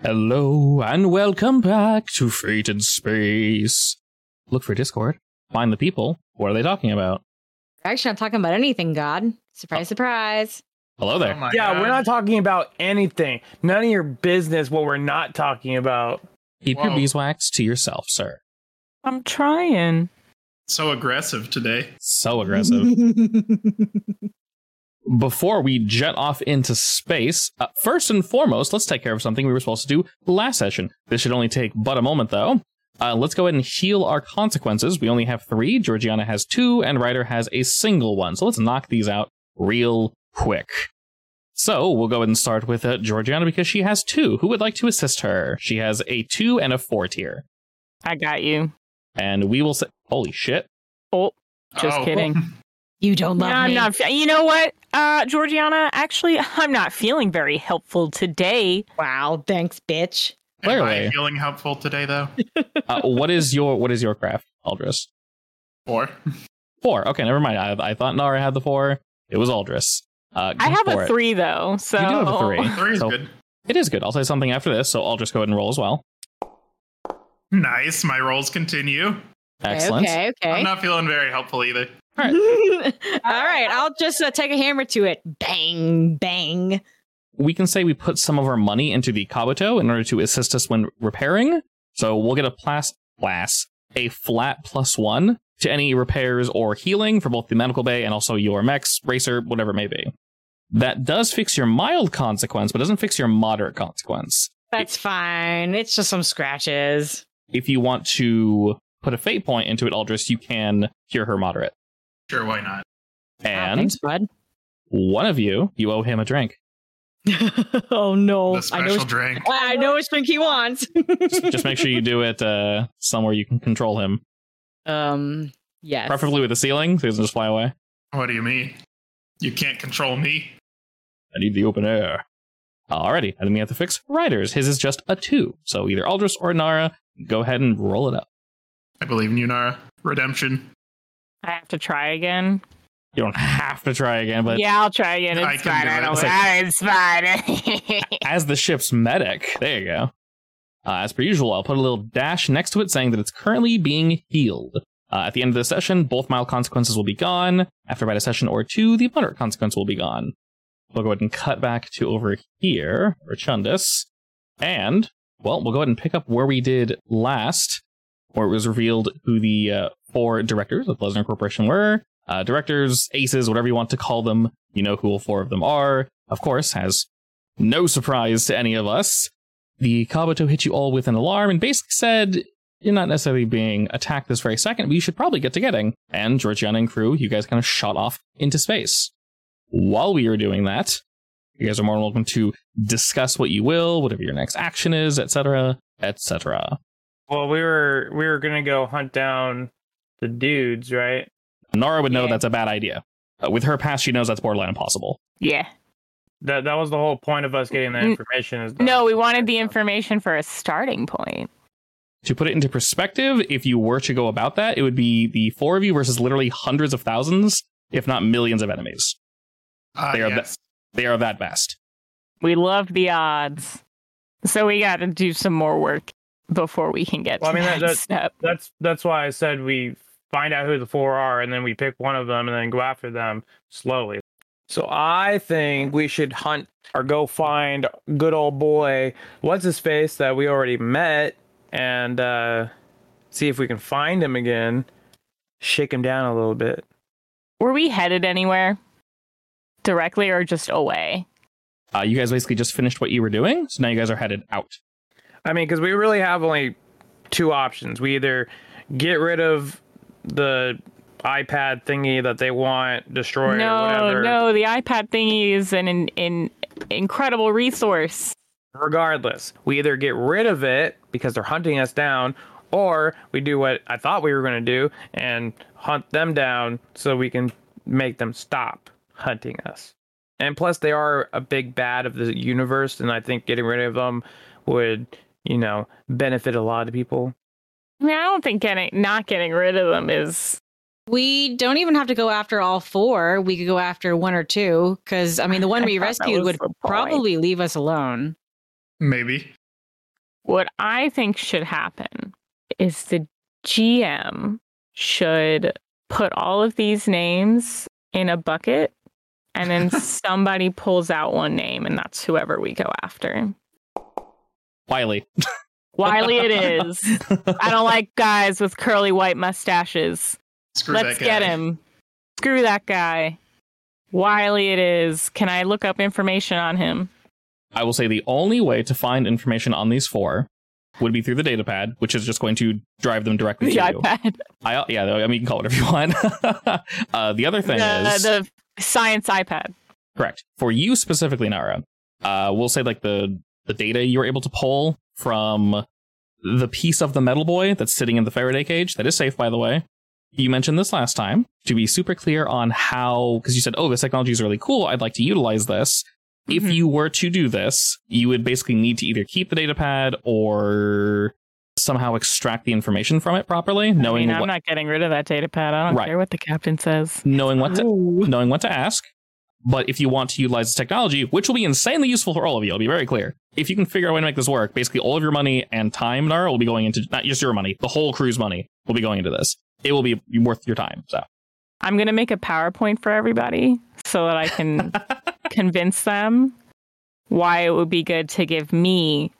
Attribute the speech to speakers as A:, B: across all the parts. A: Hello and welcome back to Fate in Space. Look for Discord. Find the people. What are they talking about?
B: We're actually not talking about anything, God. Surprise, surprise.
A: Hello there.
C: Oh my
D: yeah,
C: God.
D: we're not talking about anything. None of your business what we're not talking about.
A: Keep your
C: Whoa.
A: beeswax to yourself, sir.
E: I'm trying.
C: so aggressive today.
A: So aggressive. Before we jet off into space, uh, first and foremost, let's take care of something we were supposed to do last session. This should only take but a moment, though. Uh, let's go ahead and heal our consequences. We only have three. Georgiana has two, and Ryder has a single one. So let's knock these out real quick. So we'll go ahead and start with uh, Georgiana because she has two. Who would like to assist her? She has a two and a four tier.
E: I got you.
A: And we will say, holy shit.
E: Oh, Just kidding.
B: you don't love
E: No, I'm
B: me.
E: not. fe- You know what, uh, Georgiana? Actually, I'm not feeling very helpful today.
B: Wow, thanks, bitch.
C: Am
A: Clearly.
C: I feeling helpful today though?
A: Uh, what is your what is your craft, Aldris?
C: Or
A: Four. Okay, never mind. I, I thought Nara had the four. It was Aldris. Uh,
E: I
A: go
E: have
A: for
E: a
A: it.
E: three though. So
A: You do have a three.
C: three is
A: So-
C: good.
A: It is good. I'll say something after this, so Aldris go ahead and roll as well.
C: Nice. My rolls continue.
A: Excellent.
B: Okay, okay.
C: I'm not feeling very helpful either.
A: All
B: All right, I'll just uh, take a hammer to it. Bang, bang.
A: We can say we put some of our money into the Kabuto in order to assist us when repairing. So we'll get a plus plus a flat plus one to any repairs or healing for both the medical bay and also your mechs, racer, whatever it may be. That does fix your mild consequence, but doesn't fix your moderate consequence.
B: That's fine. It's just some scratches.
A: if you want to put a fate point into it, Aldris, you can cure her moderate.
C: Sure, why not?
B: Ah,
A: And
B: thanks, bud.
A: one of you, you owe him a drink.
B: oh no,
C: the
B: I know.
C: special
B: Which,
C: drink.
B: I know which drink he wants.
A: Just, just make sure you do it uh, somewhere you can control him,
B: Um, yes.
A: preferably with the ceiling, so he doesn't just fly away.
C: What do you mean? You can't control me.
A: I need the open air. Alrighty, and then we have to fix Riders. His is just a two, so either Aldris or Nara, go ahead and roll it up.
C: I believe in you, Nara. Redemption.
E: I have to try again.
A: You don't have to try again, but
E: yeah, I'll try again. It's
C: I can
E: fine.
C: do
E: I
C: it.
E: don't.
A: It's like-
E: I- It's fine.
A: as the ship's medic, there you go. Uh, as per usual, I'll put a little dash next to it saying that it's currently being healed. Uh, at the end of the session, both mild consequences will be gone. After about a session or two, the moderate consequence will be gone. We'll go ahead and cut back to over here, or Chundus. And, well, we'll go ahead and pick up where we did last, where it was revealed who the uh, four directors of Lesnar Corporation were. Uh, directors, aces, whatever you want to call them, you know who all four of them are. Of course, as no surprise to any of us. The Kabuto hit you all with an alarm and basically said, You're not necessarily being attacked this very second, but you should probably get to getting. And Georgiana and crew, you guys kind of shot off into space. While we were doing that, you guys are more than welcome to discuss what you will, whatever your next action is, etc., etc.
D: Well, we were we were gonna go hunt down the dudes, right?
A: Nara would know
E: Yeah.
A: that's a bad idea. Uh, with her past, she knows that's borderline impossible.
E: yeah.
D: That that was the whole point of us getting that
E: N-
D: information. Is
E: No, we wanted the information for a starting point.
A: To put it into perspective, if you were to go about that, it would be the four of you versus literally hundreds of thousands, if not millions of enemies.
C: Ah,
A: They are
C: yes.
A: They are that vast.
E: We loved the odds, so we got to do some more work before we can get
D: Well, I
E: to
D: mean,
E: that,
D: that- that-
E: step.
D: That's that's why I said we find out who the four are, and then we pick one of them, and then go after them slowly. So I think we should hunt or go find good old boy. What's his face that we already met, and uh, see if we can find him again. Shake him down a little bit.
E: Were we headed anywhere directly or just away?
A: Uh, you guys basically just finished what you were doing, so now you guys are headed out.
D: I mean, because we really have only two options. We either get rid of the iPad thingy that they want, destroy it or
E: no,
D: whatever.
E: no, the iPad thingy is an, an, an incredible resource.
D: Regardless, we either get rid of it because they're hunting us down, or we do what I thought we were going to do and hunt them down so we can make them stop hunting us. And plus, they are a big bad of the universe, and I think getting rid of them would, you know, benefit a lot of people.
E: I mean, I don't think getting not getting rid of them is.
B: We don't even have to go after all four. We could go after one or two because I mean, the one
E: I
B: we
E: thought that
B: rescued
E: was
B: would
E: the point.
B: probably leave us alone.
C: Maybe.
E: What I think should happen is the GM should put all of these names in a bucket and then somebody pulls out one name and that's whoever we go after.
A: Wiley.
E: Wiley it is. I don't like guys with curly white mustaches.
C: Screw that
E: Let's
C: guy.
E: get him. Screw that guy. Wiley it is. Can I look up information on him?
A: I will say the only way to find information on these four would be through the data pad, which is just going to drive them directly
E: The
A: to you.
E: iPad.
A: I, yeah, I mean, you can call it whatever you want. uh, the other thing
E: the,
A: is
E: the science iPad.
A: correct for you specifically, Nara. Uh, we'll say like the the data you were able to pull from the piece of the metal boy that's sitting in the Faraday cage that is safe, by the way. You mentioned this last time to be super clear on how because you said, "Oh, this technology is really cool. I'd like to utilize this." If
E: Mm-hmm.
D: Mhm.
A: you were to do this, you would basically need to either keep the data pad or somehow extract the information from it properly, knowing
E: I mean,
A: what
E: I'm not getting rid of that data pad. I don't
A: Right.
E: care what the captain says.
A: knowing what to knowing what to ask. But if you want to utilize this technology, which will be insanely useful for all of you, I'll be very clear. If you can figure out a way to make this work, basically all of your money and time, Nara, will be going into not just your money, the whole crew's money will be going into this. It will be worth your time. So
E: I'm going to make a PowerPoint for everybody so that I can convince them why it would be good to give me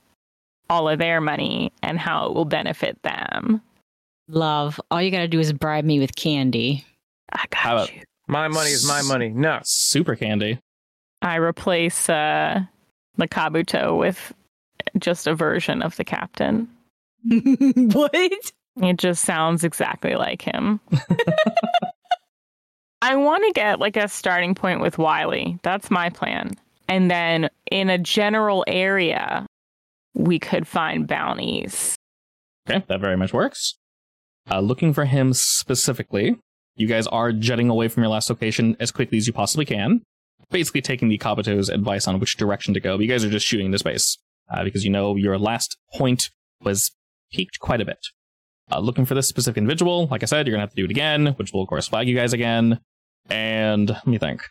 E: all of their money and how it will benefit them.
B: Love. All you gotta do is bribe me with candy.
E: I got
A: How about-
E: you.
D: My money is my money. No.
A: super candy.
E: I replace uh, the Kabuto with just a version of the captain.
B: what?
E: It just sounds exactly like him. I want to get like a starting point with Wiley. That's my plan. And then in a general area, we could find bounties.
A: Okay, that very much works. Uh, looking for him specifically, you guys are jetting away from your last location as quickly as you possibly can. Basically, taking the Kabuto's advice on which direction to go, but you guys are just shooting into space uh, because you know your last point was peaked quite a bit. Uh, looking for this specific individual, like I said, you're gonna have to do it again, which will of course flag you guys again. And let me think,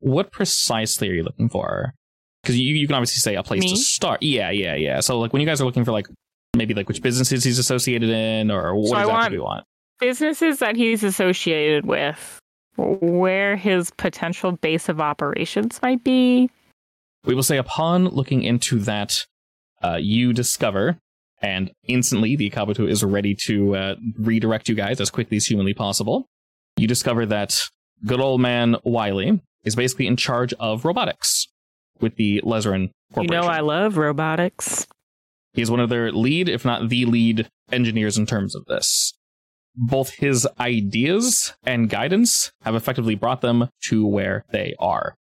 A: what precisely are you looking for? Because you you can obviously say a place
E: Me?
A: to start. Yeah, yeah, yeah. So like when you guys are looking for like maybe like which businesses he's associated in or what
E: So I
A: exactly
E: want-
A: do you want?
E: Businesses that he's associated with, where his potential base of operations might be.
A: We will say upon looking into that, uh, you discover, and instantly the Kabuto is ready to uh, redirect you guys as quickly as humanly possible. You discover that good old man Wiley is basically in charge of robotics with the Lezerin
E: You
A: Corporation.
E: know, I love robotics.
A: He is one of their lead, if not the lead, engineers in terms of this. Both his ideas and guidance have effectively brought them to where they are.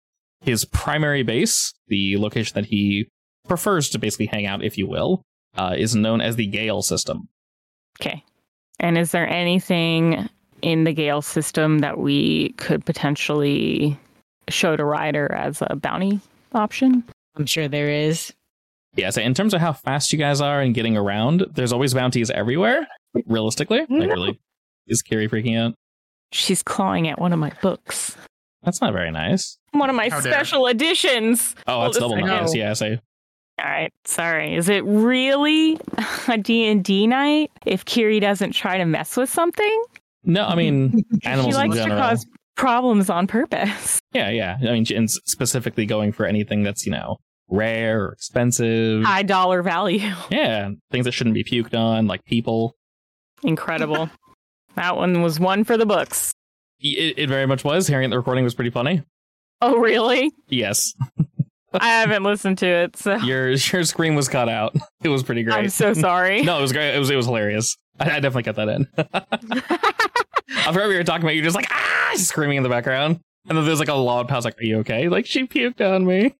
A: His primary base, the location that he prefers to basically hang out, if you will, uh, is known as the Gale system.
E: Okay. And is there anything in the Gale system that we could potentially show to Ryder as a bounty option?
B: I'm sure there is.
A: Yeah, so in terms of how fast you guys are and getting around, there's always bounties everywhere, realistically. Like, really? Is Carrie freaking out?
E: She's clawing at one of my books,
A: That's not very nice.
E: one of my
C: How dare.
E: special editions.
A: Oh, that's
E: Hold a
A: double
E: second.
A: nice. Yeah, so
E: All right, sorry. Is it really a D&D night if Kiri doesn't try to mess with something?
A: no, I mean, animals
E: she likes
A: in general.
E: to cause problems on purpose.
A: Yeah, yeah. I mean, and specifically going for anything that's, you know, rare or expensive.
C: Hmm.
E: High dollar value.
A: Yeah, things that shouldn't be puked on, like people.
E: Incredible. that one was one for the books.
A: It, it very much was. Hearing the recording was pretty funny.
E: Oh, really?
A: Yes,
E: I haven't listened to it, so
A: your your scream was cut out. It was pretty great.
E: I'm so sorry.
A: No, it was great. It was it was hilarious. I, I definitely cut that in. I forgot we were talking about you just like ah screaming in the background, and then there's like a loud pause. Like, are you okay? Like she puked on me.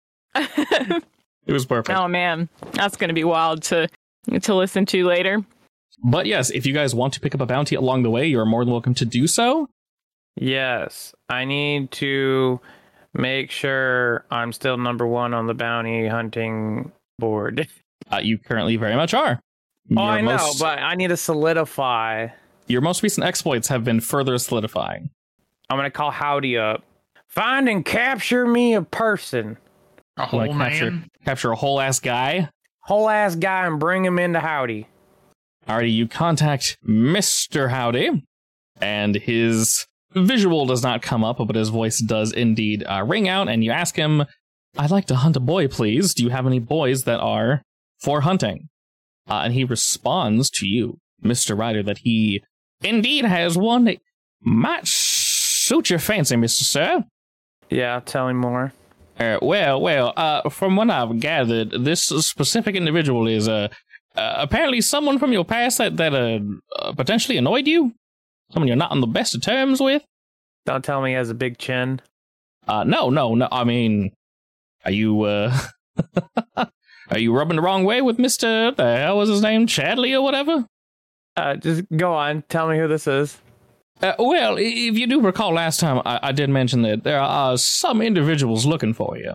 A: It was perfect.
E: oh man, that's gonna be wild to to listen to later.
A: But yes, if you guys want to pick up a bounty along the way, you are more than welcome to do so.
D: Yes. I need to make sure I'm still number one on the bounty hunting board.
A: Uh, you currently very much are. Your
D: Oh, I know,
A: most-
D: but I need to solidify.
A: Your most recent exploits have been further solidifying.
D: I'm gonna call Howdy up. Find and capture me a person.
C: A
A: Like
C: whole man.
A: capture a whole ass guy.
D: whole ass guy and bring him into Howdy.
A: Alrighty, you contact Mr. Howdy, and his visual does not come up, but his voice does indeed uh, ring out, and you ask him, I'd like to hunt a boy, please. Do you have any boys that are for hunting? Uh, and he responds to you, Mr. Ryder, that he indeed has one that might suit your fancy, Mr. Sir.
D: Yeah, tell him more.
A: Uh, well, well, uh, from what I've gathered, this specific individual is uh, uh, apparently someone from your past that that uh, uh, potentially annoyed you, someone you're not on the best of terms with.
D: Don't tell me he has a big chin.
A: Uh, no, no, no. I mean, are you uh, are you rubbing the wrong way with Mister? The hell was his name, Chadley or whatever?
D: Uh, just go on. Tell me who this is.
A: Uh, well, i- if you do recall last time, I, I did mention that there are uh, some individuals looking for you.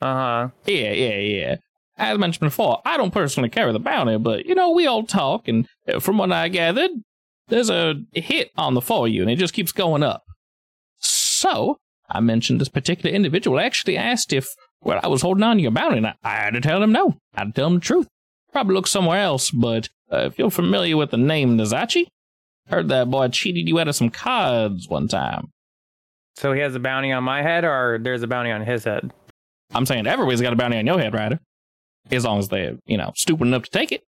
D: Uh huh.
A: Yeah, yeah, yeah. As mentioned before, I don't personally carry the bounty, but you know, we all talk, and uh, from what I gathered, there's a hit on the for you, and it just keeps going up. So, I mentioned this particular individual actually asked if, well, I was holding on to your bounty, and I, I had to tell him no. I had to tell him the truth. Probably look somewhere else, but uh, if you're familiar with the name Nazachi, heard that boy cheated you out of some cards one time.
D: So he has a bounty on my head, or there's a bounty on his head?
A: I'm saying everybody's got a bounty on your head, Ryder. As long as they're, you know, stupid enough to take it.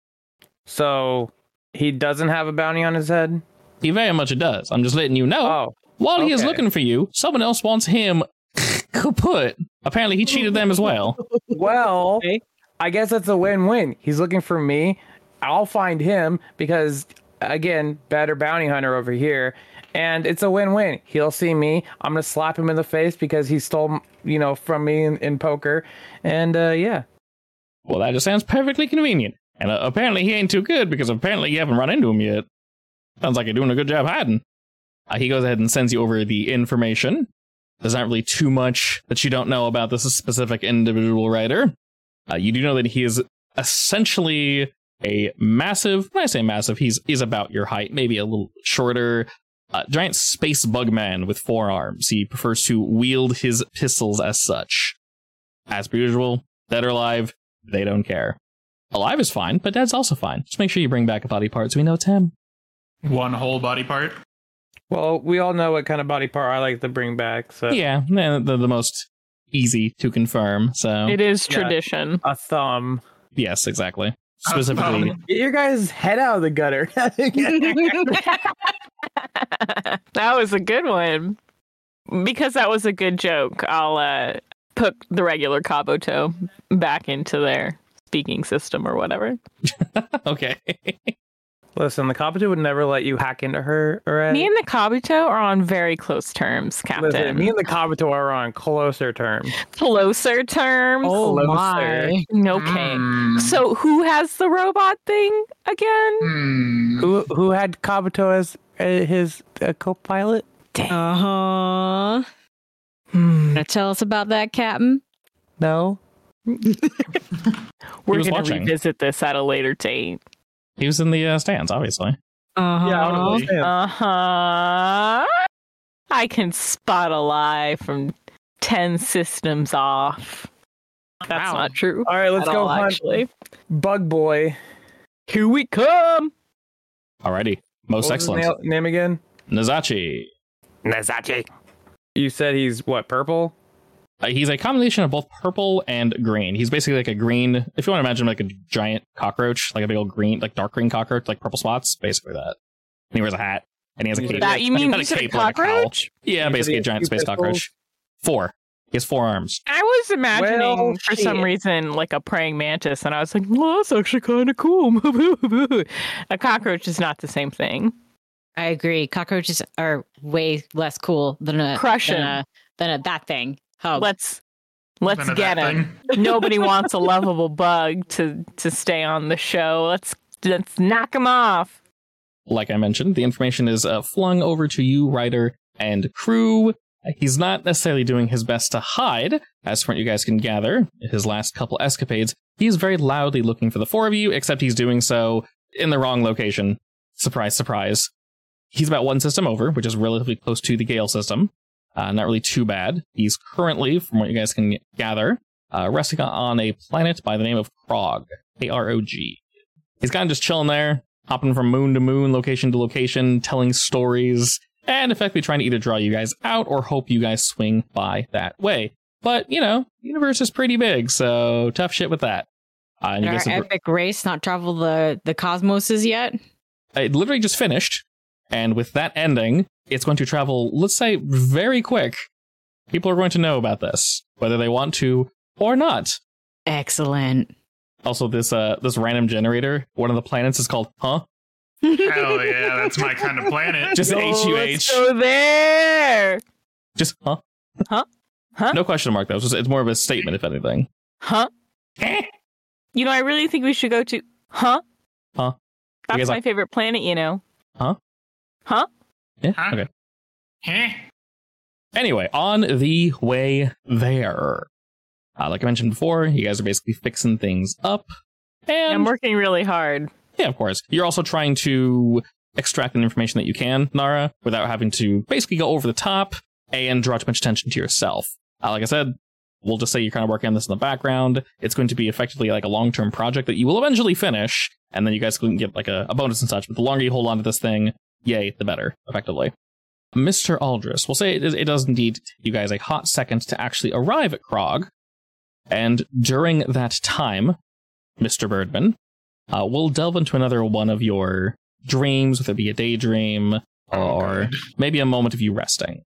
D: So he doesn't have a bounty on his head?
A: He very much does. I'm just letting you know.
D: Oh,
A: While he is
D: okay.
A: looking for you, someone else wants him kaput. Apparently, he cheated them as well.
D: well,
B: Okay.
D: I guess that's a win win. He's looking for me. I'll find him because, again, better bounty hunter over here. And it's a win win. He'll see me. I'm going to slap him in the face because he stole, you know, from me in, in poker. And uh, yeah.
A: Well, that just sounds perfectly convenient. And uh, apparently, he ain't too good because apparently you haven't run into him yet. Sounds like you're doing a good job hiding. Uh, he goes ahead and sends you over the information. There's not really too much that you don't know about this specific individual writer. Uh, you do know that he is essentially a massive. When I say massive, he's he's about your height, maybe a little shorter. Uh, giant space bug man with four arms. He prefers to wield his pistols as such. As per usual, dead or alive, they don't care. Alive is fine, but dead's also fine. Just make sure you bring back a body part so we know it's him.
C: One whole body part.
D: Well, we all know what kind of body part I like to bring back. So
A: yeah, they're the, the most easy to confirm. So
E: It is
D: Yeah.
E: tradition.
D: a thumb.
A: yes, exactly. Specifically,
D: Get your guys' head out of the gutter.
B: Mm-hmm.
E: that was a good one. Because that was a good joke, I'll uh, put the regular Cabo Toe back into their speaking system or whatever.
A: okay.
D: Listen, the Kabuto would never let you hack into her or
E: Me and the Kabuto are on very close terms, Captain.
D: Listen, me and the Kabuto are on closer terms.
E: closer terms.
B: Oh
D: Closer.
B: my.
E: Okay.
C: Mm.
E: So who has the robot thing again?
C: Mm.
D: Who who had Kabuto as uh, his uh, co-pilot?
B: Uh huh.
C: Hmm.
B: Gonna tell us about that, Captain?
D: No.
E: We're
A: was
E: going to
A: watching.
E: revisit this at a later date.
A: He was in the uh, stands, obviously.
B: Uh
D: Uh-huh.
B: huh.
C: Yeah, I don't believe-
E: Uh huh. Uh-huh. I can spot a lie from 10 systems off.
A: Wow.
E: That's not true.
D: All right, let's
E: at
D: go
E: all,
D: hunt
E: actually.
D: Bug Boy.
E: Here we come.
A: Alrighty. Most
D: What was his
A: excellent.
D: na- name again?
A: Nazachi.
D: Nazachi. You said he's what? Purple.
A: Uh, he's a combination of both purple and green. He's basically like a green, if you want to imagine like a giant cockroach, like a big old green, like dark green cockroach, like purple spots, basically that. And he wears a hat. And he has a
D: You
A: cape.
D: said
E: That, you mean
A: Not a
E: you said a
A: cape, like a cowl.
E: cockroach?
A: Yeah,
D: He
A: basically a
D: has
A: giant
D: two
A: space
D: pistols.
A: cockroach. Four. He has four arms.
E: I was imagining
D: Well,
E: for some
D: shit.
E: reason like a praying mantis, and I was like, well, that's actually kind of cool. a cockroach is not the same thing.
B: I agree. Cockroaches are way less cool than a
E: Crush
B: than
E: 'em.
B: a, than a that thing. Oh,
E: Let's let's
C: None of
E: get
C: that
E: him.
C: thing.
E: Nobody wants a lovable bug to to stay on the show. Let's let's knock him off.
A: Like I mentioned, the information is uh, flung over to you, writer and crew. Uh, He's not necessarily doing his best to hide, as from what you guys can gather. His last couple escapades, he is very loudly looking for the four of you, except he's doing so in the wrong location. Surprise, surprise. He's about one system over, which is relatively close to the Gale system. Uh, not really too bad. He's currently, from what you guys can gather, uh, resting on a planet by the name of Krog. A R O G. He's kind of just chilling there, hopping from moon to moon, location to location, telling stories, and effectively trying to either draw you guys out or hope you guys swing by that way. But, you know, the universe is pretty big, so tough shit with that. Uh, and you
B: Did
A: guys
B: our
A: have-
B: epic race not travel the the cosmoses yet?
A: it literally just finished, and with that ending, it's going to travel, let's say, very quick. People are going to know about this, whether they want to or not.
B: Excellent.
A: Also, this uh, this random generator, one of the planets is called Huh?
C: Hell yeah, that's my kind of planet.
A: Just
E: Yo,
A: H U H,
E: let's Go there.
A: just Huh?
E: Huh? Huh?
A: No question mark though. It's, just, it's more of a statement, if anything.
E: Huh?
A: Eh.
E: You know, I really think we should go to. Huh?
A: Huh?
E: That's
A: guys
E: my
A: like-
E: favorite planet. You know.
A: Yeah.
C: Huh?
A: Okay.
C: Heh.
A: Anyway, on the way there, uh, like I mentioned before, you guys are basically fixing things up, and
E: I'm working really hard.
A: Yeah, of course. You're also trying to extract the information that you can, Nara, without having to basically go over the top and draw too much attention to yourself. Uh, like I said, we'll just say you're kind of working on this in the background. It's going to be effectively like a long term project that you will eventually finish, and then you guys can get like a, a bonus and such. But the longer you hold on to this thing, yay, the better, effectively. Mr. Aldris, we'll say it, it does indeed take you guys a hot second to actually arrive at Krog. And during that time, Mr. Birdman, uh, we'll delve into another one of your dreams, whether it be a daydream or maybe a moment of you resting.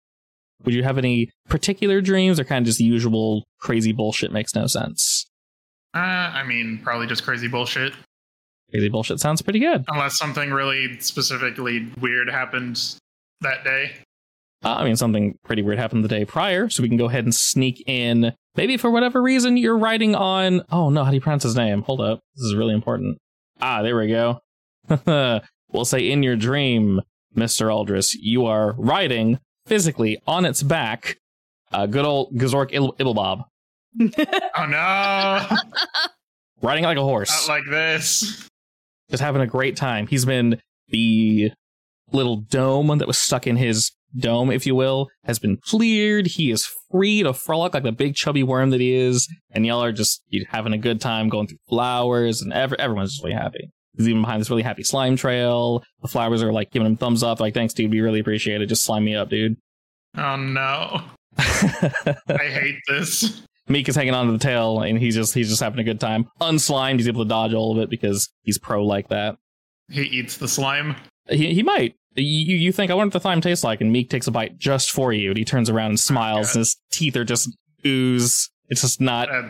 A: Would you have any particular dreams or kind of just the usual crazy bullshit makes no sense?
C: Uh, I mean, probably just crazy bullshit.
A: Crazy bullshit sounds pretty good.
C: Unless something really specifically weird happened that day.
A: Uh, I mean, something pretty weird happened the day prior, so we can go ahead and sneak in. Maybe for whatever reason you're writing on. Oh no, how do you pronounce his name? Hold up, this is really important. Ah, there we go. we'll say in your dream, Mister Aldris, you are riding physically on its back. Uh, good old Gazork Ill- Ibbelbob,
C: Oh no!
A: riding like a horse,
C: Not like this.
A: just having a great time. He's been the little dome that was stuck in his dome, if you will, has been cleared. He is free to frolic like the big chubby worm that he is, and y'all are just you having a good time going through flowers, and ev- everyone's just really happy. He's even behind this really happy slime trail. The flowers are like giving him thumbs up, like thanks, dude, we really appreciate it. Just slime me up, dude.
C: Oh no! I hate this.
A: Meek is hanging on to the tail, and he's just he's just having a good time. Unslimed, he's able to dodge all of it because he's pro like that.
C: He eats the slime.
A: He, he might. You, you think, I wonder what the thyme tastes like. And Meek takes a bite just for you. And he turns around and smiles, and his teeth are just ooze. It's just not,
C: Uh,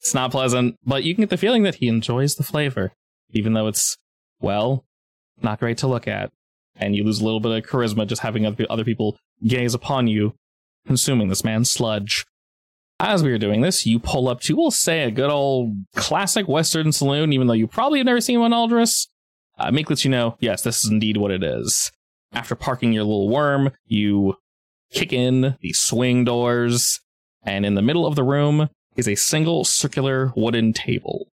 A: it's not pleasant. But you can get the feeling that he enjoys the flavor, even though it's, well, not great to look at. And you lose a little bit of charisma just having other, other people gaze upon you, consuming this man's sludge. As we are doing this, you pull up to, we'll say, a good old classic Western saloon, even though you probably have never seen one, Aldris. Uh, Meek lets you know, yes, this is indeed what it is. After parking your little worm, you kick in the swing doors, and in the middle of the room is a single circular wooden table.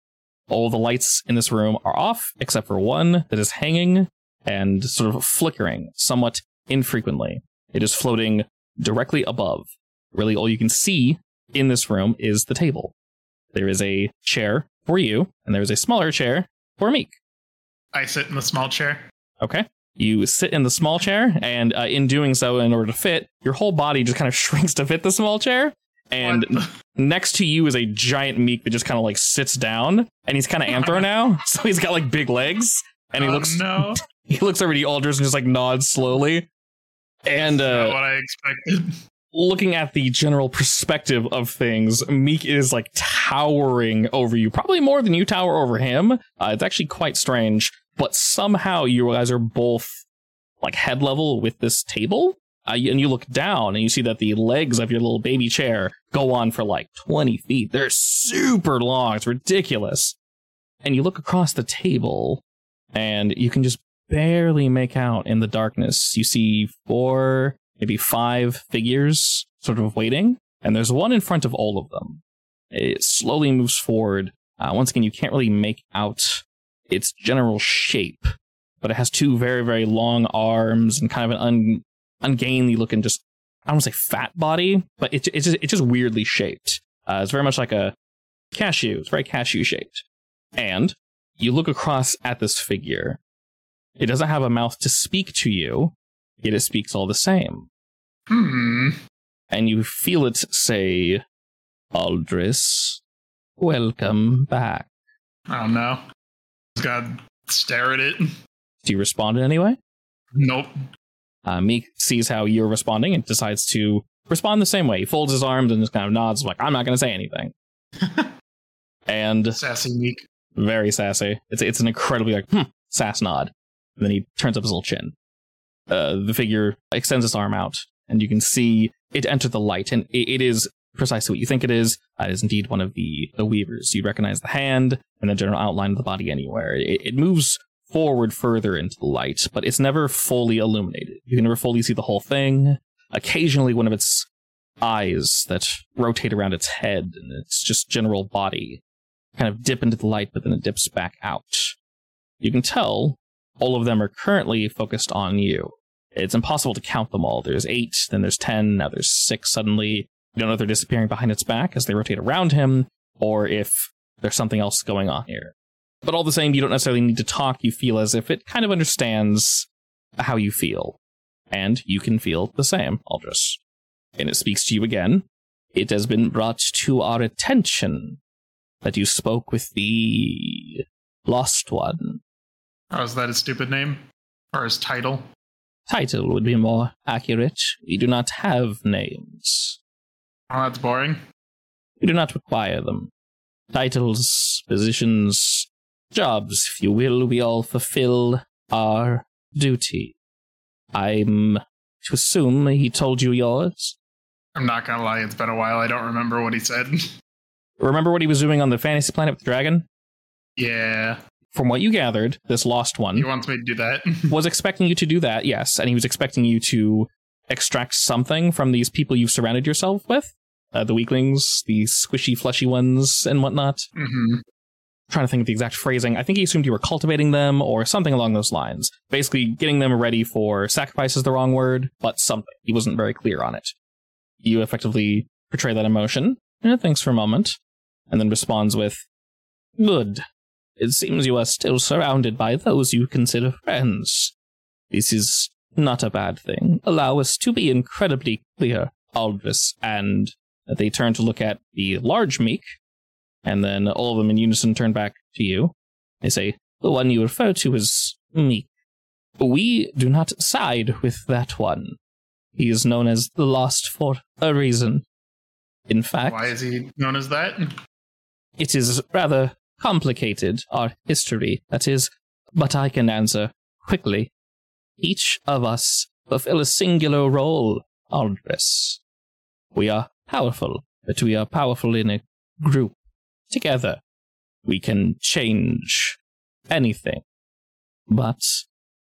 A: All the lights in this room are off, except for one that is hanging and sort of flickering somewhat infrequently. It is floating directly above. Really, all you can see in this room is the table. There is a chair for you, and there is a smaller chair for Meek.
C: I sit in the small chair.
A: Okay. You sit in the small chair, and uh, in doing so, in order to fit, your whole body just kind of shrinks to fit the small chair. And
C: What the-
A: next to you is a giant meek that just kind of like sits down, and he's kind of anthro now, so he's got like big legs, and he
C: oh,
A: looks
C: no.
A: he looks over to you, Alders and just like nods slowly. And
C: Not
A: uh,
C: what I expected.
A: looking at the general perspective of things, Meek is like towering over you, probably more than you tower over him. Uh, it's actually quite strange, but somehow you guys are both like head level with this table. Uh, you- and you look down and you see that the legs of your little baby chair go on for like 20 feet. They're super long. It's ridiculous. And you look across the table and you can just barely make out in the darkness. You see four, maybe five figures sort of waiting, and there's one in front of all of them. It slowly moves forward. Uh, once again, you can't really make out its general shape, but it has two very, very long arms and kind of an un- ungainly looking, just, I don't want to say fat body, but it, it's, just, it's just weirdly shaped. Uh, it's very much like a cashew. It's very cashew shaped. And you look across at this figure. It doesn't have a mouth to speak to you, yet it speaks all the same.
C: Hmm.
A: And you feel it say, Aldris, welcome back.
C: I don't know. Just gotta stare at it.
A: Do you respond in any way?
C: Nope.
A: Uh, Meek sees how you're responding and decides to respond the same way. He folds his arms and just kind of nods, like, I'm not going to say anything. and
C: Sassy meek.
A: very sassy. It's, it's an incredibly, like, hmm, sass nod. And then he turns up his little chin. Uh, the figure extends its arm out, and you can see it enter the light, and it, it is precisely what you think it is. Uh, It is indeed one of the, the weavers. You recognize the hand and the general outline of the body anywhere. It, it moves forward further into the light, but it's never fully illuminated. You can never fully see the whole thing. Occasionally, one of its eyes that rotate around its head and its just general body kind of dip into the light, but then it dips back out. You can tell all of them are currently focused on you. It's impossible to count them all. There's eight, then there's ten, now there's six suddenly. You don't know if they're disappearing behind its back as they rotate around him, or if there's something else going on here. But all the same, you don't necessarily need to talk. You feel as if it kind of understands how you feel. And you can feel the same, Aldris. And it speaks to you again. It has been brought to our attention that you spoke with the Lost One.
C: Oh, is that his stupid name? Or his title?
A: Title would be more accurate. We do not have names.
C: Oh, that's boring.
A: We do not require them. Titles, positions, jobs, if you will, we all fulfill our duty. I'm to assume he told you yours.
C: I'm not gonna lie, it's been a while. I don't remember what he said.
A: Remember what he was doing on the fantasy planet with the dragon?
C: yeah.
A: From what you gathered, this lost one
C: He wants me to do that.
A: was expecting you to do that, yes, and he was expecting you to extract something from these people you've surrounded yourself with. Uh, the weaklings, the squishy, fleshy ones, and whatnot.
C: hmm
A: trying to think of the exact phrasing. I think he assumed you were cultivating them or something along those lines. Basically, getting them ready for sacrifice is the wrong word, but something. He wasn't very clear on it. You effectively portray that emotion, and it thinks for a moment, and then responds with, Good. It seems you are still surrounded by those you consider friends. This is not a bad thing. Allow us to be incredibly clear, Aldris. And they turn to look at the large meek, and then all of them in unison turn back to you. They say, The one you refer to is Meek. We do not side with that one. He is known as the Lost for a reason. In fact,
C: Why is he known as that?
A: it is rather complicated, our history, that is, but I can answer quickly. Each of us fulfill a singular role, Aldris. We are powerful, but we are powerful in a group. Together, we can change anything. But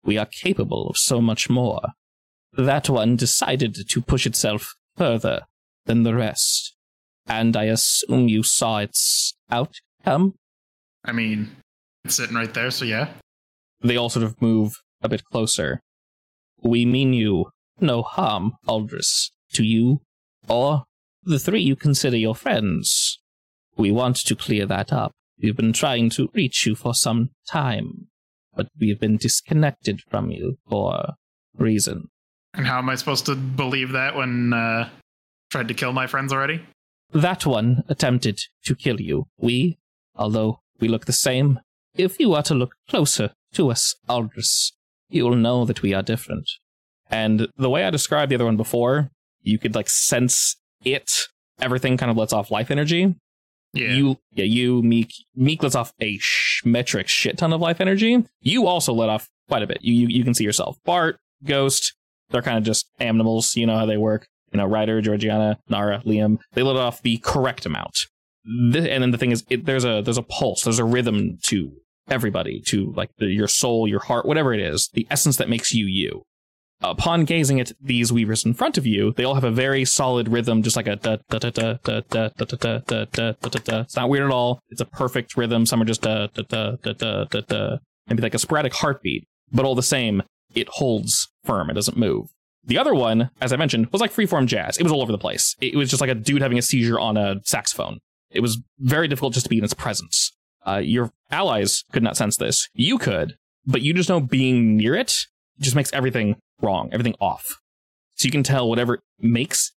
A: we are capable of so much more. That one decided to push itself further than the rest and I assume you saw its outcome.
C: I mean, it's sitting right there, so yeah.
A: They all sort of move a bit closer. We mean you no harm, Aldris, to you or the three you consider your friends. We want to clear that up. We've been trying to reach you for some time, but we've been disconnected from you for reason.
C: And how am I supposed to believe that when uh tried to kill my friends already?
A: That one attempted to kill you. We, although we look the same, if you are to look closer to us, Aldris, you'll know that we are different. And the way I described the other one before, you could like sense it. Everything kind of lets off life energy.
C: Yeah.
A: You, yeah, you, Meek, Meek lets off a sh- metric shit ton of life energy. You also let off quite a bit. You, you, you can see yourself. Bart, Ghost, they're kind of just animals. You know how they work. You know, Ryder, Georgiana, Nara, Liam. They let off the correct amount. Th- and then the thing is, it, there's a there's a pulse, there's a rhythm to everybody, to like the, your soul, your heart, whatever it is, the essence that makes you you. Upon gazing at these weavers in front of you, they all have a very solid rhythm, just like a da da da da da da da da da da da da da da. It's not weird at all. It's a perfect rhythm. Some are just da da da da da da da, maybe like a sporadic heartbeat, but all the same, it holds firm. It doesn't move. The other one, as I mentioned, was like freeform jazz. It was all over the place. It was just like a dude having a seizure on a saxophone. It was very difficult just to be in its presence. Uh, your allies could not sense this. You could, but you just know being near it just makes everything wrong, everything off. So you can tell whatever makes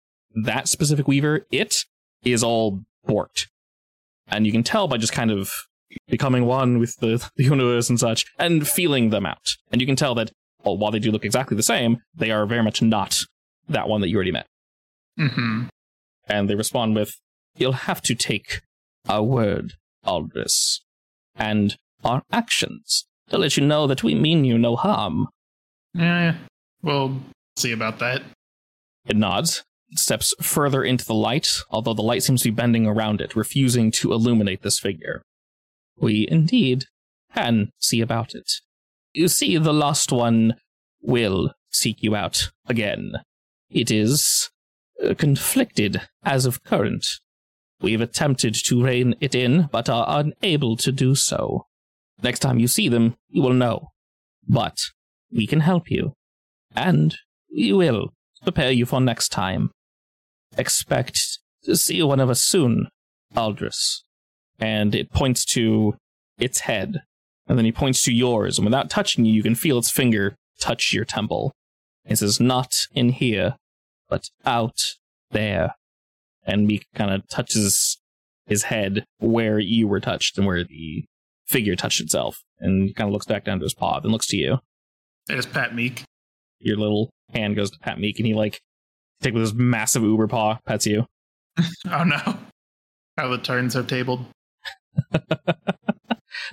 A: that specific weaver it is all borked. And you can tell by just kind of becoming one with the, the universe and such and feeling them out. And you can tell that well, while they do look exactly the same, they are very much not that one that you already met
C: Mm-hmm.
A: and they respond with, You'll have to take our word, Aldris, and our actions to let you know that we mean you no harm.
C: Yeah. We'll see about that.
A: It nods, steps further into the light, although the light seems to be bending around it, refusing to illuminate this figure. We indeed can see about it. You see, the lost one will seek you out again. It is uh, conflicted as of current. We've attempted to rein it in, but are unable to do so. Next time you see them, you will know. But we can help you. And we will prepare you for next time. Expect to see one of us soon, Aldris. And it points to its head. And then he points to yours, and without touching you, you can feel its finger touch your temple. It says, Not in here, but out there. And Meek kind of touches his head where you were touched and where the figure touched itself. And kind of looks back down to his paw, then looks to you
C: There's Pat Meek.
A: your little hand goes to pat Meek, and he like take with his massive uber paw, pets you.
C: Oh no. How the turns are tabled.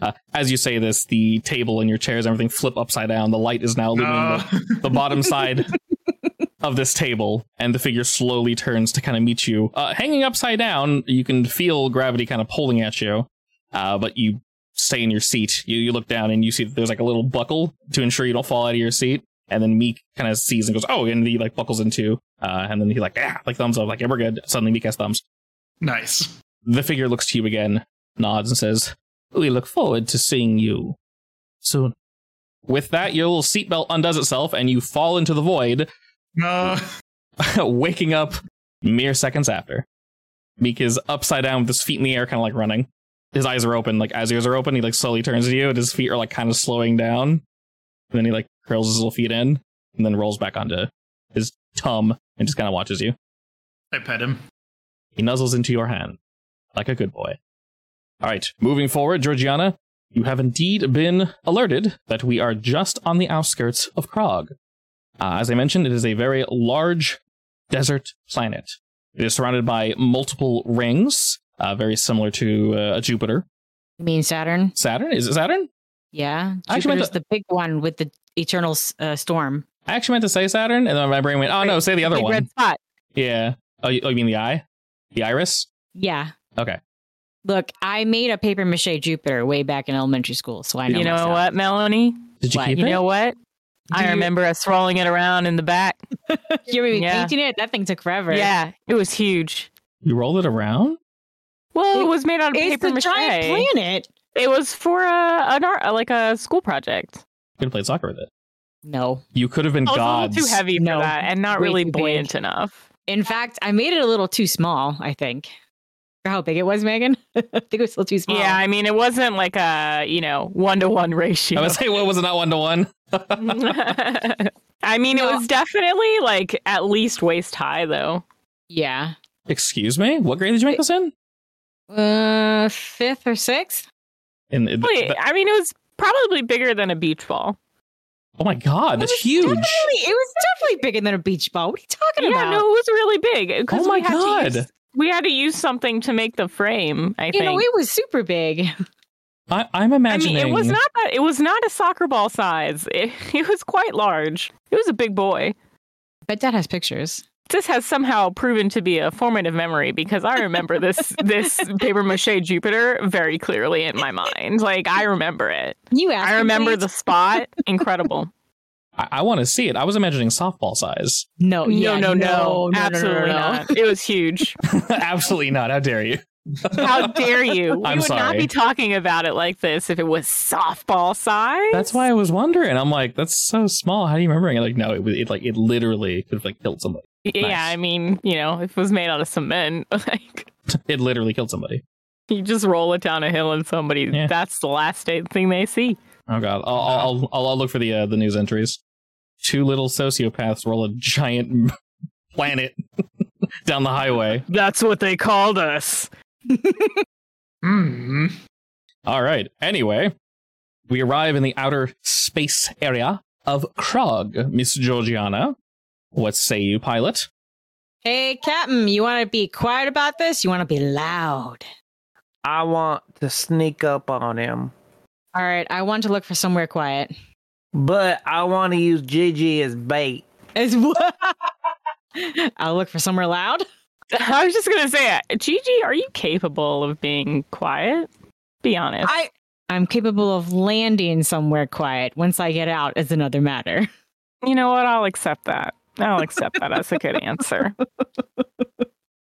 A: Uh, as you say this, the table and your chairs, and everything flip upside down. The light is now illuminating
C: No.
A: the, the bottom side of this table, and the figure slowly turns to kind of meet you. Uh, hanging upside down, you can feel gravity kind of pulling at you, uh, but you stay in your seat. You, you look down and you see that there's like a little buckle to ensure you don't fall out of your seat. And then Meek kind of sees and goes, "Oh!" and he like buckles into, uh, and then he like, "Yeah!" like thumbs up, like, "Yeah, we're good." Suddenly, Meek has thumbs.
C: nice.
A: The figure looks to you again, nods, and says, We look forward to seeing you soon. With that, your little seatbelt undoes itself and you fall into the void,
C: No.
A: waking up mere seconds after. Meek is upside down with his feet in the air, kind of like running. His eyes are open, like as ears are open, he like slowly turns to you and his feet are like kind of slowing down. And then he like curls his little feet in and then rolls back onto his tum and just kind of watches you.
C: I pet him.
A: He nuzzles into your hand like a good boy. All right, moving forward, Georgiana, you have indeed been alerted that we are just on the outskirts of Krog. Uh, as I mentioned, it is a very large desert planet. It is surrounded by multiple rings, uh, very similar to uh, Jupiter.
B: You mean Saturn?
A: Saturn? Is it Saturn?
B: Yeah.
A: I actually meant
B: Jupiter's the big one with the eternal s- uh, storm.
A: I actually meant to say Saturn, and then my brain went, oh no, say the other
B: big red
A: one.
B: spot.
A: Yeah. Oh you, oh, you mean the eye? The iris?
B: Yeah.
A: Okay.
B: Look, I made a paper mache Jupiter way back in elementary school, so I know.
E: You know
B: myself.
E: what, Melanie?
A: Did you
B: What?
A: keep
E: You
A: it?
E: know what? I
B: you-
E: remember us rolling it around in the back.
B: You were
E: Yeah.
B: painting it? That thing took forever.
E: Yeah, it was huge.
A: you rolled it around?
E: Well, it,
B: It-
E: was made out of
B: It's
E: paper
B: the
E: mache.
B: giant planet.
E: It was for a an art, like a school project.
A: You could have played soccer with it.
B: No.
A: You could have been
E: I was
A: gods.
E: a little too heavy for
B: No,
E: that, and not
B: way
E: really
B: too big.
E: buoyant enough.
B: In fact, I made it a little too small, I think. For how big it was, Megan? I think it was still too small.
E: Yeah, I mean, it wasn't like a you know one to one ratio.
A: I was say, what was it not one to one?
E: I mean, it
B: No.
E: was definitely like at least waist high, though.
B: Yeah.
A: Excuse me, what grade did you make this in?
B: Uh, fifth or sixth?
A: In, in-
E: Probably-
A: that-
E: I mean, it was probably bigger than a beach ball.
A: oh my god, that's
B: was
A: huge! Oh
B: Definitely, it was definitely bigger than a beach ball. What are you talking
E: Yeah,
B: about?
E: no, it was really big. 'cause
A: Oh my
E: we had to
A: God.
E: use- we had to use something to make the frame. I
B: you
E: think.
B: know, it was super big.
A: I, I'm
E: I mean,
A: imagining.
E: it was not that. It was not a soccer ball size. It, it was quite large. It was a big boy.
B: But Dad has pictures.
E: This has somehow proven to be a formative memory because I remember this this paper mache Jupiter very clearly in my mind. Like I remember it.
B: You asked.
E: I
B: him,
E: remember
B: please.
E: the spot. Incredible.
A: I, want to see it. I was imagining softball size.
B: No, yeah,
E: Oh, no, no, no,
B: no,
E: absolutely
B: no, no, no.
E: not. It was huge.
A: Absolutely not. How dare you?
E: How dare you? We
A: I'm
E: would not
A: sorry.
E: be talking about it like this if it was softball size.
A: That's why I was wondering. I'm like, that's so small. How do you remember? it? Like, no, it was it like it literally could have like killed somebody.
E: Yeah,
A: Nice.
E: I mean, you know, if it was made out of cement, like
A: It literally killed somebody.
E: You just roll it down a hill and somebody,
A: Yeah.
E: that's the last day- thing they see.
A: Oh god, I'll I'll, I'll, I'll look for the uh, the news entries. Two little sociopaths roll a giant planet down the highway.
E: That's what they called us.
C: Hmm.
A: All right. Anyway, we arrive in the outer space area of Krog, Miss Georgiana. What say you, pilot?
B: Hey, Captain, you want to be quiet about this? You want to be loud?
D: I want to sneak up on him,
B: All right, I want to look for somewhere quiet.
D: but I want to use Gigi as bait.
B: As what? I'll look for somewhere loud.
E: I was just going to say it. Gigi, are you capable of being quiet? Be honest.
B: I I'm capable of landing somewhere quiet. Once I get out is another matter.
E: you know what? I'll accept that. I'll accept that as a good answer.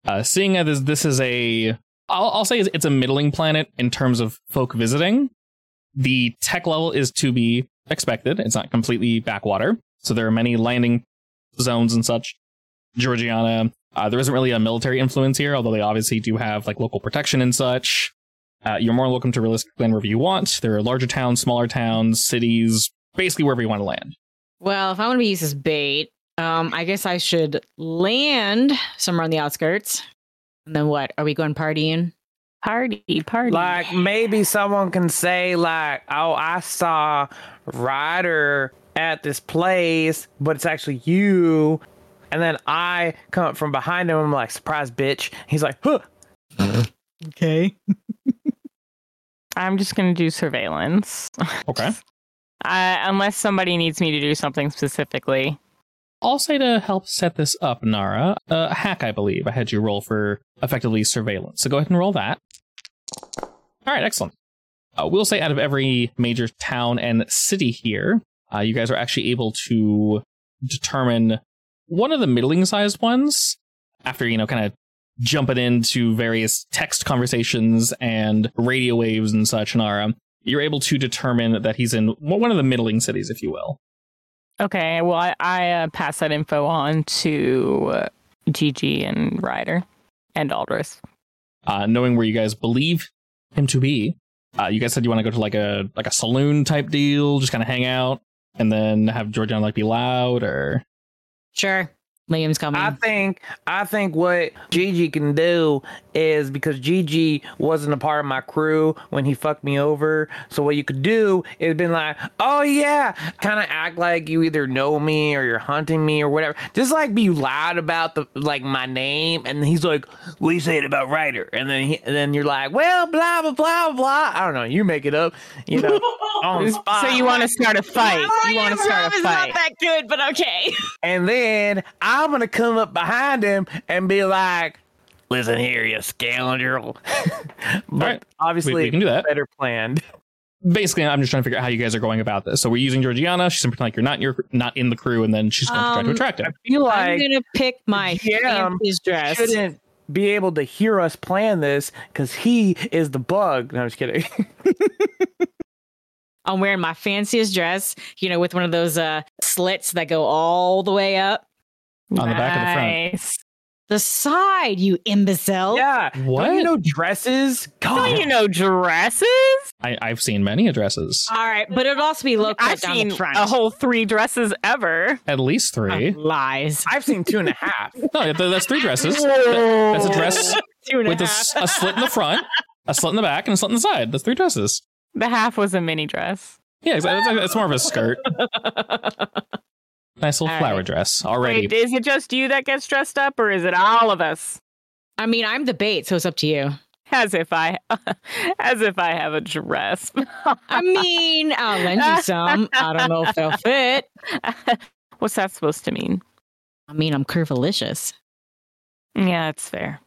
A: Uh, seeing as this is a, I'll, I'll say it's a middling planet in terms of folk visiting. The tech level is to be expected. It's not completely backwater, so there are many landing zones and such. Georgiana, uh, there isn't really a military influence here, although they obviously do have like local protection and such. Uh, you're more than welcome to realistic land wherever you want. There are larger towns, smaller towns, cities, basically wherever you want to land.
B: Well, if I want to be used as bait, um, I guess I should land somewhere on the outskirts. And then what? Are we going partying?
E: Party, party.
D: Like maybe someone can say like, "Oh, I saw Ryder at this place, but it's actually you." And then I come up from behind him. I'm like, "Surprise, bitch!" He's like, "Huh."
B: Okay.
E: I'm just going to do surveillance.
A: Okay.
E: Uh, unless somebody needs me to do something specifically.
A: I'll say to help set this up, Nara, uh, a hack, I believe, I had you roll for effectively surveillance. So go ahead and roll that. All right, excellent. Uh, we'll say out of every major town and city here, uh, you guys are actually able to determine one of the middling sized ones after, you know, kind of jumping into various text conversations and radio waves and such, Nara. You're able to determine that he's in one of the middling cities, if you will.
E: Okay. Well, I, I uh, pass that info on to uh, Gigi and Ryder and Aldris.
A: uh, knowing where you guys believe him to be. Uh, you guys said you want to go to like a like a saloon type deal, just kind of hang out, and then have Georgiana like be loud or
B: Sure. Liam's coming.
D: I think I think what Gigi can do is because Gigi wasn't a part of my crew when he fucked me over. So what you could do is been like, oh yeah, kind of act like you either know me or you're hunting me or whatever. Just like be loud about the like my name, and he's like, what you saying about Ryder? And then he, and then you're like, well, blah blah blah blah. I don't know. You make it up, you know, on the spot.
E: So you want to start a fight? You want to start a fight?
B: that good, but okay.
D: And then I'm gonna come up behind him and be like, "Listen here, you scoundrel." but
A: right.
D: obviously,
A: We- we can do that.
D: better planned.
A: basically. I'm just trying to figure out how you guys are going about this. So we're using Georgiana. She's gonna pretend like you're not in your not in the crew, and then she's going to try to
B: Um,
A: attract
D: I
A: him.
D: feel
B: I'm
D: like
B: gonna pick my
D: Yeah,
B: fanciest
D: he
B: dress.
D: shouldn't be able to hear us plan this because he is the bug. No, I'm just kidding.
B: I'm wearing my fanciest dress, you know, with one of those uh slits that go all the way up
A: On the back of the front.
E: Nice.
B: the side. You imbecile!
D: yeah,
A: Oh, What?
D: Don't you know dresses? God,
A: Oh,
E: Don't you know dresses?
A: I, I've seen many addresses,
B: All right, but it'd also be low cut
E: I've
B: down
E: seen
B: the front.
E: a whole three dresses ever.
A: at least three.
D: Uh-huh.
B: Oh, lies.
D: I've seen two and a half.
A: No, th- that's three dresses. That's a dress
B: Two and
A: with a, s- a slit in the front, a slit in the back, and a slit in the side. That's three dresses.
E: The half was a mini dress.
A: Yeah, exactly. It's more of a skirt. Nice little
B: All
A: flower
B: right.
A: dress already.
E: Wait, is it just you that gets dressed up, or is it all of us?
B: I mean, I'm the bait, so it's up to you.
E: As if I, as if I have a dress.
B: I mean, I'll lend you some. I don't know if they'll fit.
E: What's that supposed to mean?
B: I mean, I'm curvilicious.
E: Yeah, it's fair.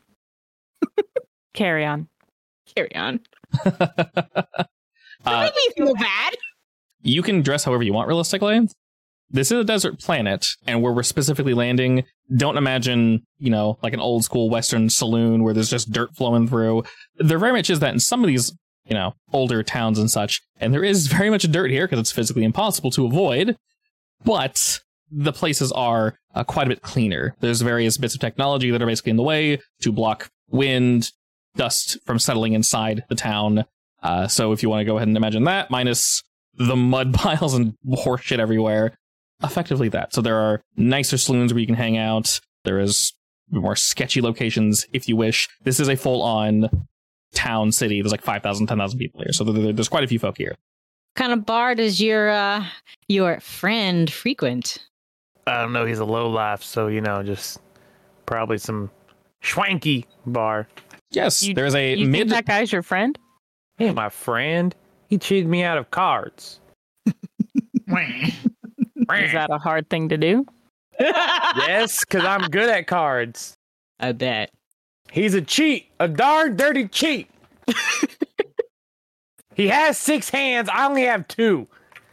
E: Carry on.
B: Carry on.
A: Uh,
B: Don't make me feel bad.
A: you can dress however you want realistically. This is a desert planet, and where we're specifically landing, don't imagine, you know, like an old school Western saloon where there's just dirt flowing through. There very much is that in some of these, you know, older towns and such, and there is very much dirt here because it's physically impossible to avoid, but the places are uh, quite a bit cleaner. There's various bits of technology that are basically in the way to block wind, dust from settling inside the town. Uh, so if you want to go ahead and imagine that, minus the mud piles and horseshit everywhere, effectively that. So there are nicer saloons where you can hang out. There is more sketchy locations if you wish. This is a full on town city. There's like 5,000, 10,000 people here. So there- there- there's quite a few folk here.
B: kind of bar does your uh your friend frequent?
D: I don't know. He's a low life, so you know, just probably some schwanky bar.
A: Yes,
E: You-
A: there is a
E: you
A: mid.
E: think that guy's your friend?
D: Hey, my friend, he cheated me out of cards.
C: Wah.
E: Is that a hard thing to do?
D: yes, because I'm good at cards.
B: I bet.
D: He's a cheat, a darn dirty cheat. he has six hands. I only have two.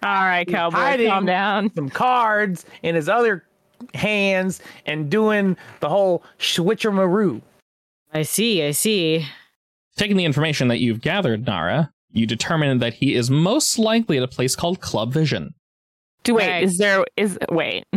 E: All right, cowboy,
D: hiding.
E: calm down.
D: Some cards in his other hands and doing the whole switcheroo.
B: I see, I see.
A: Taking the information that you've gathered, Nara, you determine that he is most likely at a place called Club Vision.
E: Do wait,
B: Right.
E: is there is wait.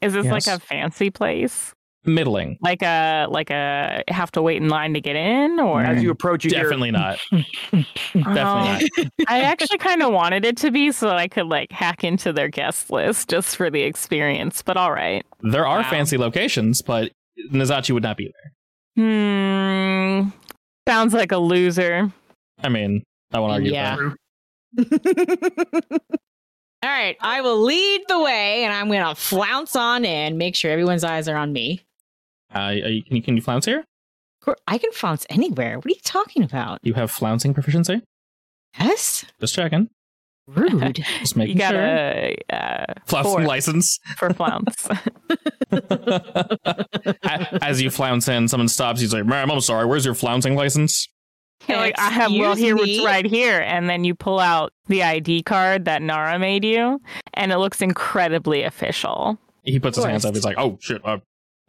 E: is this
A: Yes.
E: like a fancy place?
A: Middling.
E: Like a like a have to wait in line to get in or
D: As you approach, you hear-
A: Definitely not.
E: Oh,
A: Definitely
E: I actually kind of wanted it to be so that I could like hack into their guest list just for the experience, but all right.
A: not. There are
E: Wow.
A: fancy locations, but Nazachi would not be there.
E: Hmm. Sounds like a loser.
A: I mean, I won't argue that.
B: Yeah.
C: True.
B: All right, I will lead the way and I'm gonna flounce on in, make sure everyone's eyes are on me.
A: Uh, are you, can, you, can you flounce here?
B: Cor- I can flounce anywhere. What are you talking about?
A: You have flouncing proficiency?
B: Yes?
A: Just checking.
B: Rude.
A: Just making
E: You got to uh,
A: sure. Flouncing
E: four.
A: license.
E: for flounce.
A: A- As you flounce in, someone stops. He's like, ma'am, I'm sorry. Where's your flouncing license?
E: You're like, I have, well,
B: Excuse
E: here it's
B: me?
E: right here. And then you pull out the ID card that Nara made you, and it looks incredibly official.
A: He puts his hands up.
B: Tourist.
A: He's like, oh, shit. Uh,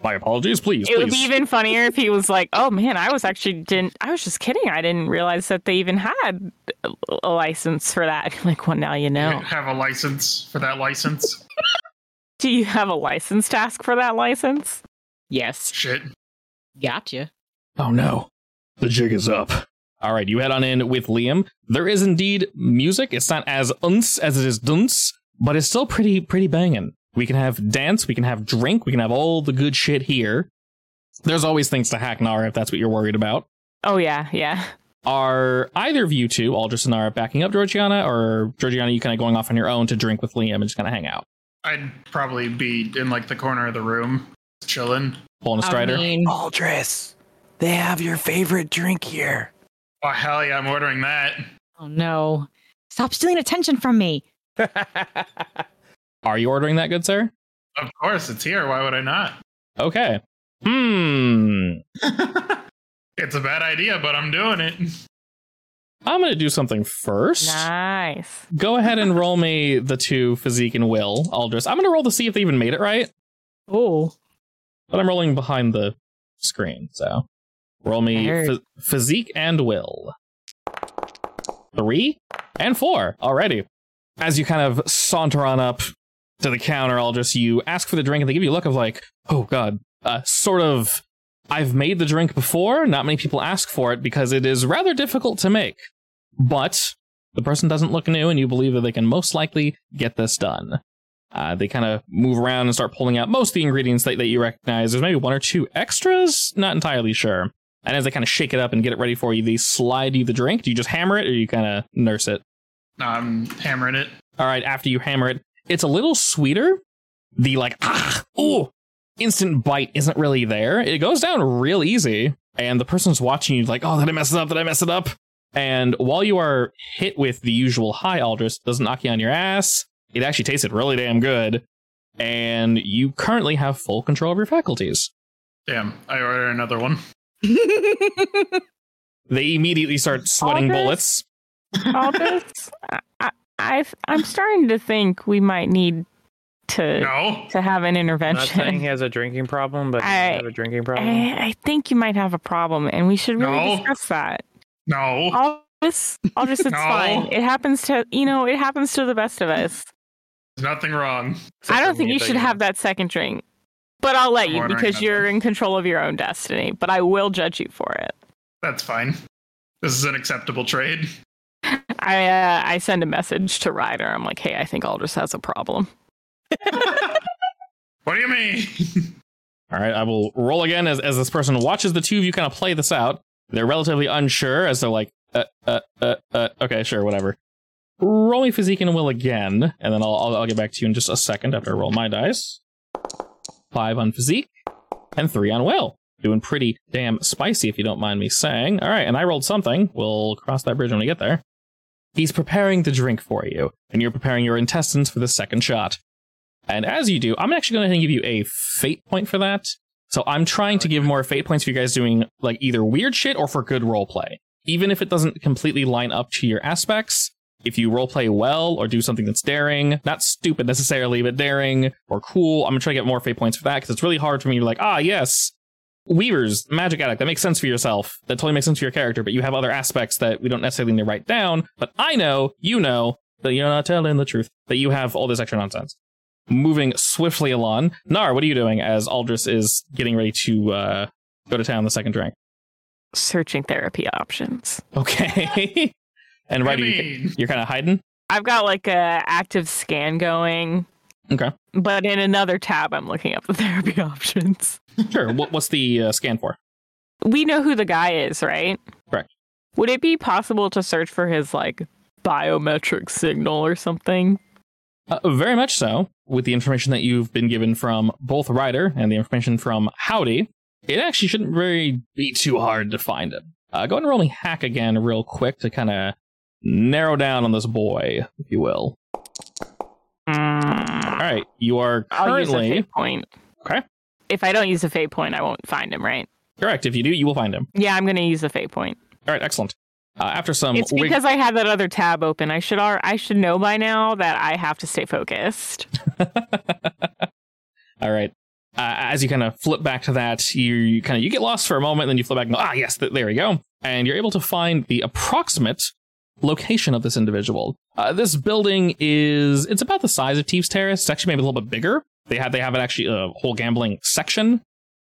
A: my apologies. Please,
E: It would be
A: please.
E: even funnier if he was like, oh man, I was actually didn't, I was just kidding. I didn't realize that they even had a- a license for that. like, well, now you know.
C: Have a license for that license.
E: Do you have a license task for that license?
B: Yes.
C: Shit.
B: Gotcha.
A: Oh no. The jig is up. All right, you head on in with Liam. There is indeed music. It's not as uns as it is dunce, but it's still pretty pretty banging. We can have dance, we can have drink, we can have all the good shit here. There's always things to hack Nara if that's what you're worried about.
E: Oh, yeah, yeah.
A: Are either of you two, Aldous and Nara, backing up Georgiana, or Georgiana, you kind of going off on your own to drink with Liam and just kind of hang out,
C: I'd probably be in like the corner of the room, chilling.
B: Uh,
A: pulling a strider?
B: I mean,
D: Aldris, they have your favorite drink here.
C: Oh hell yeah, I'm ordering that.
B: oh no. Stop stealing attention from me.
A: Are you ordering that, good sir?
C: Of course, it's here. Why would I not?
A: Okay. Hmm.
C: It's a bad idea, but I'm doing it.
A: I'm gonna do something first.
E: Nice.
A: Go ahead and roll me the two physique and will, Aldris. I'm gonna roll to see if they even made it right,
B: Oh.
A: but I'm rolling behind the screen, so roll me
B: Alright.
A: phys- physique and will. Three and four already. As you kind of saunter on up to the counter, Aldris, you ask for the drink, and they give you a look of like, oh god, uh, sort of. I've made the drink before. Not many people ask for it because it is rather difficult to make. But the person doesn't look new, and you believe that they can most likely get this done. Uh, they kind of move around and start pulling out most of the ingredients that, that you recognize. There's maybe one or two extras, not entirely sure. And as they kind of shake it up and get it ready for you, they slide you the drink. Do you just hammer it or you kind of nurse it?
C: No, I'm hammering it.
A: All right, after you hammer it, it's a little sweeter. The like, ah, ooh, instant bite isn't really there. It goes down real easy. And the person's watching you like, oh, did I mess it up? Did I mess it up? And while you are hit with the usual high Aldris, it doesn't knock you on your ass. It actually tasted really damn good. And you currently have full control of your faculties.
C: Damn, I order another one.
A: They immediately start sweating
E: Aldris?
A: bullets.
E: all this, I, I, I've- I'm starting to think we might need to
C: No,
E: to have an
D: I'm not saying he
E: intervention.
D: has a drinking problem, but he does
E: I- eh,
D: have a drinking
E: I,
D: problem.
E: I think you might have a problem, and we should really
C: No.
E: discuss that.
C: no.
E: All this, all this, it's
C: No.
E: fine. It happens to you know, it happens to the best of us.
C: There's nothing wrong.
E: I don't think you should have that second drink, but I'll let you
C: Ordering
E: because
C: another.
E: you're in control of your own destiny. But I will judge you for it.
C: That's fine. This is an acceptable trade.
E: I uh, I send a message to Ryder. I'm like, hey, I think Aldous has a problem.
C: What do you mean?
A: All right, I will roll again as, as this person watches the two of you kind of play this out. They're relatively unsure as they're like, uh, uh, uh, uh, okay, sure, whatever. Roll me physique and will again, and then I'll, I'll, I'll get back to you in just a second after I roll my dice. Five on physique and three on will. Doing pretty damn spicy, if you don't mind me saying. All right, and I rolled something. We'll cross that bridge when we get there. He's preparing the drink for you, and you're preparing your intestines for the second shot. And as you do, I'm actually going to give you a fate point for that. So I'm trying to give more fate points for you guys doing like either weird shit or for good roleplay. Even if it doesn't completely line up to your aspects, if you roleplay well or do something that's daring, not stupid necessarily, but daring or cool, I'm going to try to get more fate points for that because it's really hard for me to be like, ah, yes, Weavers, magic addict, that makes sense for yourself. That totally makes sense for your character, but you have other aspects that we don't necessarily need to write down. But I know, you know, that you're not telling the truth, that you have all this extra nonsense moving swiftly along. Nar, what are you doing as Aldris is getting ready to uh, go to town the second drink?
E: Searching therapy options.
A: Okay. and
C: What
A: right,
C: do you
A: you,
C: mean?
A: you're kind of hiding.
E: I've got like a active scan going.
A: Okay.
E: But in another tab, I'm looking up the therapy options.
A: Sure. what, what's the uh, scan for?
E: We know who the guy is, right?
A: Correct.
E: Would it be possible to search for his like biometric signal or something?
A: Uh, very much so. With the information that you've been given from both Ryder and the information from Howdy, it actually shouldn't really be too hard to find him. Uh, go ahead and roll me hack again, real quick, to kind of narrow down on this boy, if you will. All
E: Mm,
A: right. You are
E: I'll use a
A: currently
E: fate point.
A: Okay.
E: If I don't use a fate point, I won't find him, right?
A: correct. If you do, you will find him.
E: Yeah, I'm gonna use a fate point.
A: All right, excellent. Uh, after some,
E: it's
A: wig-
E: because I had that other tab open. I should ar- I should know by now that I have to stay focused.
A: all right, uh, as you kind of flip back to that, you, you kind of you get lost for a moment, then you flip back and go, ah, yes, th- there we go, and you're able to find the approximate location of this individual. Uh, this building is it's about the size of Teeves Terrace. It's actually maybe a little bit bigger. They have they have an actually a whole gambling section,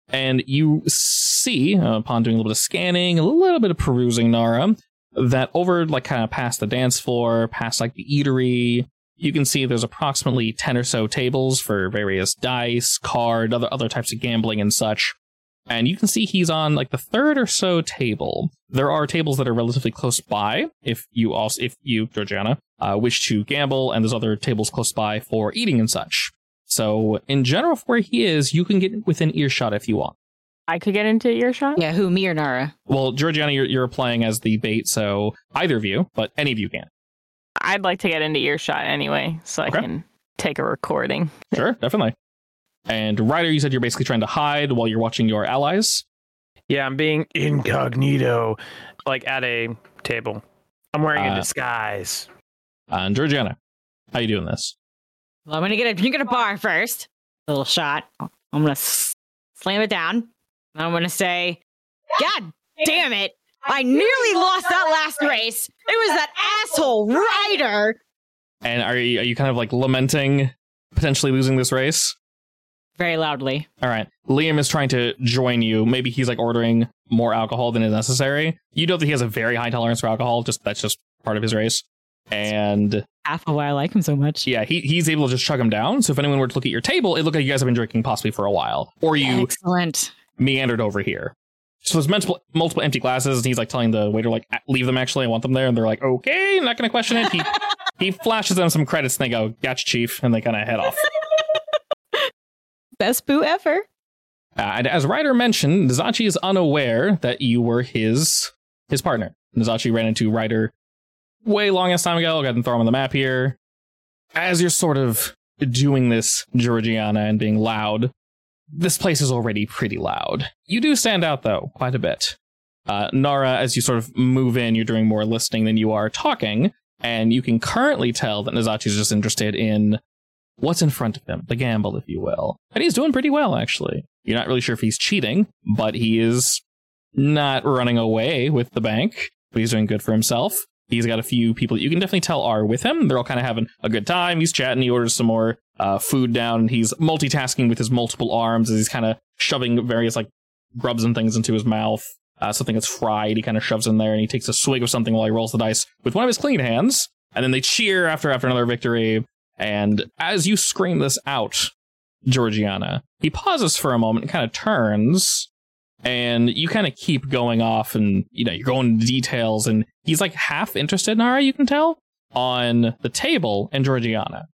A: and you see uh, upon doing a little bit of scanning, a little bit of perusing, Nara, that over like kind of past the dance floor, past like the eatery, you can see there's approximately 10 or so tables for various dice, card, other other types of gambling and such. And you can see he's on like the third or so table. There are tables that are relatively close by if you also if you Georgiana uh, wish to gamble and there's other tables close by for eating and such. So in general for where he is, you can get within earshot if you want.
E: I could get into earshot.
B: Yeah, who, me or Nara?
A: Well, Georgiana, you're, you're applying as the bait, so either of you, but any of you can.
E: I'd like to get into earshot anyway, so
A: Okay.
E: I can take a recording.
A: Sure, definitely. And Ryder, you said you're basically trying to hide while you're watching your allies.
D: Yeah, I'm being incognito, like at a table. I'm wearing
A: Uh,
D: a disguise.
A: And Georgiana, how you doing this?
B: Well, I'm gonna get a drink at a bar first. Little shot. I'm gonna s- slam it down. And I'm gonna say, God damn it! I nearly lost that last race. It was that asshole rider.
A: And are you, are you kind of like lamenting potentially losing this race?
B: Very loudly.
A: All right. Liam is trying to join you. Maybe he's like ordering more alcohol than is necessary. You know that he has a very high tolerance for alcohol. Just that's just part of his race. And
B: Half of why I like him so much.
A: yeah, he, he's able to just chug him down. So if anyone were to look at your table, it looked like you guys have been drinking possibly for a while, or you
B: Excellent.
A: meandered over here. So there's multiple multiple empty glasses, and he's like telling the waiter like "Ah, leave them actually, I want them there, and they're like okay, I'm not gonna question it. He he flashes them some credits, and they go gotcha, chief, and they kind of head off.
B: Best boo ever.
A: Uh, and as Ryder mentioned, Nizachi is unaware that you were his his partner. Nizachi ran into Ryder way long ass time ago. I'll go ahead and throw him on the map here. As you're sort of doing this, Georgiana, and being loud, this place is already pretty loud. You do stand out though, quite a bit. Uh, Nara, as you sort of move in, you're doing more listening than you are talking, and you can currently tell that Nizachi's just interested in what's in front of him, the gamble, if you will. And he's doing pretty well, actually. You're not really sure if he's cheating, but he is not running away with the bank, but he's doing good for himself. He's got a few people that you can definitely tell are with him. They're all kind of having a good time. He's chatting. He orders some more uh, food down. He's multitasking with his multiple arms as he's kind of shoving various like grubs and things into his mouth. Uh, something that's fried, he kind of shoves in there and he takes a swig of something while he rolls the dice with one of his clean hands. And then they cheer after after another victory. And as you scream this out, Georgiana, he pauses for a moment and kind of turns and you kind of keep going off and you know you're going into details and he's like half interested nara you can tell on the table and georgiana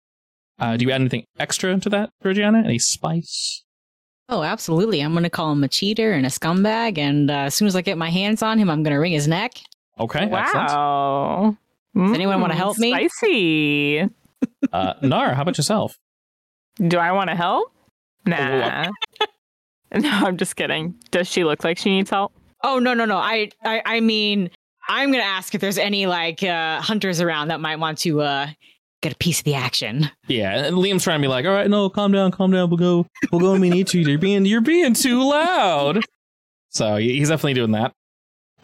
A: uh, do you add anything extra to that georgiana any spice
B: Oh, absolutely. I'm going to call him a cheater and a scumbag. And uh, as soon as I get my hands on him, I'm going to wring his neck.
A: okay excellent.
E: wow.
B: anyone wanna
E: Mm,
B: help me?
E: Spicy.
A: Uh, nara how about yourself
E: Do I want to help? Nah.
A: uh.
E: no, I'm just kidding. Does she look like she needs help?
B: Oh, no, no, no. I, I, I mean, I'm going to ask if there's any like uh, hunters around that might want to uh, get a piece of the action.
A: yeah and liam's trying to be like all right no calm down calm down we'll go we'll go and meet each other you're being you're being too loud so he- he's definitely doing that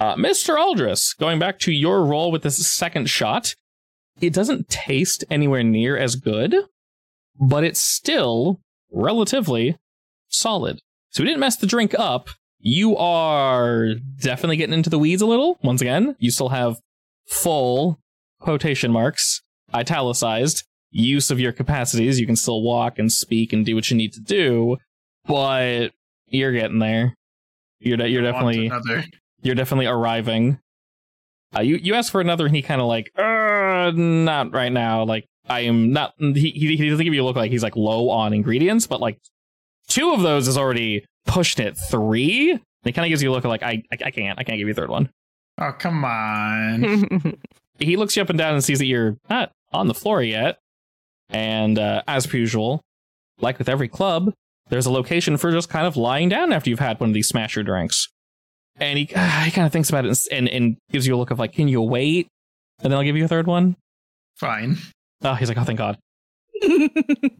A: uh, mr aldris going back to your role with this second shot it doesn't taste anywhere near as good, but it's still relatively solid. So we didn't mess the drink up. You are definitely getting into the weeds a little. Once again, you still have full quotation marks, italicized use of your capacities. You can still walk and speak and do what you need to do, but you're getting there. You're de- you're
C: I want
A: definitely
C: another.
A: you're definitely arriving. Uh, you you ask for another, and he kind of like, uh, not right now. Like I am not. He he he doesn't give you a look like he's like low on ingredients, but like two of those is already pushing it. Three, and he kind of gives you a look of like I, I I can't I can't give you a third one.
C: Oh come on!
A: Mm.
E: That's
A: He looks you up and down and sees that you're not on the floor yet. And uh, as per usual, like with every club, there's a location for just kind of lying down after you've had one of these smasher drinks. And he, he kind of thinks about it and, s- and, and gives you a look of like, can you wait? And then I'll give you a third one.
C: Fine.
A: Oh, he's like, oh, thank God.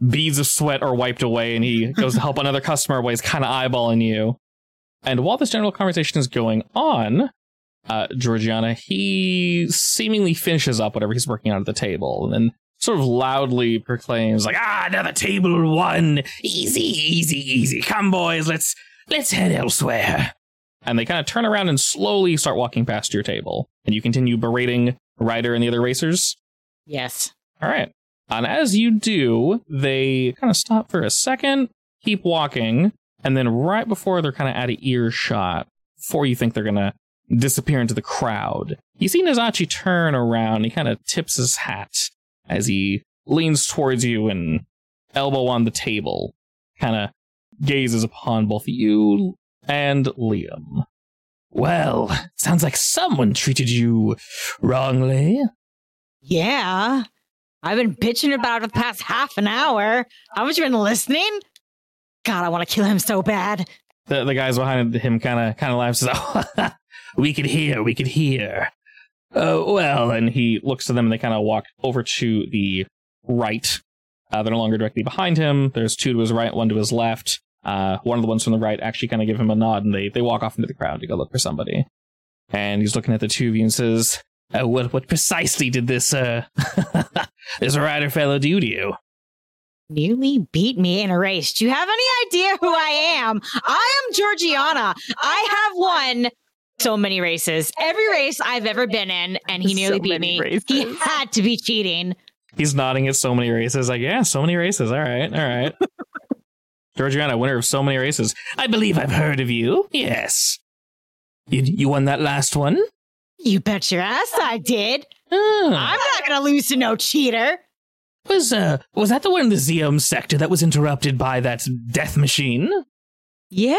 A: Beads of sweat are wiped away, and he goes to help another customer while he's kind of eyeballing you. And while this general conversation is going on, uh, Georgiana, he seemingly finishes up whatever he's working on at the table and then sort of loudly proclaims, like, ah, another table one. Easy, easy, easy. Come, boys, let's let's head elsewhere. And they kind of turn around and slowly start walking past your table. And you continue berating Ryder and the other racers.
B: yes.
A: All right. And as you do, they kind of stop for a second, keep walking, and then right before they're kind of out of earshot, before you think they're going to disappear into the crowd, you see Nozachi turn around. He kind of tips his hat as he leans towards you and elbow on the table, kind of gazes upon both you and Liam. Well, sounds like someone treated you wrongly.
B: Yeah. I've been bitching about it the past half an hour. How much you been listening? God, I want to kill him so bad.
A: the, the guys behind him kind of kind of laughs. Says, oh, we could hear, we could hear. Oh well, and he looks to them, and they kind of walk over to the right. Uh, they're no longer directly behind him. There's two to his right, one to his left. Uh, one of the ones from the right actually kind of give him a nod, and they they walk off into the crowd to go look for somebody. And he's looking at the two of you and says, uh, "What what precisely did this uh this rider fellow do to you?"
B: Nearly beat me in a race. Do you have any idea who I am? I am Georgiana. I have won so many races, every race I've ever been in, and he nearly
E: So
B: beat
E: many
B: me. He
E: races.
B: had to be cheating.
A: He's nodding at so many races. Like, yeah, so many races. All right, all right. Georgiana, winner of so many races. I believe I've heard of you. Yes. You, you won that last one?
B: You bet your ass I did.
A: Ah,
B: I'm not going to lose to no cheater.
A: was, uh, was that the one in the Zeom sector that was interrupted by that death machine?
B: Yeah,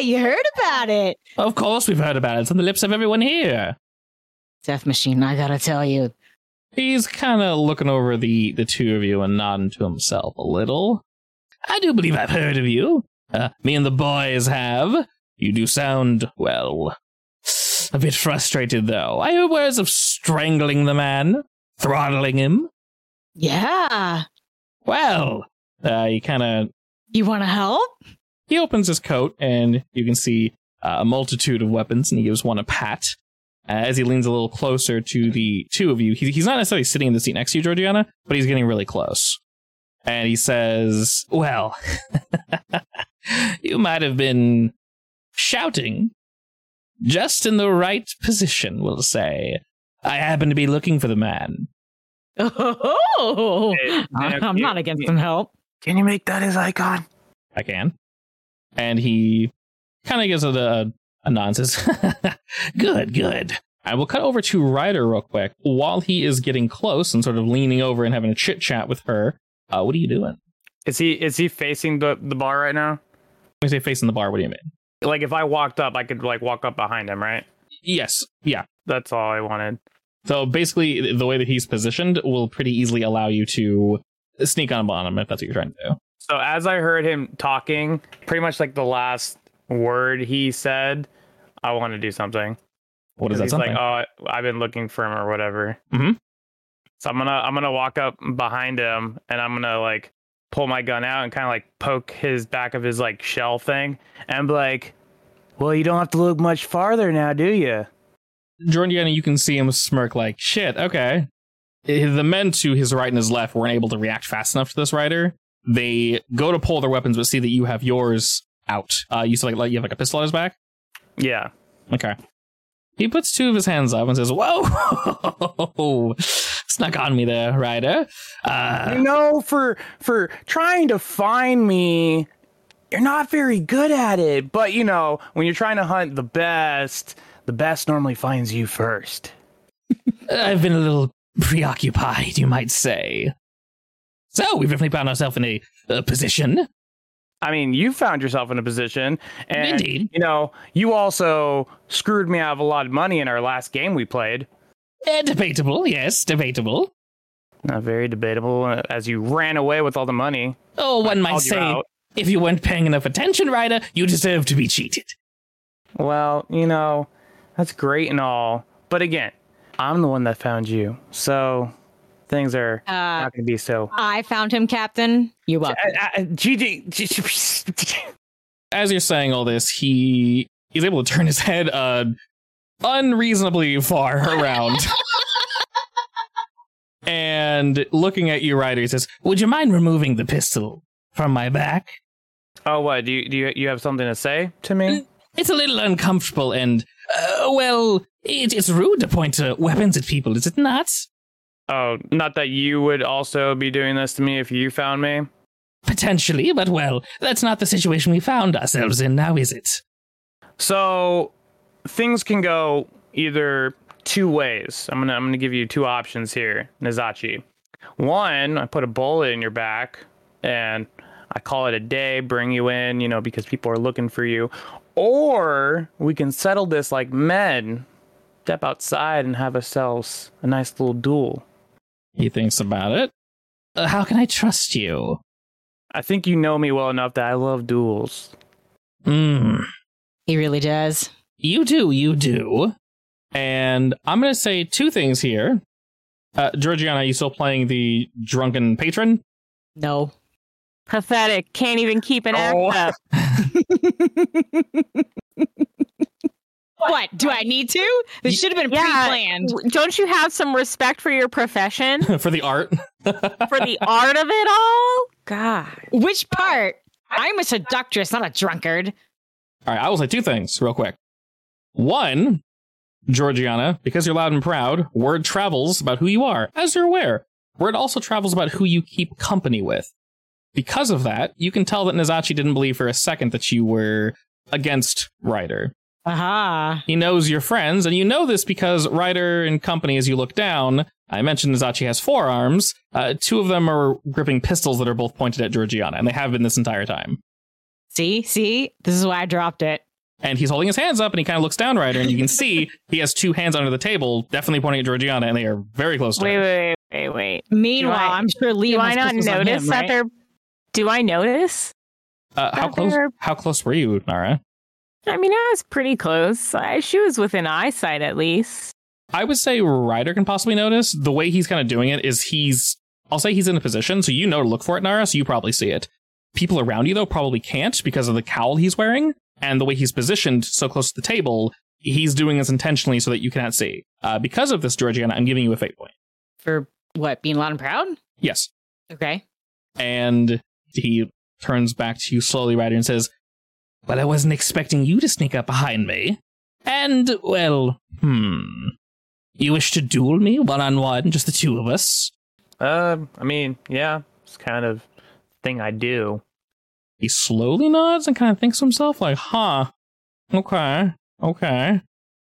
B: you heard about it.
A: Of course, we've heard about it. It's on the lips of everyone here.
B: Death Machine, I gotta tell you.
A: He's kind of looking over the, the two of you and nodding to himself a little. I do believe I've heard of you. Uh, me and the boys have. You do sound, well, a bit frustrated, though. I hear words of strangling the man, throttling him.
B: Yeah.
A: Well, uh, he kind of
B: You wanna help?
A: he opens his coat and you can see uh, a multitude of weapons and he gives one a pat Uh, as he leans a little closer to the two of you he, he's not necessarily sitting in the seat next to you georgiana but he's getting really close and he says well you might have been shouting Just in the right position, we'll say. I happen to be looking for the man.
B: Oh,
D: Hey,
B: I-
D: now
B: I'm
D: you-
B: not against some help.
D: Can you make that his icon?
A: I can. And he kind of gives it a, a nod and says, Good, good. I will cut over to Ryder real quick. While he is getting close and sort of leaning over and having a chit chat with her, uh, what are you doing?
D: Is he is he facing the, the bar right now?
A: When you say facing the bar, what do you mean?
D: Like if I walked up, I could like walk up behind him, right?
A: Yes, yeah.
D: That's all I wanted.
A: So basically, the way that he's positioned will pretty easily allow you to sneak on on him if that's what you're trying to do.
D: So as I heard him talking, pretty much like the last word he said, I want to do something.
A: What is that
D: He's
A: something?
D: like, oh, I- I've been looking for him or whatever.
A: Mhm.
D: So I'm gonna I'm gonna walk up behind him and I'm gonna like pull my gun out and kind of like poke his back of his like shell thing and be like, well, you don't have to look much farther now, do you?
A: Jordan, Deanna, you can see him smirk like, shit, okay. Eh, The men to his right and his left weren't able to react fast enough to this rider. They go to pull their weapons, but see that you have yours out. Uh, you see, like, like, you have like a pistol on his back.
D: Yeah.
A: Okay. He puts two of his hands up and says, "Whoa, snuck on me there, rider."
D: you
A: Uh,
D: know for for trying to find me you're not very good at it but you know when you're trying to hunt the best the best normally finds you first
A: I've been a little preoccupied, you might say. So we've definitely found ourselves in a, uh position.
D: i mean you found yourself in a position and
A: Indeed.
D: you know you also screwed me out of a lot of money in our last game we played
A: Eh, debatable, yes, debatable.
D: not very debatable uh, as you ran away with all the money
A: Oh, one might
D: Called you
A: say
D: out.
A: If you weren't paying enough attention, Ryder, you deserve to be cheated.
D: Well, you know, that's great and all. But again, I'm the one that found you. So things are
B: Uh,
D: not going to be so.
B: I found him, Captain. You
D: Uh,
B: up?
D: uh, GG.
A: As you're saying all this, he is able to turn his head uh, unreasonably far around. and looking at you, Ryder, he says, Would you mind removing the pistol from my back?
D: Oh, what? Do you, do you, you have something to say to me?
A: It's a little uncomfortable and, uh, well, it, it's rude to point uh, weapons at people, is it not?
D: Oh, not that you would also be doing this to me if you found me.
A: Potentially, but well, that's not the situation we found ourselves in now, is it?
D: So things can go either two ways. I'm gonna I'm gonna give you two options here, Nizachi. One, I put a bullet in your back and I call it a day, bring you in, you know, because people are looking for you. Or we can settle this like men, step outside and have ourselves a nice little duel.
A: He thinks about it. Uh, how can I trust you?
D: I think you know me well enough that I love duels.
A: Mm,
B: He really does.
A: you do, you do. And I'm going to say two things here. Uh, Georgiana, are you still playing the drunken patron?
B: No.
E: Pathetic. Can't even keep an act
D: Oh.
E: up.
B: What? Do I need to? This should have been
E: Yeah.
B: pre-planned.
E: W- Don't you have some respect for your profession,
A: For the art?
E: for the art of it all? God.
B: Which part? I'm a seductress, not a drunkard.
A: All right, I will say two things real quick. One, Georgiana, because you're loud and proud, word travels about who you are, as you're aware. Word also travels about who you keep company with. Because of that, you can tell that Nizachi didn't believe for a second that you were against Ryder.
B: Aha.
A: He knows your friends, and you know this because Ryder and company, as you look down, I mentioned Nizachi has four arms. Uh, two of them are gripping pistols that are both pointed at Georgiana, and they have been this entire time.
B: See? See? This is why I dropped it.
A: and he's holding his hands up and he kind of looks down Ryder and you can see he has two hands under the table definitely pointing at Georgiana and they are very close to
E: Wait,
A: her.
E: wait, wait, wait, wait.
B: Meanwhile,
E: I-
B: I'm sure Liam
E: Do I
B: has
E: not
B: pistols on
E: notice
B: him,
E: that
B: right?
E: they're? Do I notice?
A: Uh, how
E: that
A: close
E: they're-
A: how close were you Nara
E: I mean, I was pretty close. I, she was within eyesight, at least.
A: I would say Ryder can possibly notice the way he's kind of doing it is he's I'll say he's in a position so you know to look for it Nara so you probably see it people around you though probably can't because of the cowl he's wearing and the way he's positioned so close to the table he's doing this intentionally so that you cannot see uh, because of this Georgiana I'm giving you a fate point
B: For what? Being loud and proud?
A: yes
B: Okay.
A: and he turns back to you slowly, Ryder, and says, Well, I wasn't expecting you to sneak up behind me. And, well, hmm. You wish to duel me one on one, just the two of us?
D: Um, I mean, yeah, it's kind of thing I do.
A: He slowly nods and kind of thinks to himself, like, huh, okay, okay.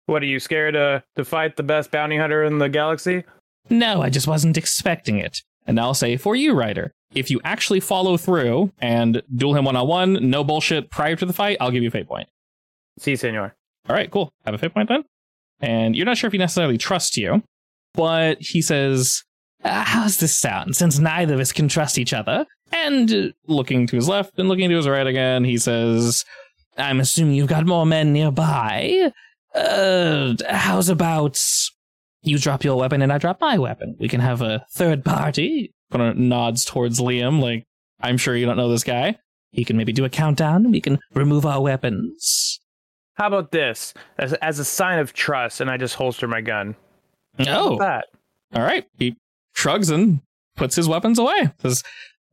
D: What are you scared to to fight the best bounty hunter in the galaxy?
A: No, I just wasn't expecting it. And I'll say for you, Ryder, if you actually follow through and duel him one on one, no bullshit prior to the fight, I'll give you a fate point.
D: See, senor.
A: All right, cool. Have a fate point then. And you're not sure if he necessarily trusts you, but he says, uh, How's this sound? Since neither of us can trust each other. And uh, looking to his left and looking to his right again, he says, I'm assuming you've got more men nearby. Uh, how's about you drop your weapon and I drop my weapon? We can have a third party. Kind of nods towards Liam, like, I'm sure you don't know this guy. He can maybe do a countdown. We can remove our weapons.
D: How about this? As, as a sign of trust, and I just holster my gun. How about
A: Oh,
D: that.
A: all right. He shrugs and puts his weapons away. Says,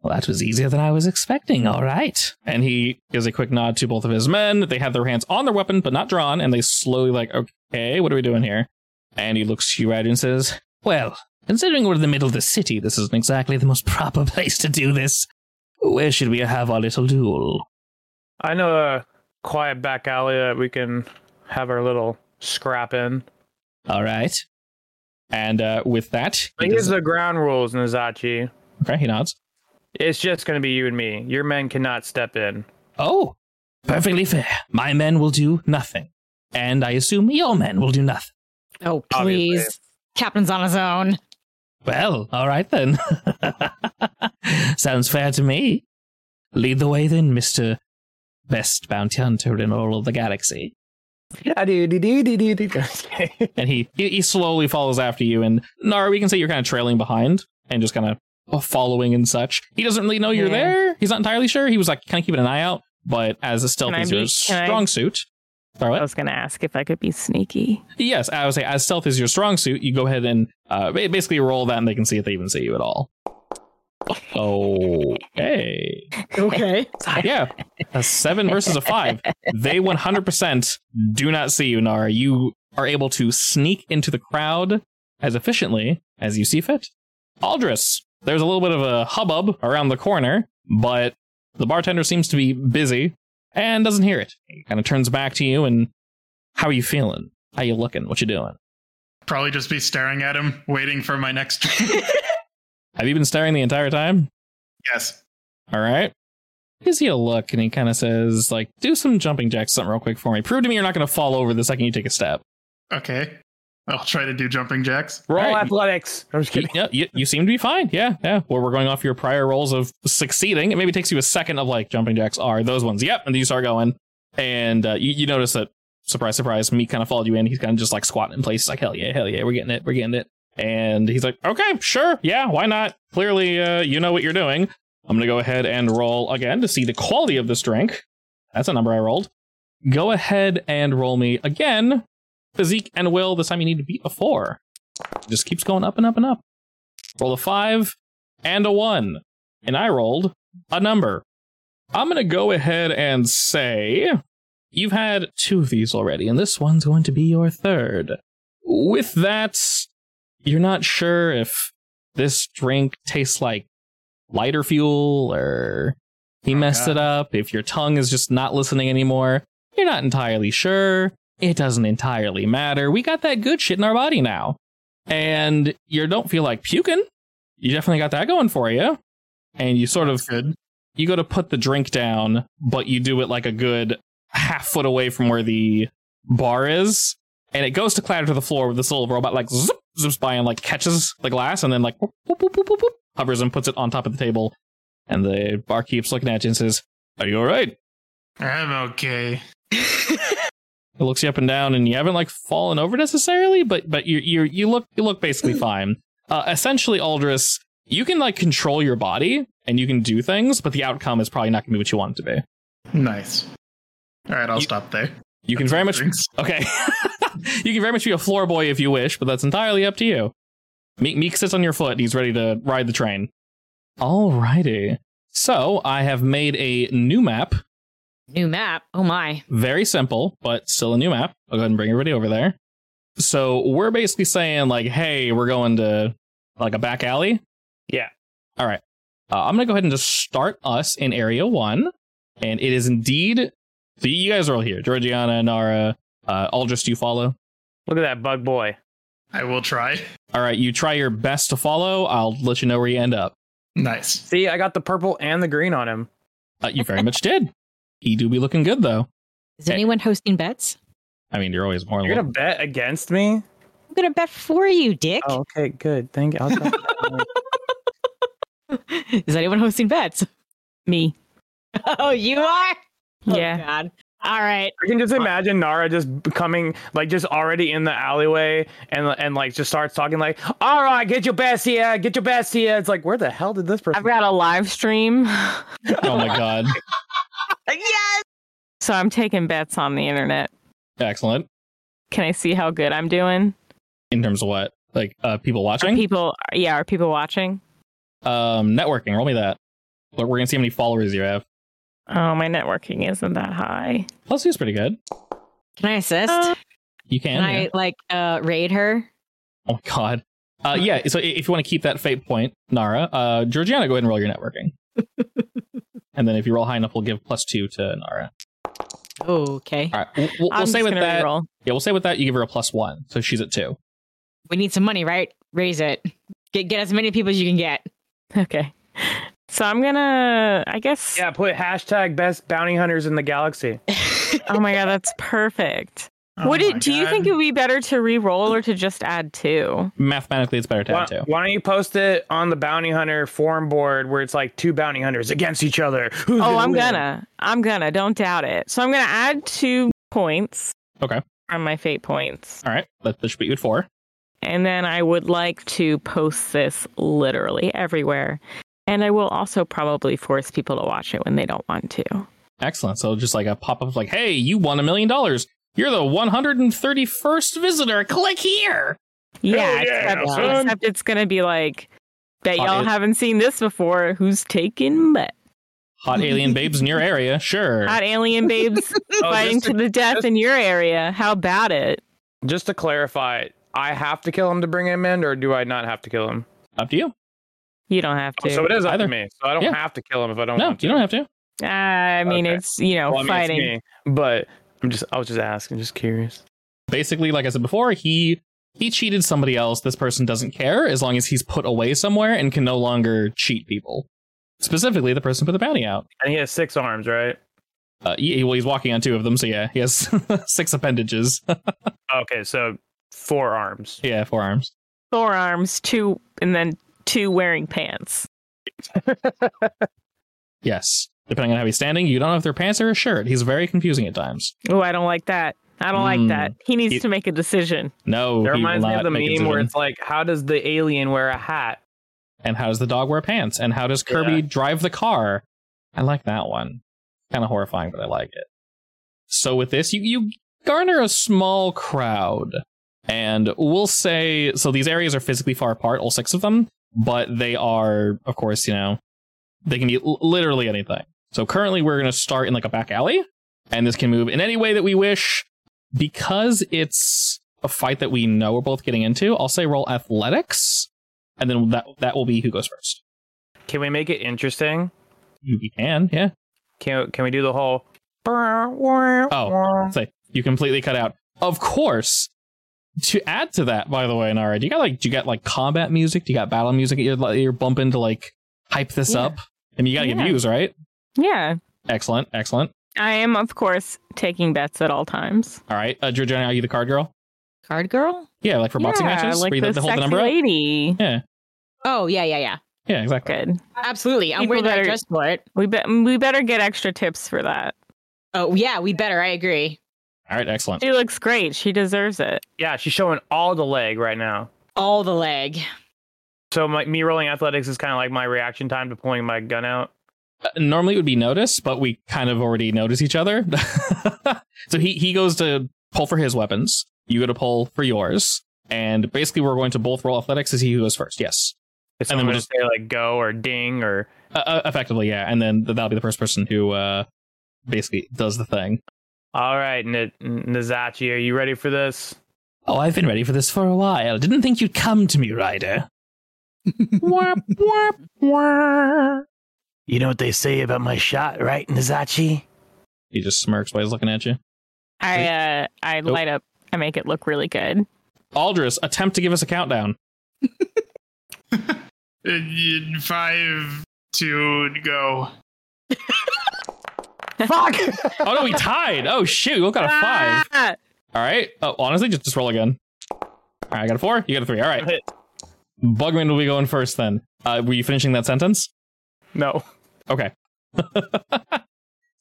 A: Well, that was easier than I was expecting. All right. And he gives a quick nod to both of his men. They have their hands on their weapon, but not drawn. And they slowly, like, Okay, what are we doing here? And he looks to you right and says, Well, considering we're in the middle of the city, this isn't exactly the most proper place to do this. Where should we have our little duel?
D: I know a quiet back alley that we can have our little scrap in.
A: All right. And uh, with that,
D: But
A: he
D: Here's
A: does-
D: the ground rules, Nazachi.
A: okay, he nods.
D: It's just going to be you and me. Your men cannot step in.
A: Oh, perfectly fair. My men will do nothing. And I assume your men will do nothing.
B: Oh,
D: Obviously.
B: please. Captain's on his own.
A: Well, all right then. Sounds fair to me. Lead the way then, Mr. Best Bounty Hunter in all of the galaxy.
D: Yeah, do do do do do. Okay.
A: And he, he, he slowly follows after you. And Nara, we can say you're kind of trailing behind and just kind of following and such. He doesn't really know you're
E: Yeah.
A: there. He's not entirely sure. He was like kind of keeping an eye out, but as a stealth
E: Can I
A: is
E: be-
A: your
E: can I-
A: strong suit. Sorry, what?
E: I was gonna ask if I could be sneaky.
A: Yes, I would say as stealth is your strong suit, you go ahead and uh, ba- basically roll that, and they can see if they even see you at all. Okay.
B: Okay.
A: Yeah, a seven versus a five. They 100% do not see you, Nara. You are able to sneak into the crowd as efficiently as you see fit. Aldris, there's a little bit of a hubbub around the corner, but the bartender seems to be busy and doesn't hear it. He kind of turns back to you and, how are you feeling? How you looking? What you doing?
C: Probably just be staring at him, waiting for my next drink.
A: Have you been staring the entire time?
C: yes.
A: All right. Gives you a look and he kind of says, like, do some jumping jacks, something real quick for me. Prove to me you're not going to fall over the second you take a step.
C: Okay. I'll try to do jumping jacks.
A: Roll
D: Roll
A: right.
D: athletics. I'm just
A: You,
D: kidding.
A: yeah, you, you seem to be fine. Yeah, yeah. Well, we're going off your prior rolls of succeeding. It maybe takes you a second of like jumping jacks are those ones. Yep. And then you start going. And uh, you, you notice that, surprise, surprise, me kind of followed you in. He's kind of just like squatting in place. He's like, hell yeah, hell yeah, we're getting it, we're getting it. And he's like, okay, sure. Yeah, why not? Clearly, uh, you know what you're doing. I'm going to go ahead and roll again to see the quality of this drink. That's a number I rolled. Go ahead and roll me again. Physique and will. This time you need to beat a four. Just keeps going up and up and up. Roll a five and a one. And I rolled a number. I'm going to go ahead and say you've had two of these already, and this one's going to be your third. With that, you're not sure if this drink tastes like lighter fuel or he
C: Oh,
A: messed
C: God.
A: it up, if your tongue is just not listening anymore. You're not entirely sure. It doesn't entirely matter. We got that good shit in our body now. And you don't feel like puking. You definitely got that going for you. And you sort of
C: That's good.
A: you go to put the drink down, but you do it like a good half foot away from where the bar is, and it goes to clatter to the floor with this little robot like zip, zips by and like catches the glass and then like whoop, whoop, whoop, whoop, whoop, whoop, hovers and puts it on top of the table. And the bar keeps looking at you and says, Are you alright?
C: I'm okay.
A: It looks you up and down, and you haven't like fallen over necessarily, but but you you you look you look basically fine. Uh, essentially, Aldris, you can like control your body and you can do things, but the outcome is probably not going to be what you want it to be.
C: Nice. All right, I'll
A: You-
C: stop there.
A: You can very much
C: Drinks.
A: Okay. you can very much be a floor boy if you wish, but that's entirely up to you. Meek, Meek sits on your foot. and He's ready to ride the train. Alrighty. So I have made a new map
B: New map. Oh my.
A: Very simple, but still a new map. I'll go ahead and bring everybody over there. So we're basically saying like, hey, we're going to like a back alley.
D: Yeah.
A: All right. Uh, I'm gonna go ahead and just start us in area one, and it is indeed. So you guys are all here, Georgiana, Nara, uh, all just you follow.
D: Look at that bug boy.
C: I will try.
A: All right, you try your best to follow. I'll let you know where you end up.
C: Nice.
D: See, I got the purple and the green on him.
A: Uh, you very much did. He do be looking good though.
B: Is anyone hosting bets?
A: I mean, you're always more.
D: You're gonna bet against me?
B: I'm gonna bet for you, Dick.
D: Oh, okay, good. Thank you. I'll try.
B: Is anyone hosting bets?
E: Me.
B: Oh, you are. Oh,
E: yeah.
B: God. All right.
D: I can just imagine Nara just becoming like just already in the alleyway and and like just starts talking like, all right, get your best here, get your best here. It's like, where the hell did this person?
E: I've got a live stream,
A: oh my god,
B: Uh, Yes.
E: so I'm taking bets on the internet.
A: excellent.
E: Can I see how good I'm doing?
A: In terms of what, like uh, people
E: Are
A: watching,
E: people, yeah, are people watching?
A: um, networking. Roll me that. But we're gonna see how many followers you have.
E: Oh, my networking isn't that high.
A: Plus, he's pretty good.
B: Can I assist?
E: Uh,
A: You can.
B: Can
A: yeah.
B: I like uh raid her?
A: Oh my god. Uh, yeah. So i- if you want to keep that fate point, Nara, uh, Georgiana, go ahead and roll your networking. and then if you roll high enough, we'll give plus two to Nara.
B: Okay.
A: All right. We'll, we'll,
E: I'm
A: we'll say
E: just
A: with
E: gonna
A: that.
E: reroll.
A: Yeah, we'll say with that you give her a plus one, so she's at two.
B: We need some money, right? Raise it. Get get as many people as you can get.
E: Okay. So I'm gonna, I guess.
D: Yeah, put hashtag best bounty hunters in the galaxy.
E: Oh my god, that's perfect.
C: Oh
E: Would
C: my
E: it? Do you
C: God.
E: think it would be better to re-roll or to just add two?
A: Mathematically, it's better to
D: Why,
A: have two.
D: why don't you post it on the bounty hunter forum board where it's like two bounty hunters against each other? Who's
E: Oh, I'm
D: win?
E: gonna, I'm gonna. Don't doubt it. So I'm gonna add two points.
A: Okay.
E: From my fate points,
A: All right, that, that should put you at four.
E: and then I would like to post this literally everywhere, and I will also probably force people to watch it when they don't want to.
A: Excellent. So just like a pop up, like, hey, you won a million dollars. You're the 131st visitor. Click here.
E: Yeah,
D: Hell yeah,
E: except,
D: son.
E: except it's gonna be like that.
A: Hot
E: Y'all
A: it-
E: haven't seen this before. Who's taking but
A: Hot alien babes in your area. Sure.
E: hot alien babes?
D: Oh,
E: fighting
D: just,
E: to
D: to,
E: the death in your area. How about it?
D: just to clarify, I have to kill him to bring him in, or do I not have to kill him?
A: Up to you.
E: You don't have
D: Oh,
E: to.
D: so it is up
A: Either.
D: to me. So I don't
A: Yeah.
D: have to kill him if I don't
A: No,
D: want to.
A: you don't have to.
E: Ah, I mean,
D: Okay.
E: it's you know
D: Well, I mean, it's
E: fighting.
D: me, but I'm just I was just asking, just curious.
A: basically like i said before he he cheated somebody else this person doesn't care as long as he's put away somewhere and can no longer cheat people specifically the person who put the bounty out
D: And he has six arms, right?
A: uh, he, well he's walking on two of them so yeah he has six appendages
D: Okay, so four arms.
A: yeah forearms
E: Four arms, two, and then two wearing pants.
A: yes depending on how he's standing you don't know if they're pants or a shirt he's very confusing at times
E: Oh, I don't like that. I don't
A: Mm.
E: like that. He needs
A: It-
E: to make a decision.
A: no
D: That
A: he will
D: reminds me of
A: not
D: the
A: make a
D: meme where
A: decision.
D: it's like, how does the alien wear a hat?
A: and how does the dog wear pants and how does kirby
D: Yeah.
A: drive the car i like that one kind of horrifying but i like it so with this you, you garner a small crowd and we'll say so these areas are physically far apart all six of them but they are of course you know they can be l- literally anything so currently we're going to start in like a back alley and this can move in any way that we wish because it's a fight that we know we're both getting into i'll say roll athletics and then that that will be who goes first.
D: Can we make it interesting?
E: Hmm.
A: You can, yeah.
D: Can can we do the whole?
A: Oh. It's like you completely cut out. Of course. To add to that, by the way, Nara, do you got like do you got like combat music? Do you got battle music? that You're like, you're bumping to like hype this
E: Yeah.
A: up. I mean, you got to
E: Yeah.
A: get views, right?
E: Yeah,
A: Excellent, excellent.
E: I am of course taking bets at all times.
A: All right, uh, Georgiana, are you the card girl?
B: Card girl?
A: Yeah, like for boxing
E: yeah,
A: matches,
E: like
A: where you
E: the
A: have to hold the
E: sexy
A: number up.
E: lady.
A: Yeah,
B: Oh yeah, yeah, yeah.
A: yeah, exactly.
E: Good.
B: Absolutely. I'm
E: People
B: wearing that
E: better-
B: dress for it.
E: We bet. we better get extra tips for that.
B: Oh yeah, we better. I agree.
A: All right, excellent.
E: She looks great. She deserves it.
D: Yeah, she's showing all the leg right now.
B: All the leg.
D: So my, me rolling athletics is kind of like my reaction time to pulling my gun out.
A: Uh, normally it would be notice, but we kind of already notice each other. so he he goes to pull for his weapons. You go to pull for yours, and basically we're going to both roll athletics as he who goes first. Yes,
D: It's
A: And then
D: and then
A: we'll
D: we just say like go or ding or
A: uh, uh, effectively, yeah. And then th- that'll be the first person who uh basically does the thing.
D: All right, N- Nizachi, are you ready for this?
A: Oh, I've been ready for this for a while. Didn't think you'd come to me, Ryder. Whap, whap, whap.
F: You know what they say about my shot, right, Nizachi?
A: He just smirks while he's looking at you.
E: I uh, I
A: Nope.
E: light up. I make it look really good.
A: Aldris, attempt to give us a countdown.
C: In in Uh, five, two, go.
F: Fuck!
A: Oh no, we tied. Oh shoot, we both got a five.
E: Ah!
A: All right. Oh, honestly, just, just roll again. All right, I got a four. You got a three. All right.
D: Hit.
A: Bugman will be going first then. Uh, were you finishing that sentence?
D: No.
A: Okay.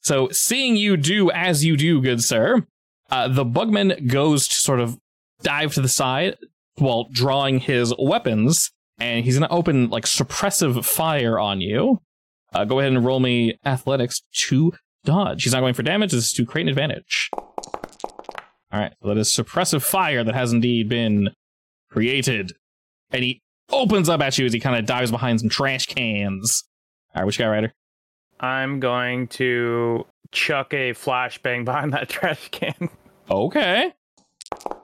A: so, seeing you do as you do, good sir, uh, the bugman goes to sort of dive to the side while drawing his weapons, and he's going to open like suppressive fire on you. Uh, go ahead and roll me athletics to dodge. He's not going for damage. This is to create an advantage. All right, so that is suppressive fire that has indeed been created, and he opens up at you as he kind of dives behind some trash cans. All right, which guy, Ryder?
D: I'm going to chuck a flashbang behind that trash can.
A: Okay. All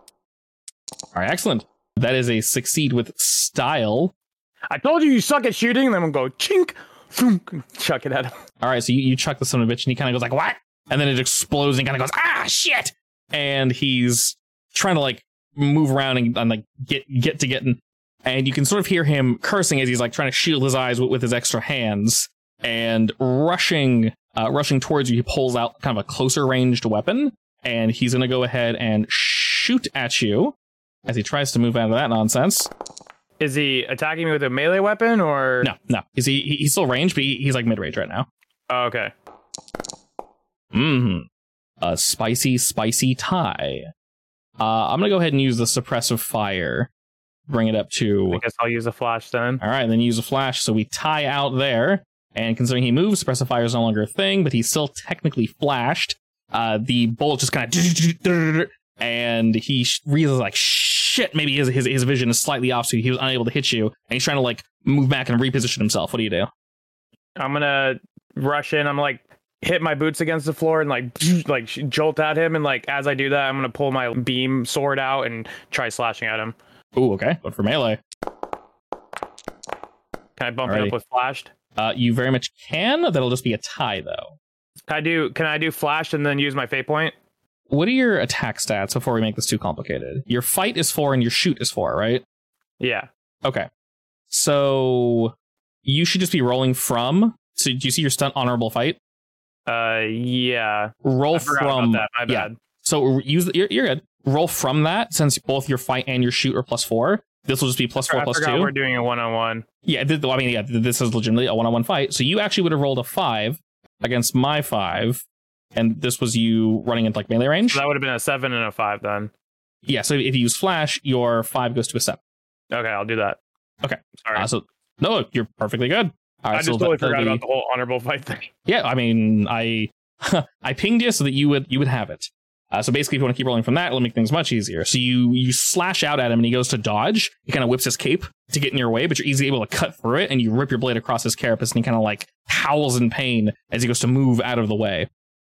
A: right, excellent. That is a succeed with style.
D: I told you you suck at shooting, then I'm going to go chink, thunk, and chuck it at him.
A: All right, so you, you chuck the son of a bitch, and he kind of goes like, "What?" And then it explodes, and kind of goes, "Ah, shit!" And he's trying to like move around and, and like get get to getting, and you can sort of hear him cursing as he's like trying to shield his eyes with, with his extra hands, and rushing uh, rushing towards you. He pulls out kind of a closer ranged weapon, and he's gonna go ahead and shoot at you as he tries to move out of that nonsense.
D: Is he attacking me with a melee weapon or?
A: No, no. He's he, he- he's still range, but he, he's like mid range right now.
D: Oh, okay.
A: Mm-hmm. A spicy, spicy tie. Uh, I'm gonna go ahead and use the suppressive fire. Bring it up
D: I
A: to
D: guess I'll use a flash then.
A: all right, and then use a flash. So we tie out there. And considering he moves, suppressive fire is no longer a thing, but he's still technically flashed. Uh, the bullet just kind of and he sh- realizes like shit. Maybe his, his his vision is slightly off, so he was unable to hit you. And he's trying to like move back and reposition himself. What do you do?
D: I'm gonna rush in. I'm like hit my boots against the floor and like like jolt at him. And like as I do that, I'm gonna pull my beam sword out and try slashing at him.
A: Ooh, okay. But for melee,
D: Can I bump it
A: Alrighty.
D: up with flashed?
A: Uh, you very much can. That'll just be a tie, though.
D: Can I do can I do flashed and then use my fate point?
A: What are your attack stats before we make this too complicated? Your fight is four and your shoot is four, right?
D: Yeah.
A: Okay. So you should just be rolling from. So do you see your stunt honorable fight?
D: Uh yeah.
A: Roll
D: I forgot
A: from.
D: about that. My
A: yeah.
D: bad.
A: So use you're, you're good. Roll from that since both your fight and your shoot are plus four. This will just be plus four,
D: I
A: plus
D: forgot
A: two.
D: we're doing a one on one.
A: Yeah, th- I mean, yeah, th- this is legitimately a one-on-one fight. So you actually would have rolled a five against my five, and this was you running into like melee range.
D: So that would have been a seven and a five then.
A: Yeah, so if you use flash, your five goes to a seven.
D: Okay, I'll do that.
A: Okay.
D: Sorry.
A: Uh, so no, you're perfectly good. All
D: I
A: right,
D: just
A: so
D: totally
A: that- that'll
D: forgot
A: be-
D: about the whole honorable fight thing.
A: Yeah, I mean, I I pinged you so that you would you would have it. Uh, so basically, if you want to keep rolling from that, it'll make things much easier. So you you slash out at him, and he goes to dodge. He kind of whips his cape to get in your way, but you're easily able to cut through it, and you rip your blade across his carapace, and he kind of like howls in pain as he goes to move out of the way.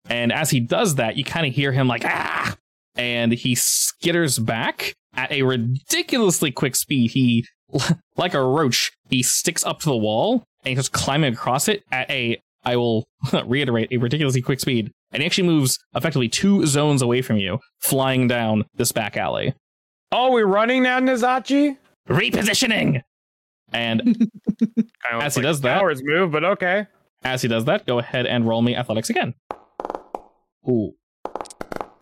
A: And as he does that, you kind of hear him like ah, and he skitters back at a ridiculously quick speed. He like a roach, he sticks up to the wall and he just climbing across it at a I will reiterate a ridiculously quick speed. And he actually moves effectively two zones away from you, flying down this back alley.
D: Oh, we're running now, Nizachi?
A: Repositioning. And
D: Kind of
A: As he does that-
D: Powers move, but okay.
A: as he does that, go ahead and roll me athletics again. Ooh. All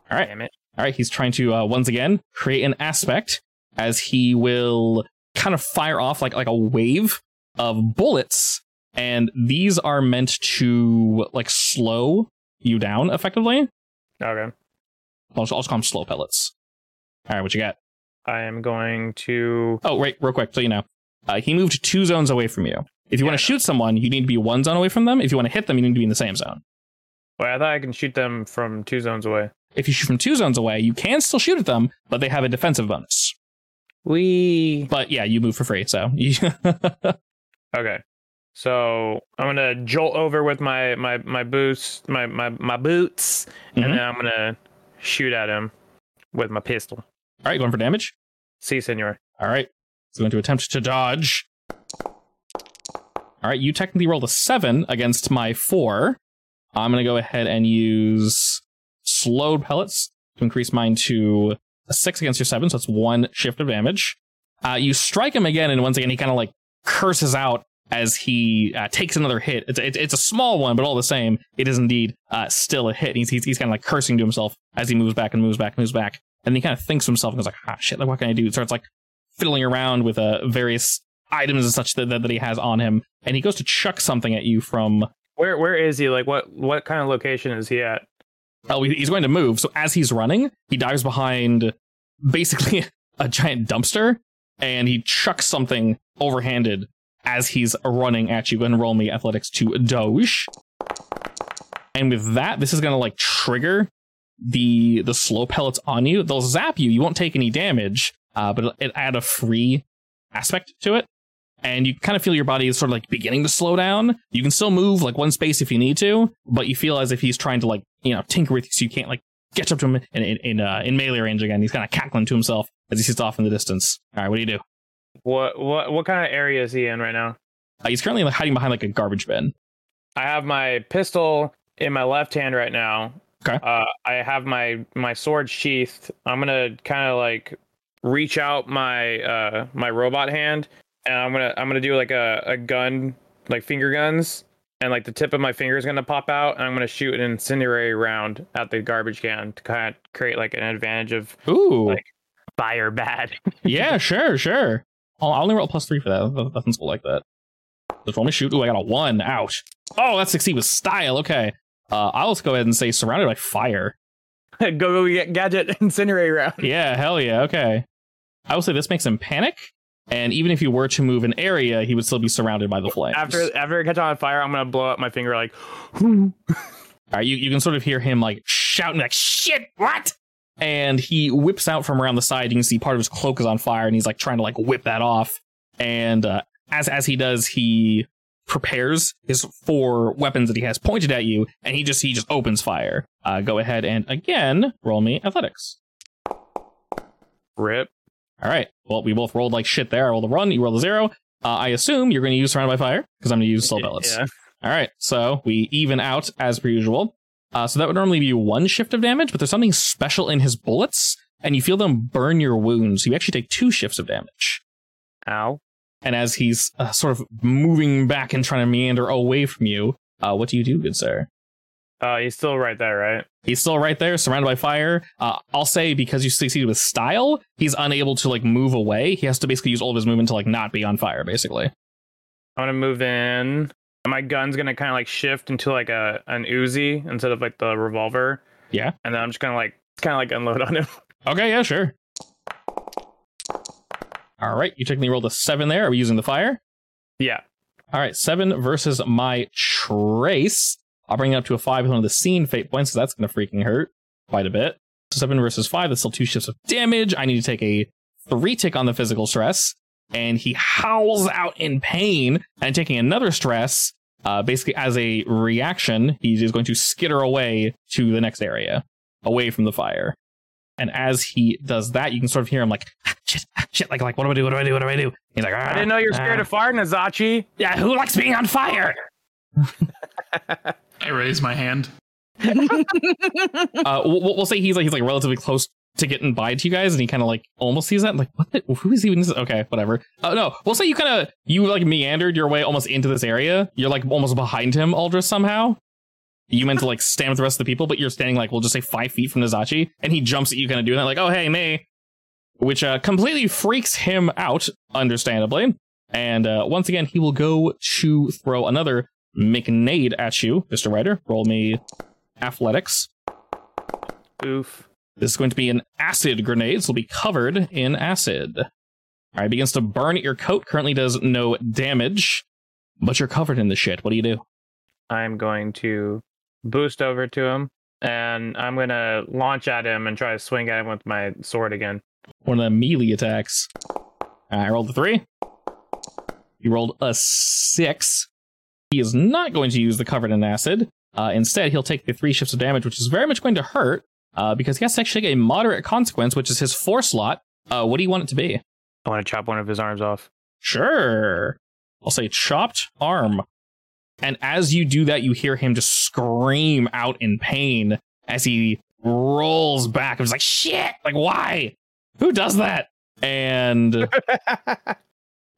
A: right.
D: Damn it.
A: All right, he's trying to uh, once again create an aspect as he will kind of fire off like like a wave of bullets, and these are meant to like slow you down effectively.
D: Okay.
A: I'll just, I'll just call them slow pellets. All right, what you got?
D: I am going to
A: Oh, wait, real quick, so you know, uh, he moved two zones away from you. If you
D: Yeah, I know.
A: want to shoot someone, you need to be one zone away from them. If you want to hit them, you need to be in the same zone.
D: Wait, I thought I can shoot them from two zones away.
A: If you shoot from two zones away, you can still shoot at them, but they have a defensive bonus.
D: We
A: But yeah, you move for free, so
D: Okay. So I'm gonna jolt over with my my my boots, my my my boots,
A: Mhm.
D: and then I'm gonna shoot at him with my pistol.
A: All right, going for damage.
D: See, senor.
A: All right. He's going to attempt to dodge. All right, you technically rolled a seven against my four. I'm going to go ahead and use slowed pellets to increase mine to a six against your seven, so that's one shift of damage. Uh, you strike him again, and once again, he kind of like curses out as he uh, takes another hit. It's, it's, it's a small one, but all the same, it is indeed uh, still a hit. And he's, he's, he's kind of like cursing to himself as he moves back and moves back and moves back. And he kind of thinks to himself and goes like, ah, shit, like, what can I do? And starts like fiddling around with uh, various items and such that, that, that he has on him. And he goes to chuck something at you from.
D: Where where is he? Like what what kind of location is he at?
A: Oh, he- he's going to move. So as he's running, he dives behind basically a giant dumpster and he chucks something overhanded as he's running at you. Go ahead and roll me athletics to Doge. And with that, this is going to like trigger the the slow pellets on you. They'll zap you. You won't take any damage, uh, but it'll, it'll add a free aspect to it. And you kind of feel your body is sort of like beginning to slow down. You can still move like one space if you need to, but you feel as if he's trying to like you know tinker with you, so you can't like get up to him in in in, uh, in melee range again. He's kind of cackling to himself as he sits off in the distance. All right, what do you do?
D: What what what kind of area is he in right now?
A: Uh, he's currently like, hiding behind like a garbage bin.
D: I have my pistol in my left hand right now.
A: Okay.
D: Uh, I have my my sword sheathed. I'm gonna kind of like reach out my uh my robot hand, and I'm gonna I'm gonna do like a a gun like finger guns, and like the tip of my finger is gonna pop out, and I'm gonna shoot an incendiary round at the garbage can to kind of create like an advantage of
A: Ooh,
D: Like- fire bad.
A: yeah, sure, sure. I'll, I'll only roll a plus three for that. Noth- Nothing's cool like that. Just roll me shoot. Ooh, I got a one. Ouch. Oh, that succeed with style. Okay. Uh, I'll just go ahead and say surrounded by fire.
D: go go get gadget incendiary round.
A: Yeah, hell yeah. Okay. I will say this makes him panic, and even if you were to move an area, he would still be surrounded by the flames.
D: After after it catches on fire, I'm gonna blow up my finger like.
A: All right, you, you can sort of hear him like shouting like shit, what? And he whips out from around the side. You can see part of his cloak is on fire, and he's like trying to like whip that off. And uh, as as he does, he prepares his four weapons that he has pointed at you, and he just he just opens fire. Uh, go ahead and again roll me athletics.
D: Rip.
A: All right. Well, we both rolled like shit there. I rolled a run. You rolled a zero. Uh, I assume you're going to use surrounded by fire because I'm going to use slow pellets.
D: Yeah.
A: All right, so we even out as per usual. Uh, so that would normally be one shift of damage, but there's something special in his bullets, and you feel them burn your wounds. You actually take two shifts of damage.
D: Ow.
A: And as he's uh, sort of moving back and trying to meander away from you, uh, what do you do, good sir?
D: Uh, he's still right there, right?
A: He's still right there, surrounded by fire. Uh, I'll say because you succeeded with style, he's unable to like move away. He has to basically use all of his movement to like not be on fire, basically.
D: I'm gonna move in. My gun's gonna kind of like shift into like a an Uzi instead of like the revolver.
A: Yeah.
D: And then I'm just gonna like kind of like unload on him.
A: Okay, yeah, sure. All right, you technically rolled a seven there. Are we using the fire?
D: yeah.
A: All right, seven versus my trace. I'll bring it up to a five with one of the scene fate points, so that's going to freaking hurt quite a bit. So seven versus five, that's still two shifts of damage. I need to take a three tick on the physical stress, and he howls out in pain and taking another stress. Uh, basically, as a reaction, he is going to skitter away to the next area, away from the fire. And as he does that, you can sort of hear him like, "Ah, shit, ah, shit, like, like, what do I do? What do I do? What do I do? He's like, "Ah,
D: I didn't know you're scared of fire, Nazachi.
A: yeah, who likes being on fire?
C: I raise my hand.
A: Uh, we'll, we'll say he's like he's like relatively close to getting by to you guys, and he kind of like almost sees that. Like, what? The, who is he? when this- Okay, whatever. Oh no, we'll say you kind of you like meandered your way almost into this area. You're like almost behind him, Aldris. Somehow, you meant to like stand with the rest of the people, but you're standing like we'll just say five feet from Nazachi, and he jumps at you, kind of doing that, like, oh hey me, which uh, completely freaks him out, understandably. And uh, once again, he will go to throw another McNade at you, Mister Ryder. Roll me athletics.
D: Oof.
A: This is going to be an acid grenade, so it'll be covered in acid. All right, begins to burn at your coat. Currently does no damage, but you're covered in the shit. What do you do?
D: I'm going to boost over to him, and I'm gonna launch at him and try to swing at him with my sword again.
A: One of the melee attacks. All right, I rolled a three. You rolled a six. He is not going to use the covered in acid. Uh, instead, he'll take the three shifts of damage, which is very much going to hurt uh, because he has to actually take a moderate consequence, which is his four slot. Uh, what do you want it to be?
D: I want to chop one of his arms off.
A: Sure. I'll say chopped arm. And as you do that, you hear him just scream out in pain as he rolls back. It's like, shit, like, why? Who does that? And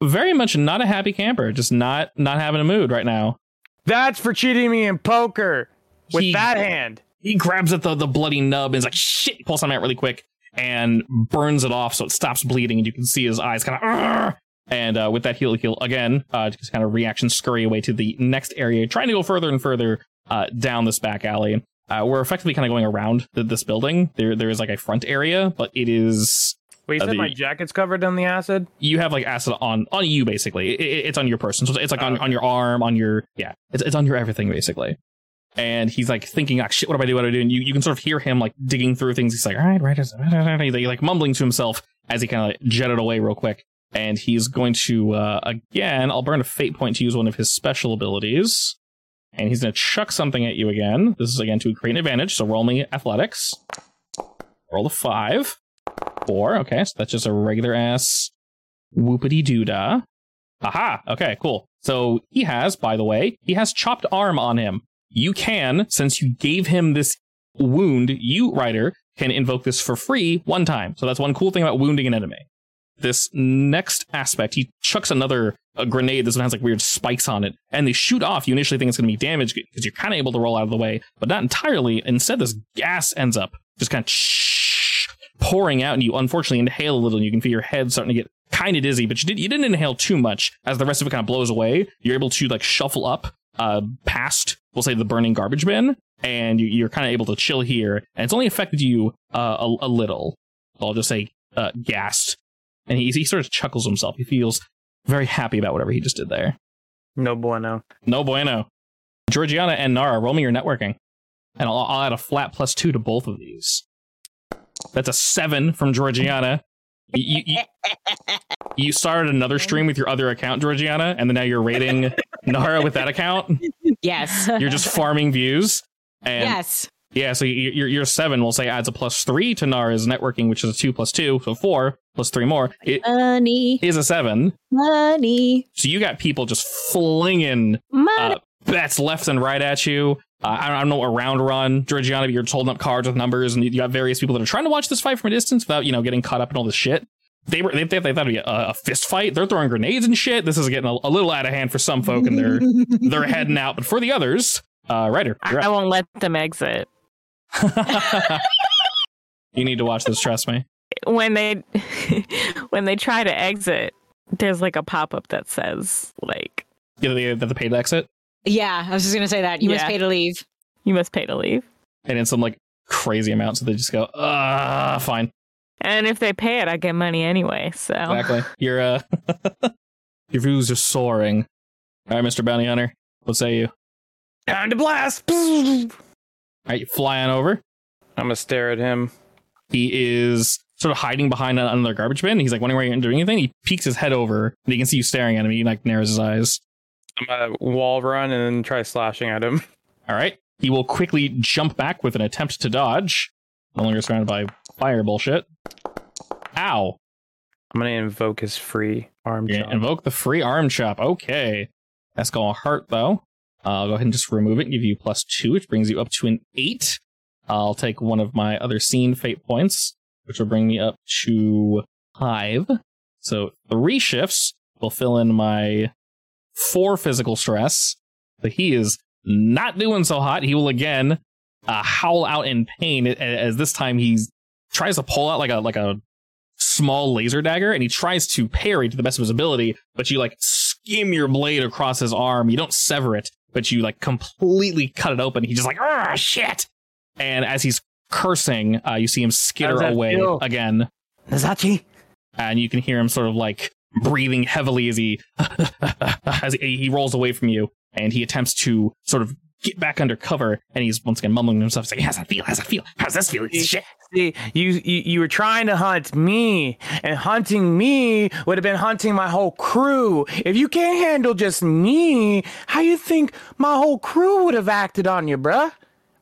A: very much not a happy camper, just not not having a mood right now.
D: That's for cheating me in poker with
A: He-
D: that hand.
A: He grabs at the, the bloody nub and is like, shit, pulls something out really quick and burns it off so it stops bleeding. And you can see his eyes kind of, and uh, with that, he'll, he'll again uh, just kind of reaction scurry away to the next area, trying to go further and further uh, down this back alley. Uh, we're effectively kind of going around th- this building. There, there is like a front area, but it is
D: Wait, you
A: Uh,
D: said
A: the-
D: my jacket's covered in the acid?
A: you have like acid on on you basically. It, it- it's on your person, so it's like on,
D: Oh.
A: on your arm, on your yeah, it's it's on your everything basically. And he's like thinking, like, shit, what do I do? What do I do? And you, you can sort of hear him like digging through things. He's like, all right, right, is- he's like- like mumbling to himself as he kind of like, jetted away real quick. And he's going to uh, again. I'll burn a fate point to use one of his special abilities. And he's going to chuck something at you again. This is again to create an advantage. So roll me athletics. Roll a five, four. Okay, so that's just a regular ass whoopity doo dah. Aha. Okay, cool. So he has, by the way, he has chopped arm on him. You can, since you gave him this wound, you, Ryder, can invoke this for free one time. So that's one cool thing about wounding an enemy. This next aspect, he chucks another a grenade. This one has like weird spikes on it, and they shoot off. You initially think it's going to be damaged because you're kind of able to roll out of the way, but not entirely. Instead, this gas ends up just kind of pouring out, and you unfortunately inhale a little. And you can feel your head starting to get kind of dizzy, but you did you didn't inhale too much. As the rest of it kind of blows away, you're able to like shuffle up uh past, we'll say the burning garbage bin, and you, you're kind of able to chill here. And it's only affected you uh, a, a little. I'll just say uh, gassed. And he, he sort of chuckles himself. He feels very happy about whatever he just did there.
D: No bueno.
A: No bueno. Georgiana and Nara, roll me your networking. And I'll, I'll add a flat plus two to both of these. That's a seven from Georgiana. You, you, you- you started another stream with your other account, Georgiana, and then now you're rating Nara with that account.
B: Yes.
A: You're just farming views. And
B: yes.
A: yeah, so your, your, your seven, we'll say, adds a plus three to Nara's networking, which is a two plus two, so four plus three more. It
B: Money.
A: is a seven.
B: Money.
A: So you got people just flinging uh,
E: Money.
A: bets left and right at you. Uh, I, don't, I don't know, a round run, Georgiana, but you're just holding up cards with numbers, and you got various people that are trying to watch this fight from a distance without, you know, getting caught up in all this shit. They were they, they, they thought it'd be a, a fist fight. They're throwing grenades and shit. This is getting a, a little out of hand for some folk, and they're they're heading out. But for the others, uh, Ryder,
E: I-
A: you're
E: I
A: up.
E: won't let them exit.
A: you need to watch this. Trust me.
E: When they when they try to exit, there's like a pop up that says like
A: Yeah, the, the, the paid exit,
B: Yeah, I was just gonna say that. You must
E: Yeah.
B: pay to leave.
E: you must pay to leave.
A: and in some like crazy amount, so they just go, ah, fine.
E: And if they pay it, I get money anyway. So
A: Exactly. Your uh, your views are soaring. All right, Mr. Bounty Hunter, what say you?
D: Time to blast.
A: All
D: I'm
A: right, you fly on over.
D: gonna stare at him.
A: He is sort of hiding behind an- another garbage bin. He's like wondering why you're doing anything. He peeks his head over, and he can see you staring at him. He like narrows his eyes.
D: I'm gonna wall run and then try slashing at him.
A: All right, he will quickly jump back with an attempt to dodge. No longer surrounded by fire bullshit. Ow!
D: I'm gonna invoke his free arm.
A: You're gonna
D: chop.
A: Invoke the free arm chop. Okay. That's going to hurt, though. Uh, I'll go ahead and just remove it and give you plus two, which brings you up to an eight. I'll take one of my other scene fate points, which will bring me up to five. So three shifts will fill in my four physical stress. But he is not doing so hot. He will again uh, howl out in pain a- as this time he tries to pull out like a like a small laser dagger and he tries to parry to the best of his ability, but you like skim your blade across his arm. You don't sever it, but you like completely cut it open. He's just like, ah, shit. And as he's cursing, uh, you see him
D: How's
A: skitter
D: that
A: away
D: feel?
A: again,
F: Nazachi?
A: and you can hear him sort of like breathing heavily as he as he he rolls away from you, and he attempts to sort of get back under cover, and he's once again mumbling to himself, saying, "How's that feel? How's that feel? How's this feel? It's shit."
D: See, you, you you were trying to hunt me, and hunting me would have been hunting my whole crew. If you can't handle just me, how you think my whole crew would have acted on you, bruh?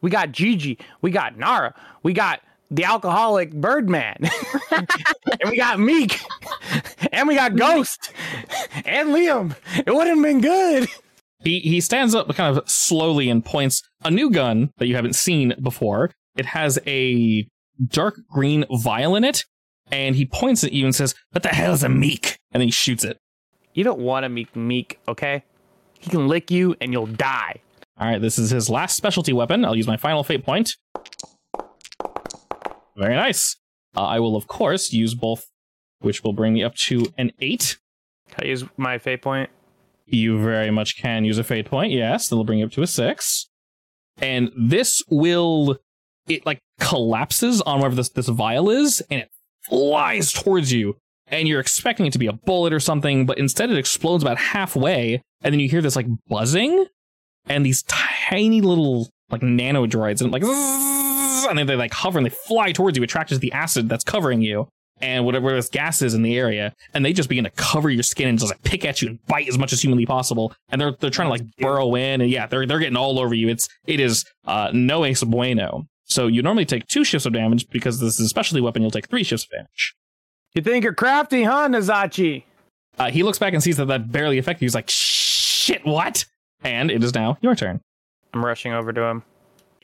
D: We got Gigi, we got Nara, we got the alcoholic Birdman, and we got Meek, and we got Ghost, and Liam. It wouldn't have been good.
A: He he stands up, but kind of slowly, and points a new gun that you haven't seen before. It has a dark green vial in it, and he points at you and says, "What the hell's a meek?" And then he shoots it.
D: You don't want to meet Meek, okay? He can lick you, and you'll die.
A: All right, this is his last specialty weapon. I'll use my final fate point. Very nice. Uh, I will, of course, use both, which will bring me up to an eight.
D: Can I use my fate point?
A: You very much can use a fate point. Yes, that'll bring you up to a six. And this will, it like collapses on wherever this, this vial is and it flies towards you. And you're expecting it to be a bullet or something, but instead it explodes about halfway. And then you hear this like buzzing and these tiny little like nano droids and like, zzzz, and then they like hover and they fly towards you, attracted to the acid that's covering you and whatever this gas is in the area, and they just begin to cover your skin and just like pick at you and bite as much as humanly possible. And they're they're trying to like burrow in, and yeah, they're they're getting all over you. It's it is uh, no ace bueno. So you normally take two shifts of damage because this is a specialty weapon. You'll take three shifts of damage.
D: You think you're crafty, huh, Nazachi?
A: Uh, he looks back and sees that that barely affected you. He's like, shit, what? And it is now your turn.
D: I'm rushing over to him.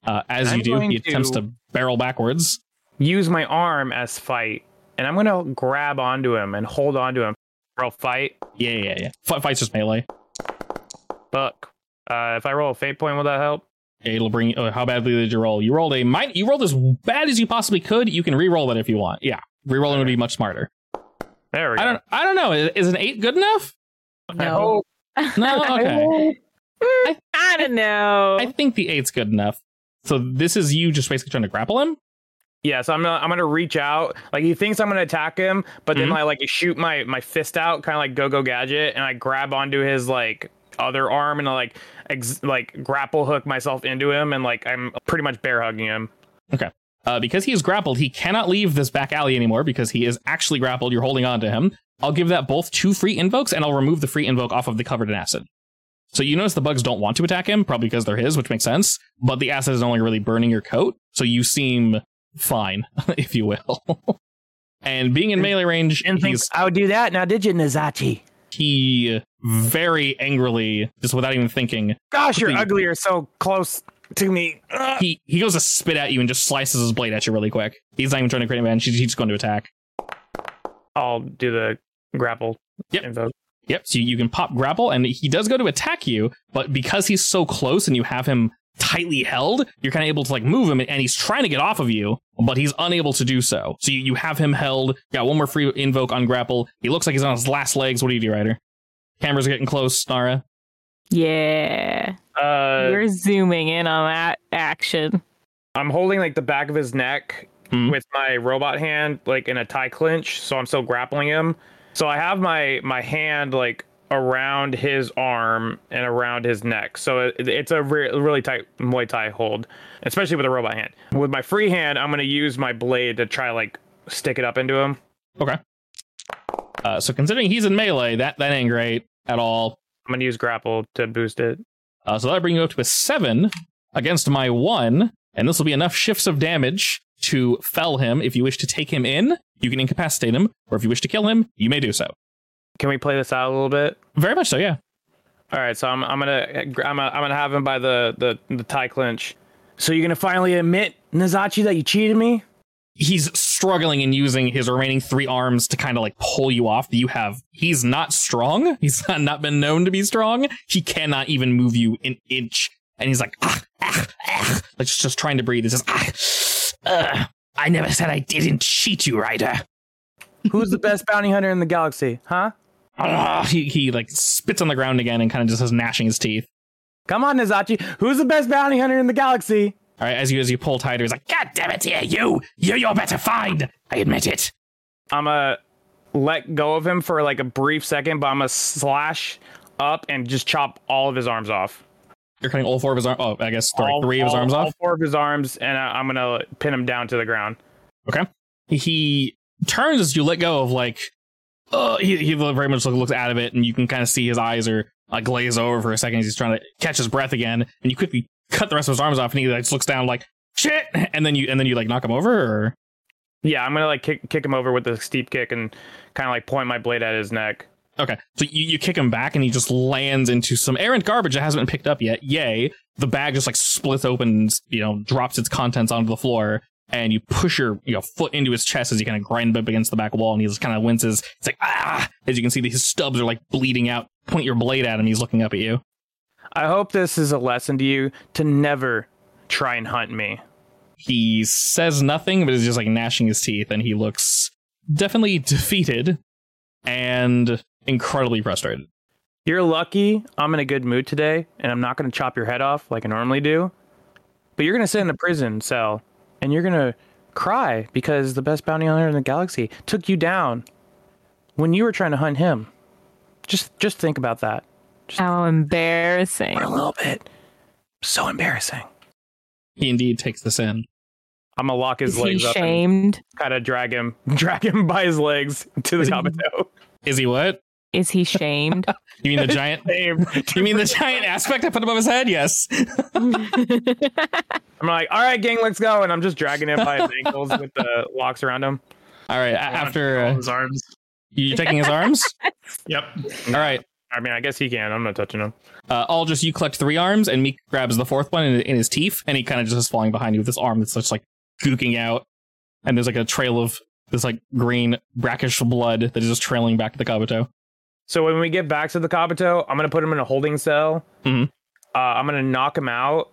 A: Uh, as
D: I'm
A: you do,
D: going
A: he attempts
D: to-
A: to barrel backwards.
D: Use my arm as fight, and I'm gonna grab onto him and hold onto him. Roll fight.
A: Yeah, yeah, yeah. F- fights just melee.
D: Fuck. Uh, if I roll a fate point, will that help?
A: It'll bring. Oh, how badly did you roll? You rolled a min You rolled as bad as you possibly could. You can re-roll that if you want. Yeah, re-rolling would be much smarter.
D: There we go. Oh,
A: I don't. I don't know. Is, is an eight good enough?
B: No.
A: No. Okay.
E: I don't know.
A: I think the eight's good enough. So this is you just basically trying to grapple him.
D: Yeah, so I'm gonna I'm gonna reach out. Like he thinks I'm gonna attack him, but
A: Mhm.
D: then I like shoot my my fist out, kind of like Go Go Gadget, and I grab onto his like other arm and I like ex- like grapple hook myself into him, and like I'm pretty much bear hugging him.
A: Uh, because he is grappled, he cannot leave this back alley anymore because he is actually grappled. You're holding on to him. I'll give that both two free invokes, and I'll remove the free invoke off of the covered in acid. So you notice the bugs don't want to attack him, probably because they're his, which makes sense. But the acid is only really burning your coat, so you seem fine, if you will. and being in melee range,
D: And thinks
A: he's,
D: I would do that. Now did you, Nazachi?
A: he very angrily, just without even thinking,
D: Gosh, you're
A: Please.
D: ugly. You're so close to me. Ugh.
A: he he goes to spit at you and just slices his blade at you really quick. He's not even trying to create a man. He's just going to attack.
D: I'll do the grapple.
A: Yep.
D: Invoke.
A: Yep. So you can pop grapple, and he does go to attack you, but because he's so close and you have him tightly held, you're kind of able to like move him, and he's trying to get off of you, but he's unable to do so. So you, you have him held. Got one more free invoke on grapple. He looks like he's on his last legs. What do you do, Ryder? Cameras are getting close, Nara.
E: Yeah.
D: Uh,
E: You're zooming in on that action.
D: I'm holding like the back of his neck
A: Mhm.
D: with my robot hand, like in a tie clinch, so I'm still grappling him. So I have my my hand like around his arm and around his neck. So it, it's a re- really tight Muay Thai hold, especially with a robot hand. With my free hand, I'm gonna use my blade to try like stick it up into him.
A: Uh, so considering he's in melee, that that ain't great at all.
D: I'm gonna use grapple to boost it.
A: Uh, so that'll bring you up to a seven against my one, and this will be enough shifts of damage to fell him. If you wish to take him in, you can incapacitate him, or if you wish to kill him, you may do so.
D: Can we play this out a little bit?
A: Very much so, yeah.
D: All right, so I'm I'm gonna I'm gonna, I'm gonna have him by the the the tie clinch. So you're gonna finally admit Nazachi that you cheated me?
A: He's struggling and using his remaining three arms to kind of like pull you off. You have he's not strong. He's not, not been known to be strong. He cannot even move you an inch, and he's like ah ah ah, like just, just trying to breathe. It's just ah. Ugh. I never said I didn't cheat you, Ryder.
D: Who's the best bounty hunter in the galaxy? Huh?
A: Ah, he, he like spits on the ground again and kind of just is gnashing his teeth.
D: Come on, Nazachi. Who's the best bounty hunter in the galaxy?
A: All right, as you as you pull tighter, he's like, "God damn it, yeah, you, you, you're better find. I admit it."
D: I'm gonna let go of him for like a brief second, but I'm gonna slash up and just chop all of his arms off.
A: You're cutting all four of his arms. Oh, I guess sorry,
D: All-
A: three of his
D: all-
A: arms
D: all
A: off.
D: four of his arms, and I, I'm gonna pin him down to the ground.
A: He turns as you let go of like. Uh, he, he very much looks out of it, and you can kind of see his eyes are uh, glaze over for a second as he's trying to catch his breath again. And you quickly cut the rest of his arms off, and he like just looks down like shit, and then you and then you like knock him over. Or...
D: Yeah, I'm gonna like kick, kick him over with a steep kick and kind of like point my blade at his neck.
A: Okay, so you, you kick him back, and he just lands into some errant garbage that hasn't been picked up yet. Yay! The bag just like splits open, and, you know, drops its contents onto the floor, and you push your you know foot into his chest as you kind of grind up against the back wall, and he just kind of winces. It's like ah, as you can see, his stubs are like bleeding out. Point your blade at him. He's looking up at you.
D: I hope this is a lesson to you to never try and hunt me.
A: He says nothing, but is just like gnashing his teeth, and he looks definitely defeated and incredibly frustrated.
D: You're lucky I'm in a good mood today, and I'm not gonna chop your head off like I normally do. But you're gonna sit in a prison cell, and you're gonna cry because the best bounty hunter in the galaxy took you down when you were trying to hunt him. Just, just think about that.
E: How embarrassing.
D: for a little bit. So embarrassing.
A: He indeed takes this in.
D: I'm gonna lock his
E: Is he
D: legs up and
E: shamed?
D: kind of drag him, drag him by his legs to the
A: Is he-
D: top of the hill.
A: Is he what?
E: Is he shamed?
D: Uh-huh.
A: You mean the giant? You mean the giant aspect I put above his head? Yes.
D: I'm like, all right, gang, let's go, and I'm just dragging him by his ankles with the locks around him.
A: All right. a- After
C: All
A: uh,
C: his arms.
A: you're taking his arms.
C: Yep.
A: All right.
D: I mean, I guess he can. I'm not touching him.
A: Uh, all just you collect three arms, and Meek grabs the fourth one in, in his teeth, and he kind of just is falling behind you with this arm that's just like gooking out, and there's like a trail of this like green brackish blood that is just trailing back to the Kabuto.
D: So when we get back to the Kabuto, I'm gonna put him in a holding cell.
A: Mhm.
D: Uh, I'm gonna knock him out,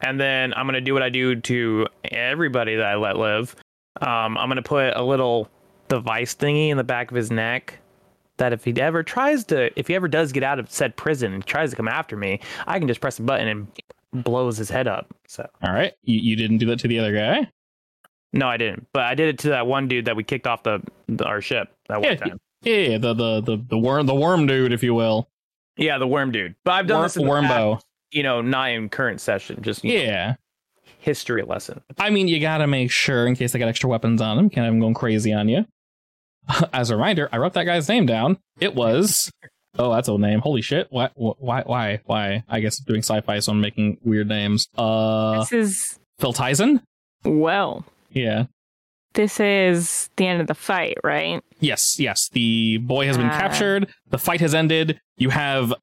D: and then I'm gonna do what I do to everybody that I let live. Um, I'm gonna put a little device thingy in the back of his neck that if he ever tries to, if he ever does get out of said prison and tries to come after me, I can just press a button and blows his head up. So
A: All right. You, you didn't do that to the other guy.
D: no, I didn't, but I did it to that one dude that we kicked off the, the our ship that one
A: Yeah,
D: time.
A: Yeah, yeah, yeah, the the the the worm the worm dude, if you will.
D: Yeah, the worm dude. But I've done
A: Worm,
D: this in the past,
A: wormbo.
D: you know, not in current session, just
A: Yeah.
D: history lesson.
A: I mean, you gotta make sure in case they got extra weapons on them. Can't have them going crazy on you. As a reminder, I wrote that guy's name down. It was. Oh, that's old name. Holy shit. Why? wh- Why? Why? Why? I guess doing sci-fi, so I'm making weird names. Uh,
E: this is
A: Phil Tyson.
E: well.
A: Yeah.
E: This is the end of the fight, right?
A: Yes. Yes. The boy has been
E: Ah.
A: captured. The fight has ended. You have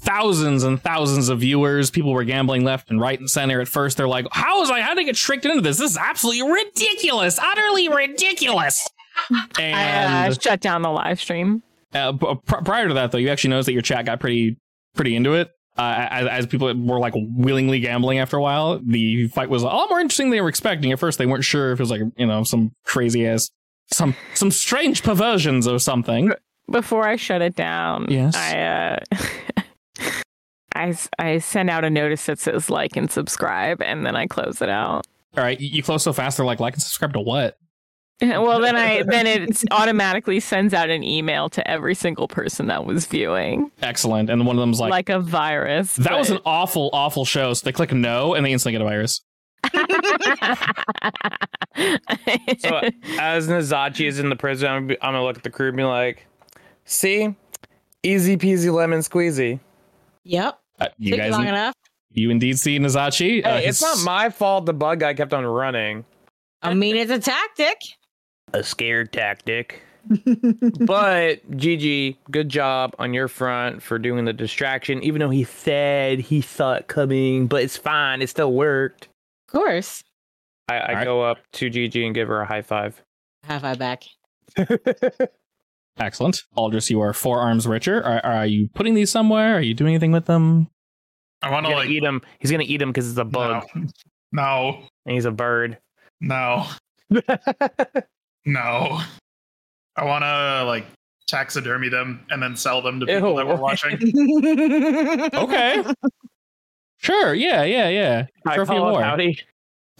A: thousands and thousands of viewers. People were gambling left and right and center. At first, they're like, "How was I? How did I get tricked into this? This is absolutely ridiculous. Utterly ridiculous."
E: I uh,
A: And
E: shut down the live stream.
A: uh, b- pr- prior to that, though, you actually noticed that your chat got pretty pretty into it. Uh, as, as people were like willingly gambling after a while, the fight was a lot more interesting than they were expecting. At first, they weren't sure if it was like you know some crazy ass, some some strange perversions or something.
E: Before I shut it down,
A: Yes.
E: I uh, I s- I send out a notice that says like and subscribe, and then I close it out.
A: All right, you, you close so fast, they're like like and subscribe to what?
E: well, then I then it automatically sends out an email to every single person that was viewing,
A: Excellent, and one of them's like,
E: like, a virus.
A: that
E: but-
A: was an awful awful show. So they click no, and they instantly get a virus.
D: So as Nazachi is in the prison, I'm, I'm gonna look at the crew and be like, "See, easy peasy lemon squeezy."
B: Yep.
A: Uh, you
B: Took
A: guys,
B: long enough.
A: you indeed see Nazachi.
D: Hey,
A: Uh,
D: it's
A: his-
D: not my fault the bug guy kept on running.
B: I mean, it's a tactic.
D: A scared tactic. but Gigi, good job on your front for doing the distraction, even though he said he saw it coming. But it's fine; it still worked.
B: Of course.
D: I, I
A: Alright.
D: go up to Gigi and give her a high five.
B: Have I back?
A: Excellent. Aldris, you are four arms richer. Are, are you putting these somewhere? Are you doing anything with them?
C: I want
D: He's
C: to
D: gonna
C: like.
D: eat him. He's gonna eat him because it's a bug
C: No.
D: and he's a bird.
C: No. No. I want to like taxidermy them and then sell them to people
D: Ew.
C: that we're watching.
A: Okay. sure. Yeah. Yeah. Yeah.
D: I
A: Trophy
D: call
A: of
D: him
A: war.
D: howdy.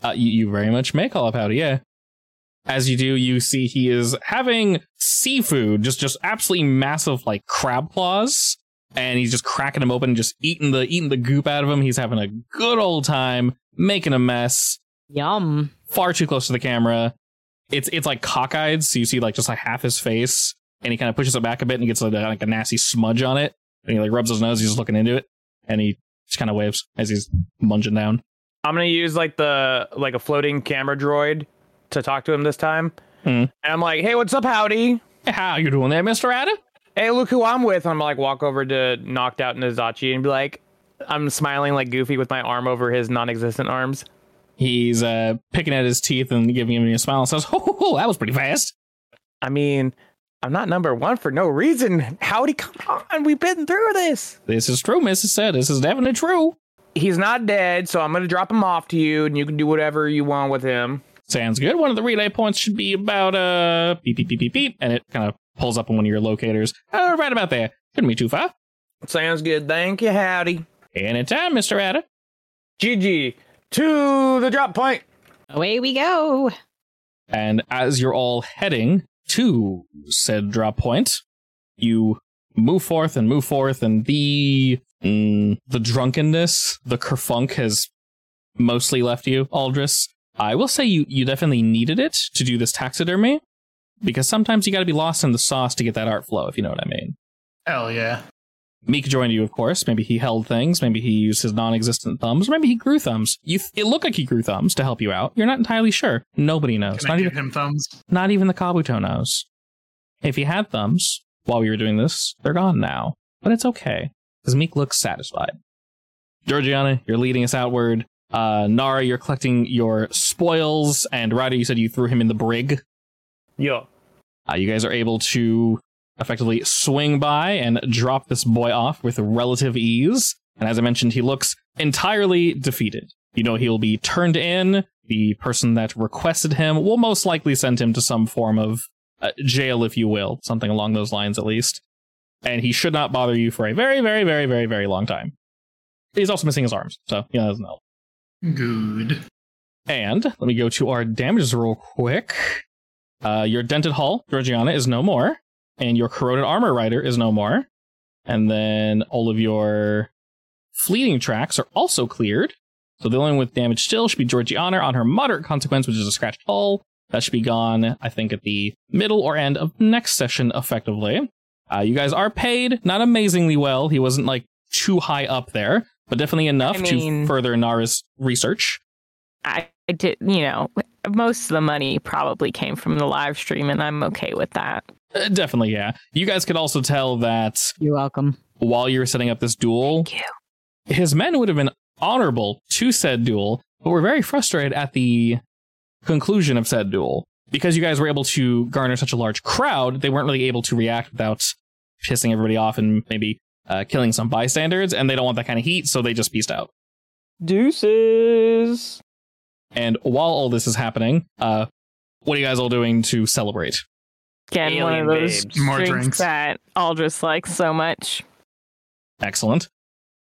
A: Uh, you, you very much may call up Howdy. Yeah. As you do, you see he is having seafood, just just absolutely massive like crab claws, and he's just cracking him open, and just eating the eating the goop out of him. He's having a good old time, making a mess,
B: Yum.
A: far too close to the camera. It's it's like cockeyed, so you see like just like half his face, and he kind of pushes it back a bit, and he gets like, a- like a nasty smudge on it, and he like rubs his nose. He's just looking into it, and he just kind of waves as he's munging down.
D: I'm gonna use like the like a floating camera droid to talk to him this time.
A: Hmm.
D: And I'm like, hey, what's up, howdy?
A: "Hey, How you doing there, Mister Adam?
D: Hey, look who I'm with. I'm like walk over to knocked out Nizachi and be like, I'm smiling like Goofy with my arm over his non-existent arms.
A: He's uh, picking at his teeth and giving him a smile and says, "Oh, that was pretty fast."
D: I mean, I'm not number one for no reason. Howdy, come on, we've been through this.
A: This is true, Mrs. Said. This is definitely true.
D: He's not dead, so I'm gonna drop him off to you, and you can do whatever you want with him.
A: Sounds good. One of the relay points should be about uh beep beep beep beep beep, and it kind of pulls up on one of your locators. Uh, right about there. Couldn't be too far.
D: Sounds good. Thank you, howdy.
A: Anytime, Mister Adder.
D: GG to the drop point.
B: Away we go.
A: And as you're all heading to said drop point, you move forth and move forth, and the mm, the drunkenness, the kerfunk has mostly left you, Aldris. I will say you you definitely needed it to do this taxidermy, because sometimes you got to be lost in the sauce to get that art flow, if you know what I mean.
C: Hell yeah.
A: Meek joined you, of course. Maybe he held things. Maybe he used his non-existent thumbs. Or maybe he grew thumbs. You th- it looked like he grew thumbs to help you out. You're not entirely sure. Nobody knows.
C: Can
A: Not
C: I give
A: even,
C: him thumbs?
A: not even the Kabuto knows. If he had thumbs while we were doing this, they're gone now. But it's okay, because Meek looks satisfied. Georgiana, you're leading us outward. Uh, Nara, you're collecting your spoils. And Ryder, you said you threw him in the brig.
D: Yo.
A: Uh, you guys are able to effectively swing by and drop this boy off with relative ease. And as I mentioned, he looks entirely defeated. You know, he'll be turned in. The person that requested him will most likely send him to some form of uh, jail, if you will, something along those lines at least. And he should not bother you for a very, very, very, very, very long time. He's also missing his arms, so yeah, that doesn't help.
C: Good.
A: And let me go to our damages real quick. Uh, your dented hull, Georgiana, is no more, and your corroded armor rider is no more, and then all of your fleeting tracks are also cleared. So the only one with damage still should be Georgiana on her moderate consequence, which is a scratched hull. That should be gone, I think, at the middle or end of next session, effectively. Uh, you guys are paid, not amazingly well. He wasn't like too high up there, but definitely enough to
E: mean-
A: further Nara's research.
E: I, I did, you know, most of the money probably came from the live stream, and I'm okay with that.
A: Uh, definitely, yeah. You guys could also tell that
B: You're welcome.
A: while you were setting up this duel,
E: Thank you.
A: his men would have been honorable to said duel, but were very frustrated at the conclusion of said duel. Because you guys were able to garner such a large crowd, they weren't really able to react without pissing everybody off and maybe uh, killing some bystanders, and they don't want that kind of heat, so they just peaced out.
D: Deuces.
A: And while all this is happening, uh, what are you guys all doing to celebrate?
E: Again, one
D: Alien
E: of those
D: babes.
C: More
E: drinks,
C: drinks.
E: that Aldris likes so much.
A: Excellent.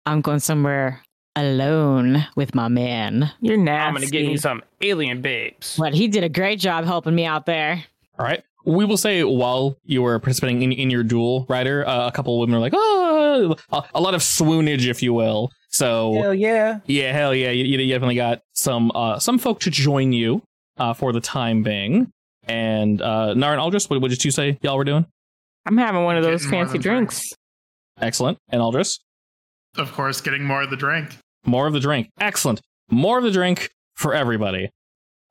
B: I'm going somewhere alone with my man.
E: You're nasty.
D: I'm gonna get you some alien babes.
B: But he did a great job helping me out there.
A: All right. We will say while you were participating in, in your duel, Ryder, uh, a couple of women were like, oh, a, a lot of swoonage, if you will. So,
D: Hell yeah.
A: yeah, hell yeah. You, you definitely got some uh, some folk to join you uh, for the time being. And uh, Nara and Aldris, what, what did you say y'all were doing?
E: I'm having one of
C: Getting
E: those
C: more
E: fancy
C: than drinks.
E: drinks.
A: Excellent. And Aldris?
C: Of course, getting more of the drink.
A: More of the drink. Excellent. More of the drink for everybody.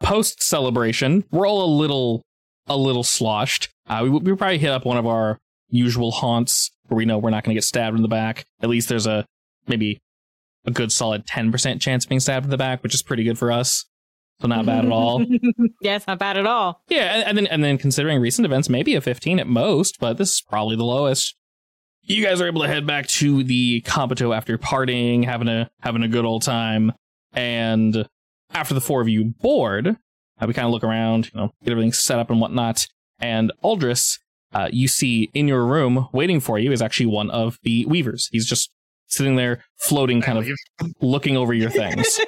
A: Post celebration, we're all a little a little sloshed. Uh, we we probably hit up one of our usual haunts where we know we're not going to get stabbed in the back. At least there's a maybe a good solid ten percent chance of being stabbed in the back, which is pretty good for us. So not bad at all.
B: yes, not bad at all.
A: Yeah, and, and then and then considering recent events, maybe a 15 at most, but this is probably the lowest. You guys are able to head back to the Compito after partying, having a having a good old time, and after the four of you board, uh, we kind of look around, you know, get everything set up and whatnot. And Aldris, uh, you see in your room waiting for you is actually one of the Weavers. He's just sitting there floating, kind
C: I,
A: of
C: leave.
A: looking over your things.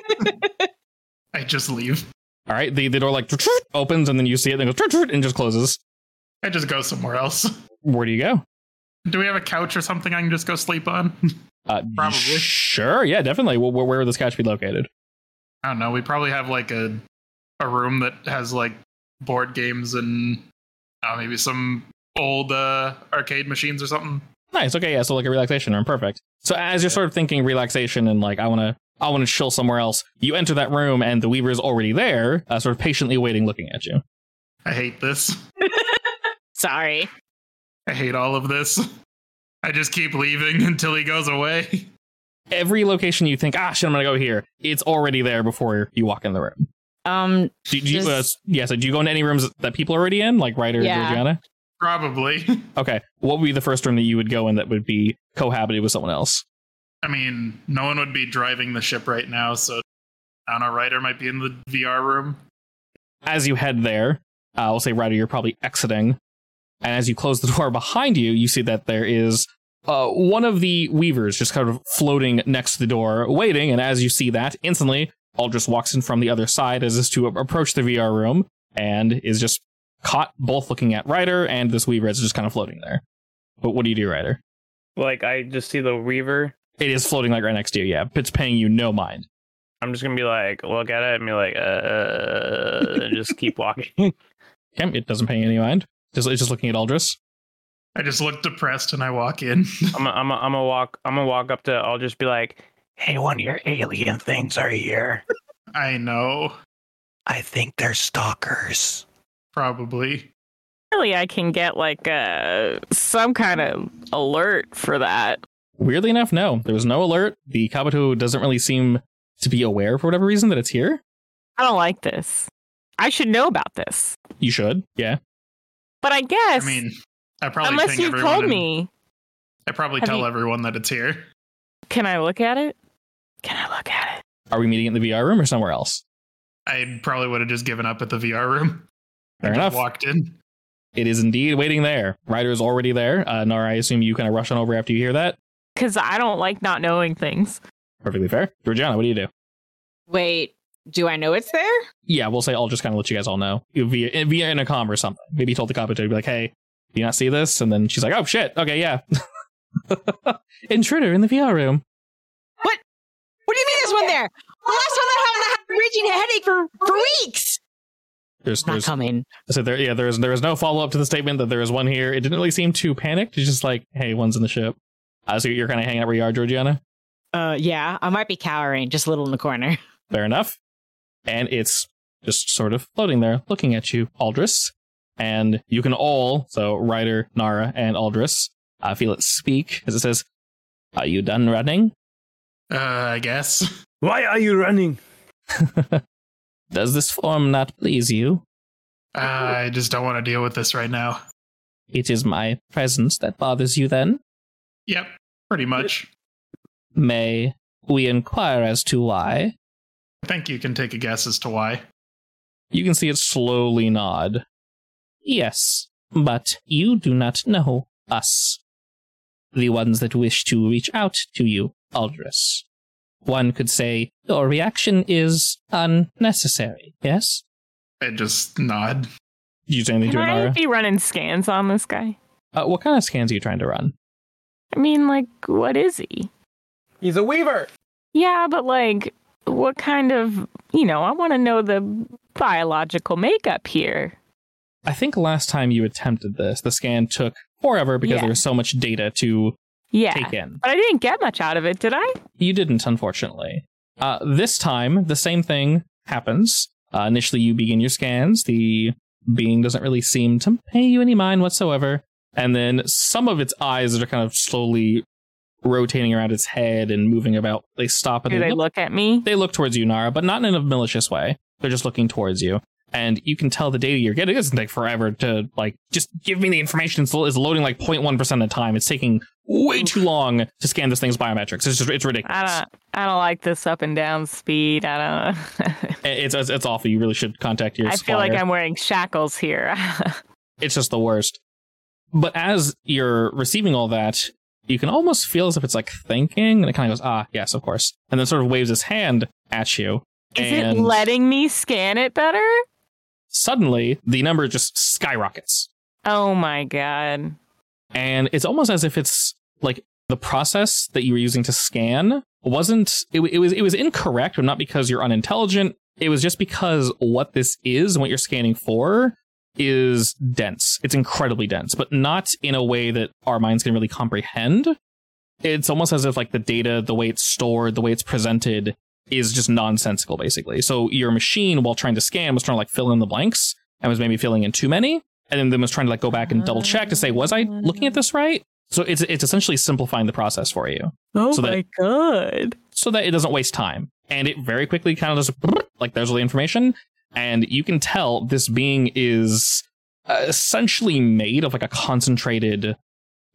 C: I just leave.
A: All right, the the door like opens and then you see it and it goes and just closes.
C: I just go somewhere else.
A: Where do you go?
C: Do we have a couch or something I can just go sleep on?
A: Uh,
C: Probably.
A: Sure. Yeah, definitely. Where, where would this couch be located?
C: I don't know. We probably have like a a room that has like board games and uh, maybe some old uh, arcade machines or something.
A: Nice. Okay. Yeah. So like a relaxation room. Perfect. So as you're sort of thinking relaxation and like I want to I want to chill somewhere else, you enter that room and the Weaver is already there, uh, sort of patiently waiting, looking at you.
C: I hate this.
B: Sorry.
C: I hate all of this. I just keep leaving until he goes away.
A: Every location you think, ah, shit, I'm gonna go here. It's already there before you walk in the room.
B: Um,
A: Do, do you, uh,
B: Just-
A: yeah. So do you go into any rooms that people are already in, like Ryder,
B: Yeah.
A: Georgiana?
C: Probably.
A: Okay. What would be the first room that you would go in that would be cohabited with someone else?
C: I mean, no one would be driving the ship right now, so I don't know. Ryder might be in the VR room.
A: as you head there, uh, we'll say Ryder, you're probably exiting. And as you close the door behind you, you see that there is uh, one of the weavers just kind of floating next to the door, waiting. And as you see that, instantly, Aldrich walks in from the other side as is to a- approach the VR room and is just caught both looking at Ryder and this weaver is just kind of floating there. But what do you do, Ryder?
D: Like I just see the Weaver.
A: It is floating like right next to you. Yeah, it's paying you no mind.
D: I'm just gonna be like, look at it and be like, uh, and just keep walking.
A: Okay, it doesn't pay you any mind. Just, it's just looking at Aldrich.
C: I just look depressed and I walk in.
D: I'm i I'm i am I'm a walk. I'm gonna walk up to. I'll just be like,
F: Hey, one of your alien things are here.
C: I know.
F: I think they're stalkers.
C: Probably.
E: Really, I can get like uh, some kind of alert for that.
A: Weirdly enough, no. There was no alert. The Kabuto doesn't really seem to be aware for whatever reason that it's here.
E: I don't like this. I should know about this,
A: You should. Yeah.
E: but I guess
C: I mean, I probably
E: unless
C: ping
E: you
C: everyone
E: told
C: and-
E: me,
C: I probably
E: Have
C: tell
E: you-
C: everyone that it's here.
E: can I look at it? Can I look at it?
A: Are we meeting in the VR room or somewhere else?
C: I probably would have just given up at the VR room.
A: Fair
C: I just
A: enough.
C: Walked in.
A: It is indeed waiting there. Ryder is already there. Uh, Nara, I assume you kind of rush on over after you hear that.
E: Because I don't like not knowing things.
A: Perfectly fair. Georgiana, what do you do?
B: wait. Do I know it's there?
A: Yeah, we'll say I'll just kind of let you guys all know via via intercom or something. Maybe you told the Kabuto, be like, hey, do you not see this? And then she's like, oh shit. Okay, yeah. Intruder in the VR room.
B: What do you mean there's one there? The last one that happened, I had a raging headache for, for weeks.
A: There's,
B: Not
A: there's
B: coming.
A: So there, yeah, there is there is no follow up to the statement that there is one here. It didn't really seem too panicked. It's just like, hey, one's in the ship. Uh, so you're kind of hanging out where you are, Georgiana.
B: Uh, yeah, I might be cowering, just a little in the corner.
A: Fair enough. And it's just sort of floating there, looking at you, Aldris. And you can all, so Ryder, Nara, and Aldris, uh, feel it speak as it says, "Are you done running?
C: Uh, I guess.
F: Why are you running?
A: Does this form not please you?
C: Uh, I just don't want to deal with this right now.
A: It is my presence that bothers you. Then
C: Yep, pretty much.
A: may we inquire as to why?"
C: I think you can take a guess as to why.
A: You can see it slowly nod. Yes, but you do not know us. The ones that wish to reach out to you, Aldris. One could say your reaction is unnecessary, yes?
C: I just nod.
A: Did you say anything
E: Can
A: to
E: I
A: Anara?
E: be running scans on this guy?
A: Uh, what kind of scans are you trying to run?
E: I mean, like, what is he?
D: he's a Weaver.
E: Yeah, but like, what kind of, you know, I want to know the biological makeup here.
A: I think last time you attempted this, the scan took forever because
E: Yeah.
A: there was so much data to
E: Yeah.
A: take in.
E: But I didn't get much out of it, did I?
A: You didn't, unfortunately. Uh, this time, the same thing happens. Uh, initially, you begin your scans. The being doesn't really seem to pay you any mind whatsoever. And then some of its eyes that are kind of slowly rotating around its head and moving about, they stop and
E: Do
A: they
E: they
A: look,
E: look at me?
A: they look towards you, Nara, but not in a malicious way. They're just looking towards you. And you can tell the data you're getting. It doesn't take forever to, like, just give me the information. It's, lo- it's loading like 0.1% of the time. It's taking way too long to scan this thing's biometrics. It's just, it's ridiculous.
E: I don't. I don't like this up and down speed. I don't.
A: It's it's, it's awful. You really should contact your
E: I feel
A: supplier.
E: like I'm wearing shackles here.
A: it's just the worst. But as you're receiving all that, you can almost feel as if it's like thinking, and it kind of goes, ah, yes, of course, and then sort of waves his hand at you.
E: Is
A: and
E: it letting me scan it better?
A: Suddenly, the number just skyrockets.
E: Oh my god.
A: and it's almost as if it's like the process that you were using to scan wasn't it, wa- it was it was incorrect but not because you're unintelligent it was just because what this is and what you're scanning for is dense it's incredibly dense but not in a way that our minds can really comprehend it's almost as if like the data the way it's stored the way it's presented is just nonsensical basically so your machine while trying to scan was trying to like fill in the blanks and was maybe filling in too many and then, then was trying to like go back and double check to say was i looking at this right so it's it's essentially simplifying the process for you
E: Oh
A: So that-
E: my god.
A: so that it doesn't waste time. And it very quickly kind of just like there's all the information, and you can tell this being is uh, essentially made of like a concentrated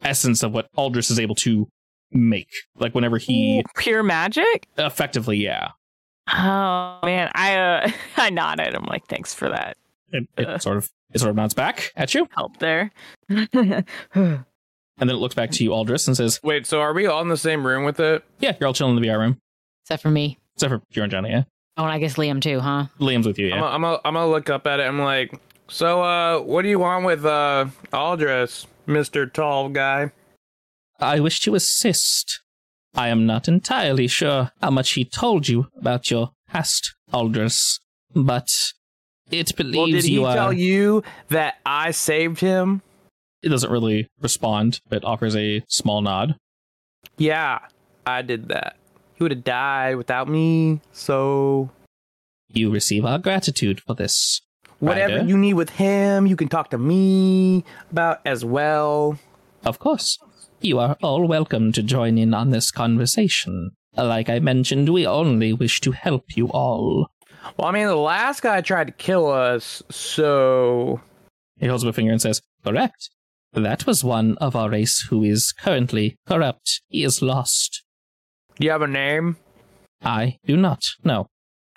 A: essence of what Aldrich is able to make. Like whenever he
E: Pure magic?
A: effectively, yeah,
E: Oh man, I uh, I nodded. I'm like, thanks for that
A: it, it
E: Ugh.
A: sort of it sort of nods back at you,
E: help there.
A: and then it looks back to you, Aldrich, and says,
D: Wait, so are we all in the same room with it?
A: "Yeah, you're all chilling in the VR room,
B: Except for me.
A: except for you and Johnny. Yeah,
B: Oh, and I guess Liam too, huh?
A: Liam's with you. Yeah,
D: I'm gonna I'm gonna- I'm gonna look up at it. I'm like, so uh, what do you want with uh, Aldris, Mister Tall Guy?
A: I wish to assist. I am not entirely sure how much he told you about your past, Aldous, but it believes
D: Well, did he
A: you uh, are.
D: tell you that I saved him?
A: it doesn't really respond, but offers a small nod.
D: Yeah, I did that. He would have died without me. So
A: You receive our gratitude for this.
D: whatever
A: Kinda.
D: you need with him, you can talk to me about as well.
A: Of course, you are all welcome to join in on this conversation. Like I mentioned, we only wish to help you all.
D: Well, I mean, the last guy tried to kill us, so
A: He holds up a finger and says, Correct. That was one of our race who is currently corrupt. He is lost.
D: do you have a name?
A: I do not. No,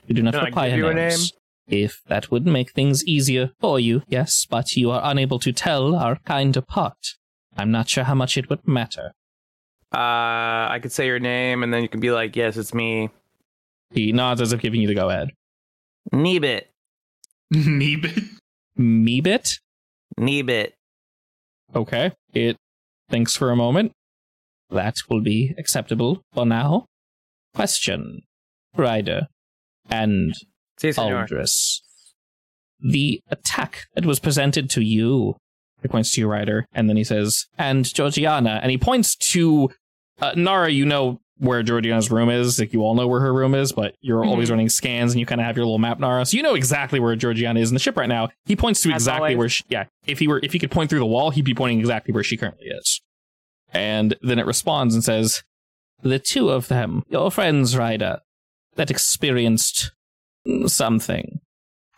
A: we do not
D: Can I
A: require
D: give you a
A: names. If that would make things easier for you, yes, but you are unable to tell our kind apart. I'm not sure how much it would matter.
D: Uh, I could say your name, and then you can be like, "Yes, it's me,
A: He nods as if giving you the go ahead.
D: Neebit,
C: Neeb.
A: Meebit?
D: Neebit."
A: Okay. It thinks for a moment. That will be acceptable for now. Question Ryder and
D: See, senor.
A: Aldris. The attack that was presented to you. He points to you, Ryder, and then he says, and Georgiana. And he points to uh, Nara, you know where Georgiana's room is. Like, you all know where her room is, but you're
E: Mhm.
A: always running scans and you kind of have your little map, Nara. So you know exactly where Georgiana is in the ship right now. He points to
E: As
A: exactly
E: always.
A: where she, yeah, if he were, if he could point through the wall, he'd be pointing exactly where she currently is. And then it responds and says, the two of them, your friends, Ryder, that experienced something.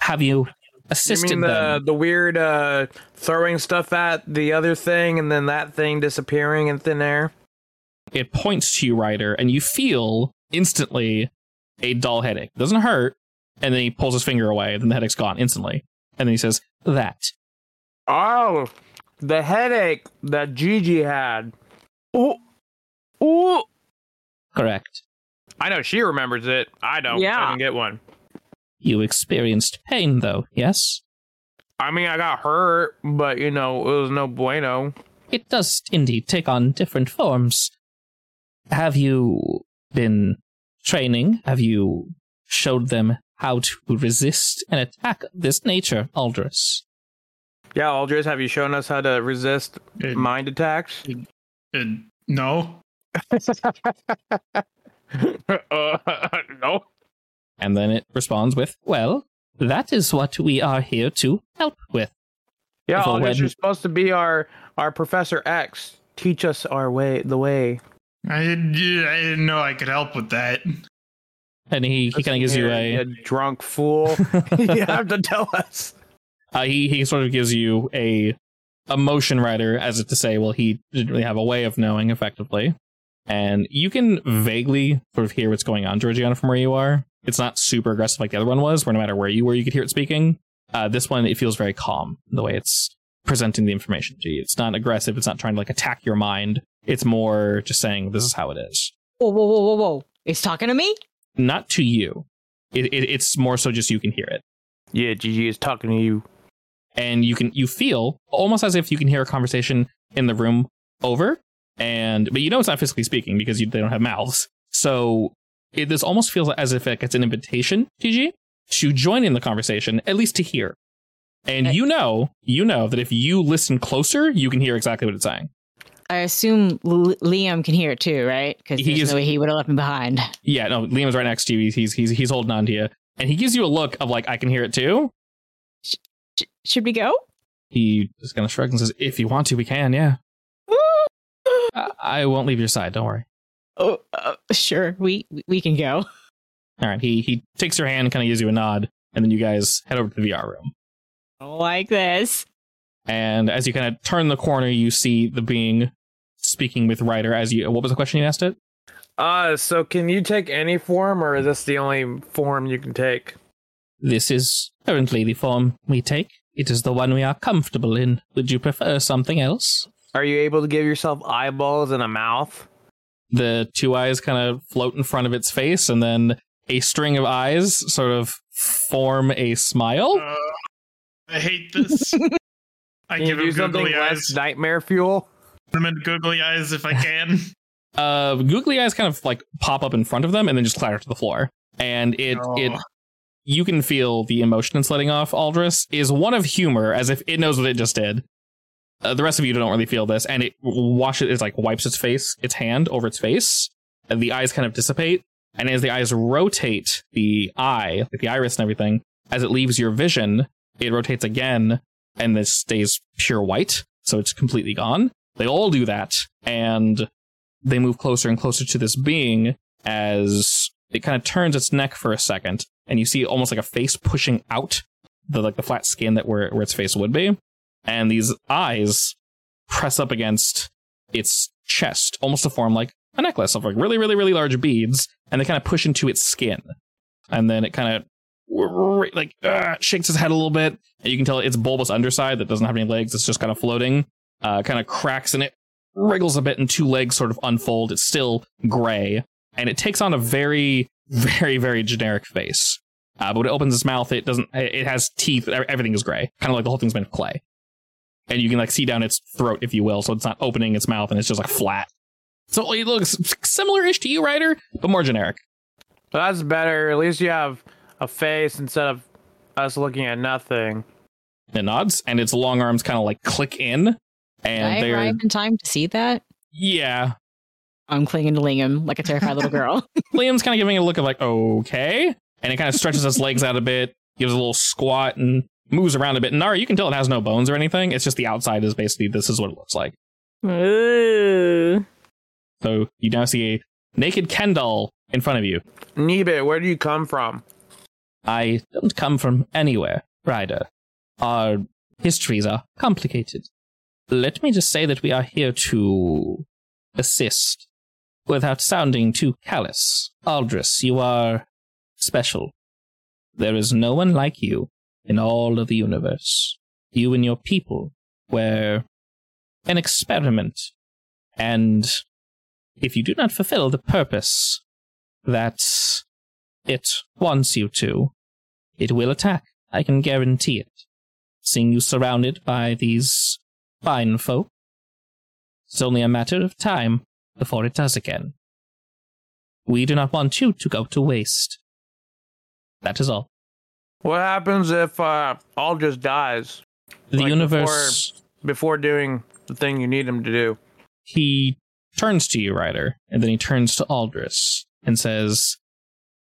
A: Have you
D: You
A: assisted
D: mean the
A: them?
D: the weird uh, throwing stuff at the other thing, and then that thing disappearing in thin air?
A: It points to you, Ryder, and you feel instantly a dull headache. Doesn't hurt. And then he pulls his finger away, and then the headache's gone instantly. And then he says, That.
D: Oh, the headache that Gigi had. Ooh, ooh.
A: Correct.
D: I know she remembers it. I don't.
E: Yeah.
D: I didn't get one.
A: You experienced pain, though, yes?
D: I mean, I got hurt, but you know, it was no bueno.
A: It does indeed take on different forms. Have you been training? Have you showed them how to resist an attack of this nature, Aldrus?
D: Yeah, Aldris, have you shown us how to resist
A: Mm.
C: It-
D: mind attacks?
C: it- Uh, no.
A: Uh,
D: no.
A: And then it responds with, Well, that is what we are here to help with.
D: Yeah,
A: For
D: Aldrich,
A: when-
D: you're supposed to be our our Professor X. Teach us our way, the way.
C: I, yeah, I didn't know I could help with that.
A: And he, he kind of gives you
D: You're
A: a.
D: drunk fool. you have to tell us.
A: Uh, he, he sort of gives you a, a motion writer as if to say, Well, he didn't really have a way of knowing effectively. And you can vaguely sort of hear what's going on, Georgiana, from where you are. It's not super aggressive like the other one was, where no matter where you were, you could hear it speaking. Uh, this one, it feels very calm the way it's presenting the information to you. It's not aggressive. It's not trying to like attack your mind. It's more just saying, this is how it is.
B: Whoa, whoa, whoa, whoa, whoa. It's talking to me?
A: not to you. It, it, it's more so just you can hear it,
D: Yeah, Gigi is talking to you.
A: and you can you feel almost as if you can hear a conversation in the room over, and but you know it's not physically speaking because you, they don't have mouths. So it, this almost feels as if like it's an invitation, TG, to join in the conversation at least to hear. And
B: Okay.
A: you know, you know that if you listen closer, you can hear exactly what it's saying.
B: I assume L- Liam can hear it too, right? Because
A: He
B: there's
A: is-
B: no way he would have left me behind.
A: Yeah, no, Liam's right next to you. He's he's he's holding on to you, and he gives you a look of like I can hear it too.
B: Sh- should we go?
A: He just kind of shrugs and says, "If you want to, we can. Yeah, I, I won't leave your side. Don't worry."
B: Oh, uh, sure. We we can go.
A: All right. He he takes your hand, kind of gives you a nod, and then you guys head over to the VR room.
B: I don't like this.
A: And as you kind of turn the corner, you see the being speaking with Ryder. As you, what was the question you asked it?
D: Uh, so can you take any form, or is this the only form you can take?
A: This is currently the form we take. It is the one we are comfortable in. Would you prefer something else?
D: Are you able to give yourself eyeballs and a mouth?
A: the two eyes kind of float in front of its face and then a string of eyes sort of form a smile
C: Uh, I hate this. I
D: Can
C: give
D: you do
C: him
D: something
C: googly
D: less
C: eyes.
D: nightmare fuel?
C: Give him googly eyes if I can.
A: uh googly eyes kind of like pop up in front of them and then just clatter to the floor and it
C: No.
A: it you can feel the emotion it's letting off aldris is one of humor as if it knows what it just did uh, the rest of you don't really feel this and it washes it like wipes its face its hand over its face and the eyes kind of dissipate and as the eyes rotate the eye like the iris and everything as it leaves your vision it rotates again and this stays pure white so it's completely gone they all do that and they move closer and closer to this being as it kind of turns its neck for a second and you see almost like a face pushing out the like the flat skin that where, where its face would be and these eyes press up against its chest almost to form like a necklace of like really really really large beads and they kind of push into its skin and then it kind of like uh, shakes its head a little bit and you can tell its bulbous underside that doesn't have any legs it's just kind of floating uh, kind of cracks and it wriggles a bit and two legs sort of unfold it's still gray and it takes on a very very very generic face uh, but when it opens its mouth it doesn't it has teeth e- everything is gray kind of like the whole thing's made of clay and you can like see down its throat if you will so it's not opening its mouth and it's just like flat so it looks similar-ish to you ryder but more generic
D: Well, that's better. At least you have a face instead of us looking at nothing.
A: it nods and its long arms kind of like click in and
B: Did I
A: they're
B: arrive in time to see that?
A: yeah
B: I'm clinging to Liam like a terrified little girl.
A: Liam's kind of giving it a look of like, okay. And it kind of stretches its legs out a bit, gives a little squat and moves around a bit. Nara, you can tell it has no bones or anything. It's just the outside is basically this is what it looks like.
E: Ooh.
A: So you now see a naked Ken doll in front of you.
D: Nibit, where do you come from?
A: I don't come from anywhere, Ryder. Our histories are complicated. Let me just say that we are here to assist without sounding too callous. Aldris, you are special. There is no one like you in all of the universe. You and your people were an experiment, and if you do not fulfill the purpose that it wants you to, it will attack. I can guarantee it. Seeing you surrounded by these fine folk, it's only a matter of time before it does again. We do not want you to go to waste. That is all.
D: What happens if uh, all just dies
A: The
D: Like
A: universe.
D: before doing the thing you need him to do?
A: he turns to you, Ryder, and then he turns to Aldris and says,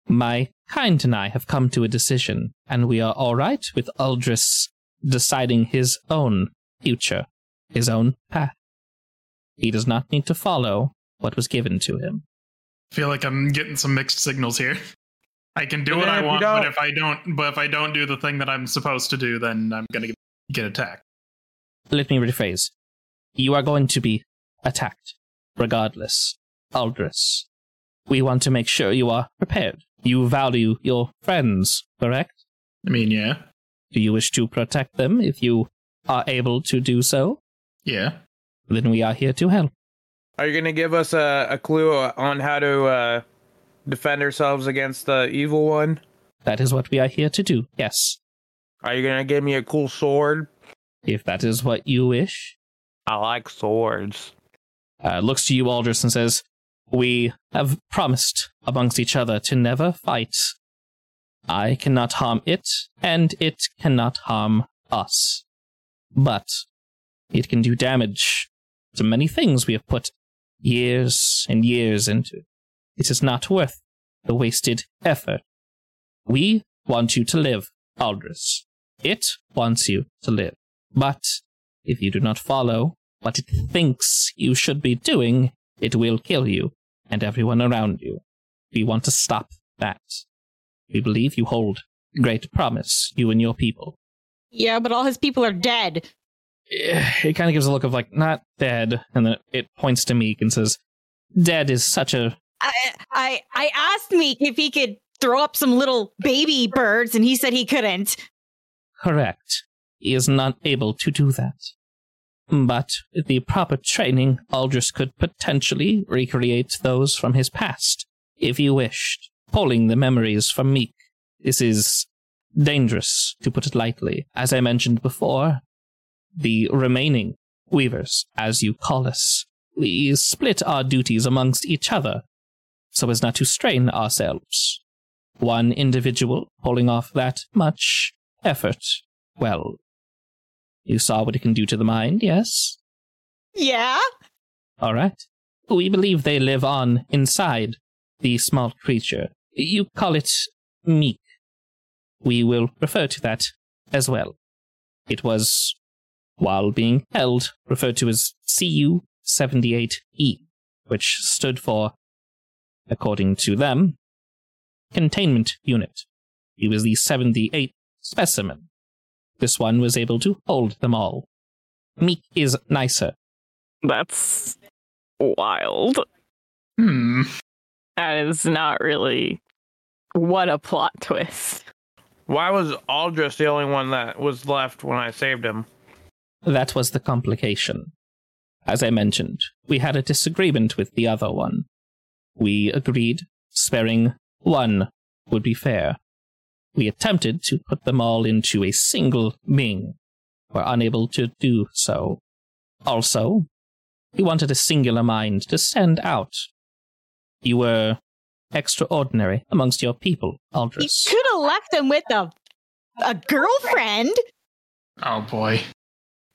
A: My kind and I have come to a decision, and we are all right with Aldris deciding his own future, his own path. He does not need to follow what was given to him.
C: feel like I'm getting some mixed signals here. I can do
D: And
C: what
D: then
C: I
D: if you
C: want, but
D: don't-
C: if I don't, but if I don't do the thing that I'm supposed to do, then I'm gonna get- get attacked.
A: Let me rephrase. You are going to be attacked, regardless. Aldris, we want to make sure you are prepared. You value your friends, correct?
C: I mean, yeah,
A: Do you wish to protect them if you are able to do so?
C: yeah.
A: Then we are here to help.
D: Are you going to give us a, a clue on how to uh, defend ourselves against the evil one?
A: That is what we are here to do, yes.
D: Are you going to give me a cool sword?
A: If that is what you wish.
D: I like swords.
A: uh, looks to you, Aldris, and says, We have promised amongst each other to never fight. I cannot harm it, and it cannot harm us. But it can do damage to many things we have put years and years into. It is not worth the wasted effort. We want you to live, Aldris. It wants you to live. But if you do not follow what it thinks you should be doing, it will kill you and everyone around you. We want to stop that. We believe you hold great promise, you and your people.
B: Yeah, but all his people are dead.
A: Eh, It kind of gives a look of like, not dead, and then it points to Meek and says, Dead is such a.
B: I I, I asked Meek if he could throw up some little baby birds, and he said he couldn't.
A: Correct. He is not able to do that. But with the proper training, Aldrich could potentially recreate those from his past, if he wished, pulling the memories from Meek. This is dangerous, to put it lightly. As I mentioned before, the remaining Weavers, as you call us, we split our duties amongst each other so as not to strain ourselves. One individual pulling off that much effort. Well, you saw what it can do to the mind, yes?
B: Yeah.
A: All right. We believe they live on inside the small creature. You call it meek. We will refer to that as well. It was, while being held, referred to as CU 78E, E, which stood for, according to them, Containment Unit. He was the 78th specimen. This one was able to hold them all. Meek is nicer.
E: That's wild.
C: Hmm.
E: That is not really what a plot twist.
D: Why was Aldrich the only one that was left when I saved him?
A: That was the complication. As I mentioned, we had a disagreement with the other one. We agreed sparing one would be fair. We attempted to put them all into a single Ming, were unable to do so. Also, we wanted a singular mind to send out. You were extraordinary amongst your people,
B: You
A: Aldris.
B: could have left him with a a girlfriend.
C: Oh boy.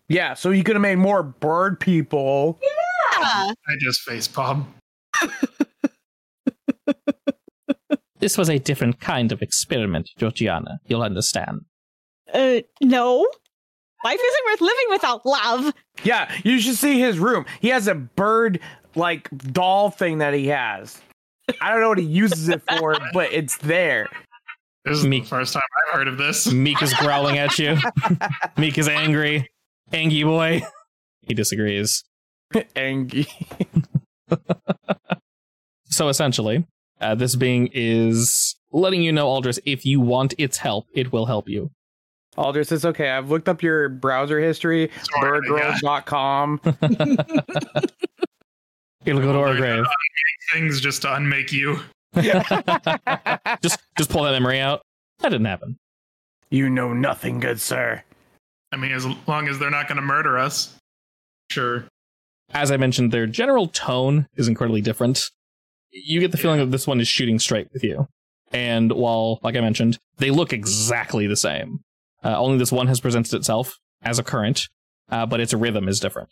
D: Yeah, so you could have made more bird people.
B: Yeah.
C: I just face palm.
A: This was a different kind of experiment, Georgiana. You'll understand.
B: Uh, no. Life isn't worth living without love.
D: Yeah, you should see his room. He has a bird like doll thing that he has. I don't know what he uses it for, but it's there.
C: This is
A: Me-
C: the first time I've heard of this.
A: Meek is growling at you. Meek is angry. Angy boy. He disagrees.
D: And
A: So essentially, uh, this being is letting you know, Aldris, if you want its help, it will help you.
D: Aldrich says, okay, I've looked up your browser history,
C: Sorry, yeah.
D: birdgirls.com.
A: It'll go to our grave.
C: Things just to unmake you.
A: just just pull that memory out. That didn't happen.
F: You know nothing, good sir.
C: I mean, as long as they're not going to murder us. Sure.
A: As I mentioned, their general tone is incredibly different. You get the feeling that this one is shooting straight with you. And while, like I mentioned, they look exactly the same, uh, only this one has presented itself as a current, uh, but its rhythm is different.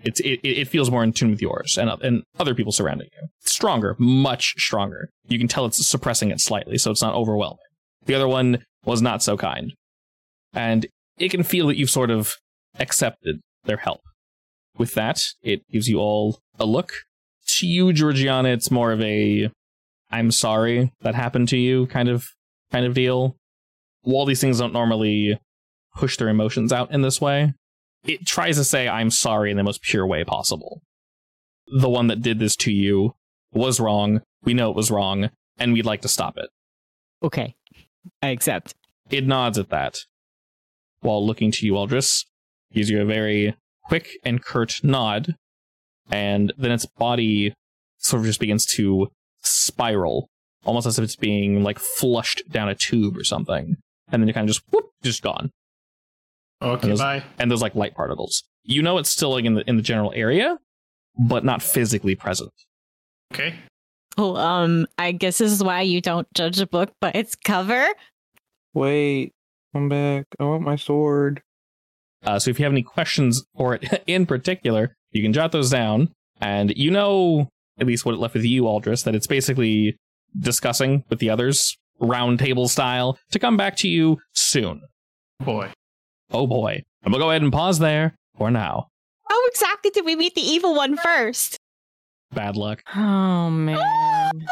A: It's, it, it it feels more in tune with yours and, and other people surrounding you. It's stronger, much stronger. You can tell it's suppressing it slightly, so it's not overwhelming. The other one was not so kind. And it can feel that you've sort of accepted their help. With that, it gives you all a look. To you, Georgiana, it's more of a I'm sorry that happened to you kind of kind of deal. While these things don't normally push their emotions out in this way, it tries to say I'm sorry in the most pure way possible. The one that did this to you was wrong. We know it was wrong, and we'd like to stop it.
B: Okay. I accept.
A: It nods at that while looking to you, Aldris. Gives you a very quick and curt nod, and then its body sort of just begins to spiral, almost as if it's being like flushed down a tube or something. And then it kind of just whoop, just gone.
C: Okay,
A: Those-
C: bye.
A: and those like light particles. You know it's still like in the in the general area, but not physically present.
C: Okay.
B: Oh, um, I guess this is why you don't judge a book by its cover.
D: Wait, come back. I want my sword.
A: Uh, so if you have any questions for it in particular, you can jot those down. And you know at least what it left with you, Aldris, that it's basically discussing with the others, round table style, to come back to you soon.
C: Boy.
A: Oh boy. And we'll go ahead and pause there for now.
B: How exactly did we meet the evil one first?
A: Bad luck.
E: Oh man.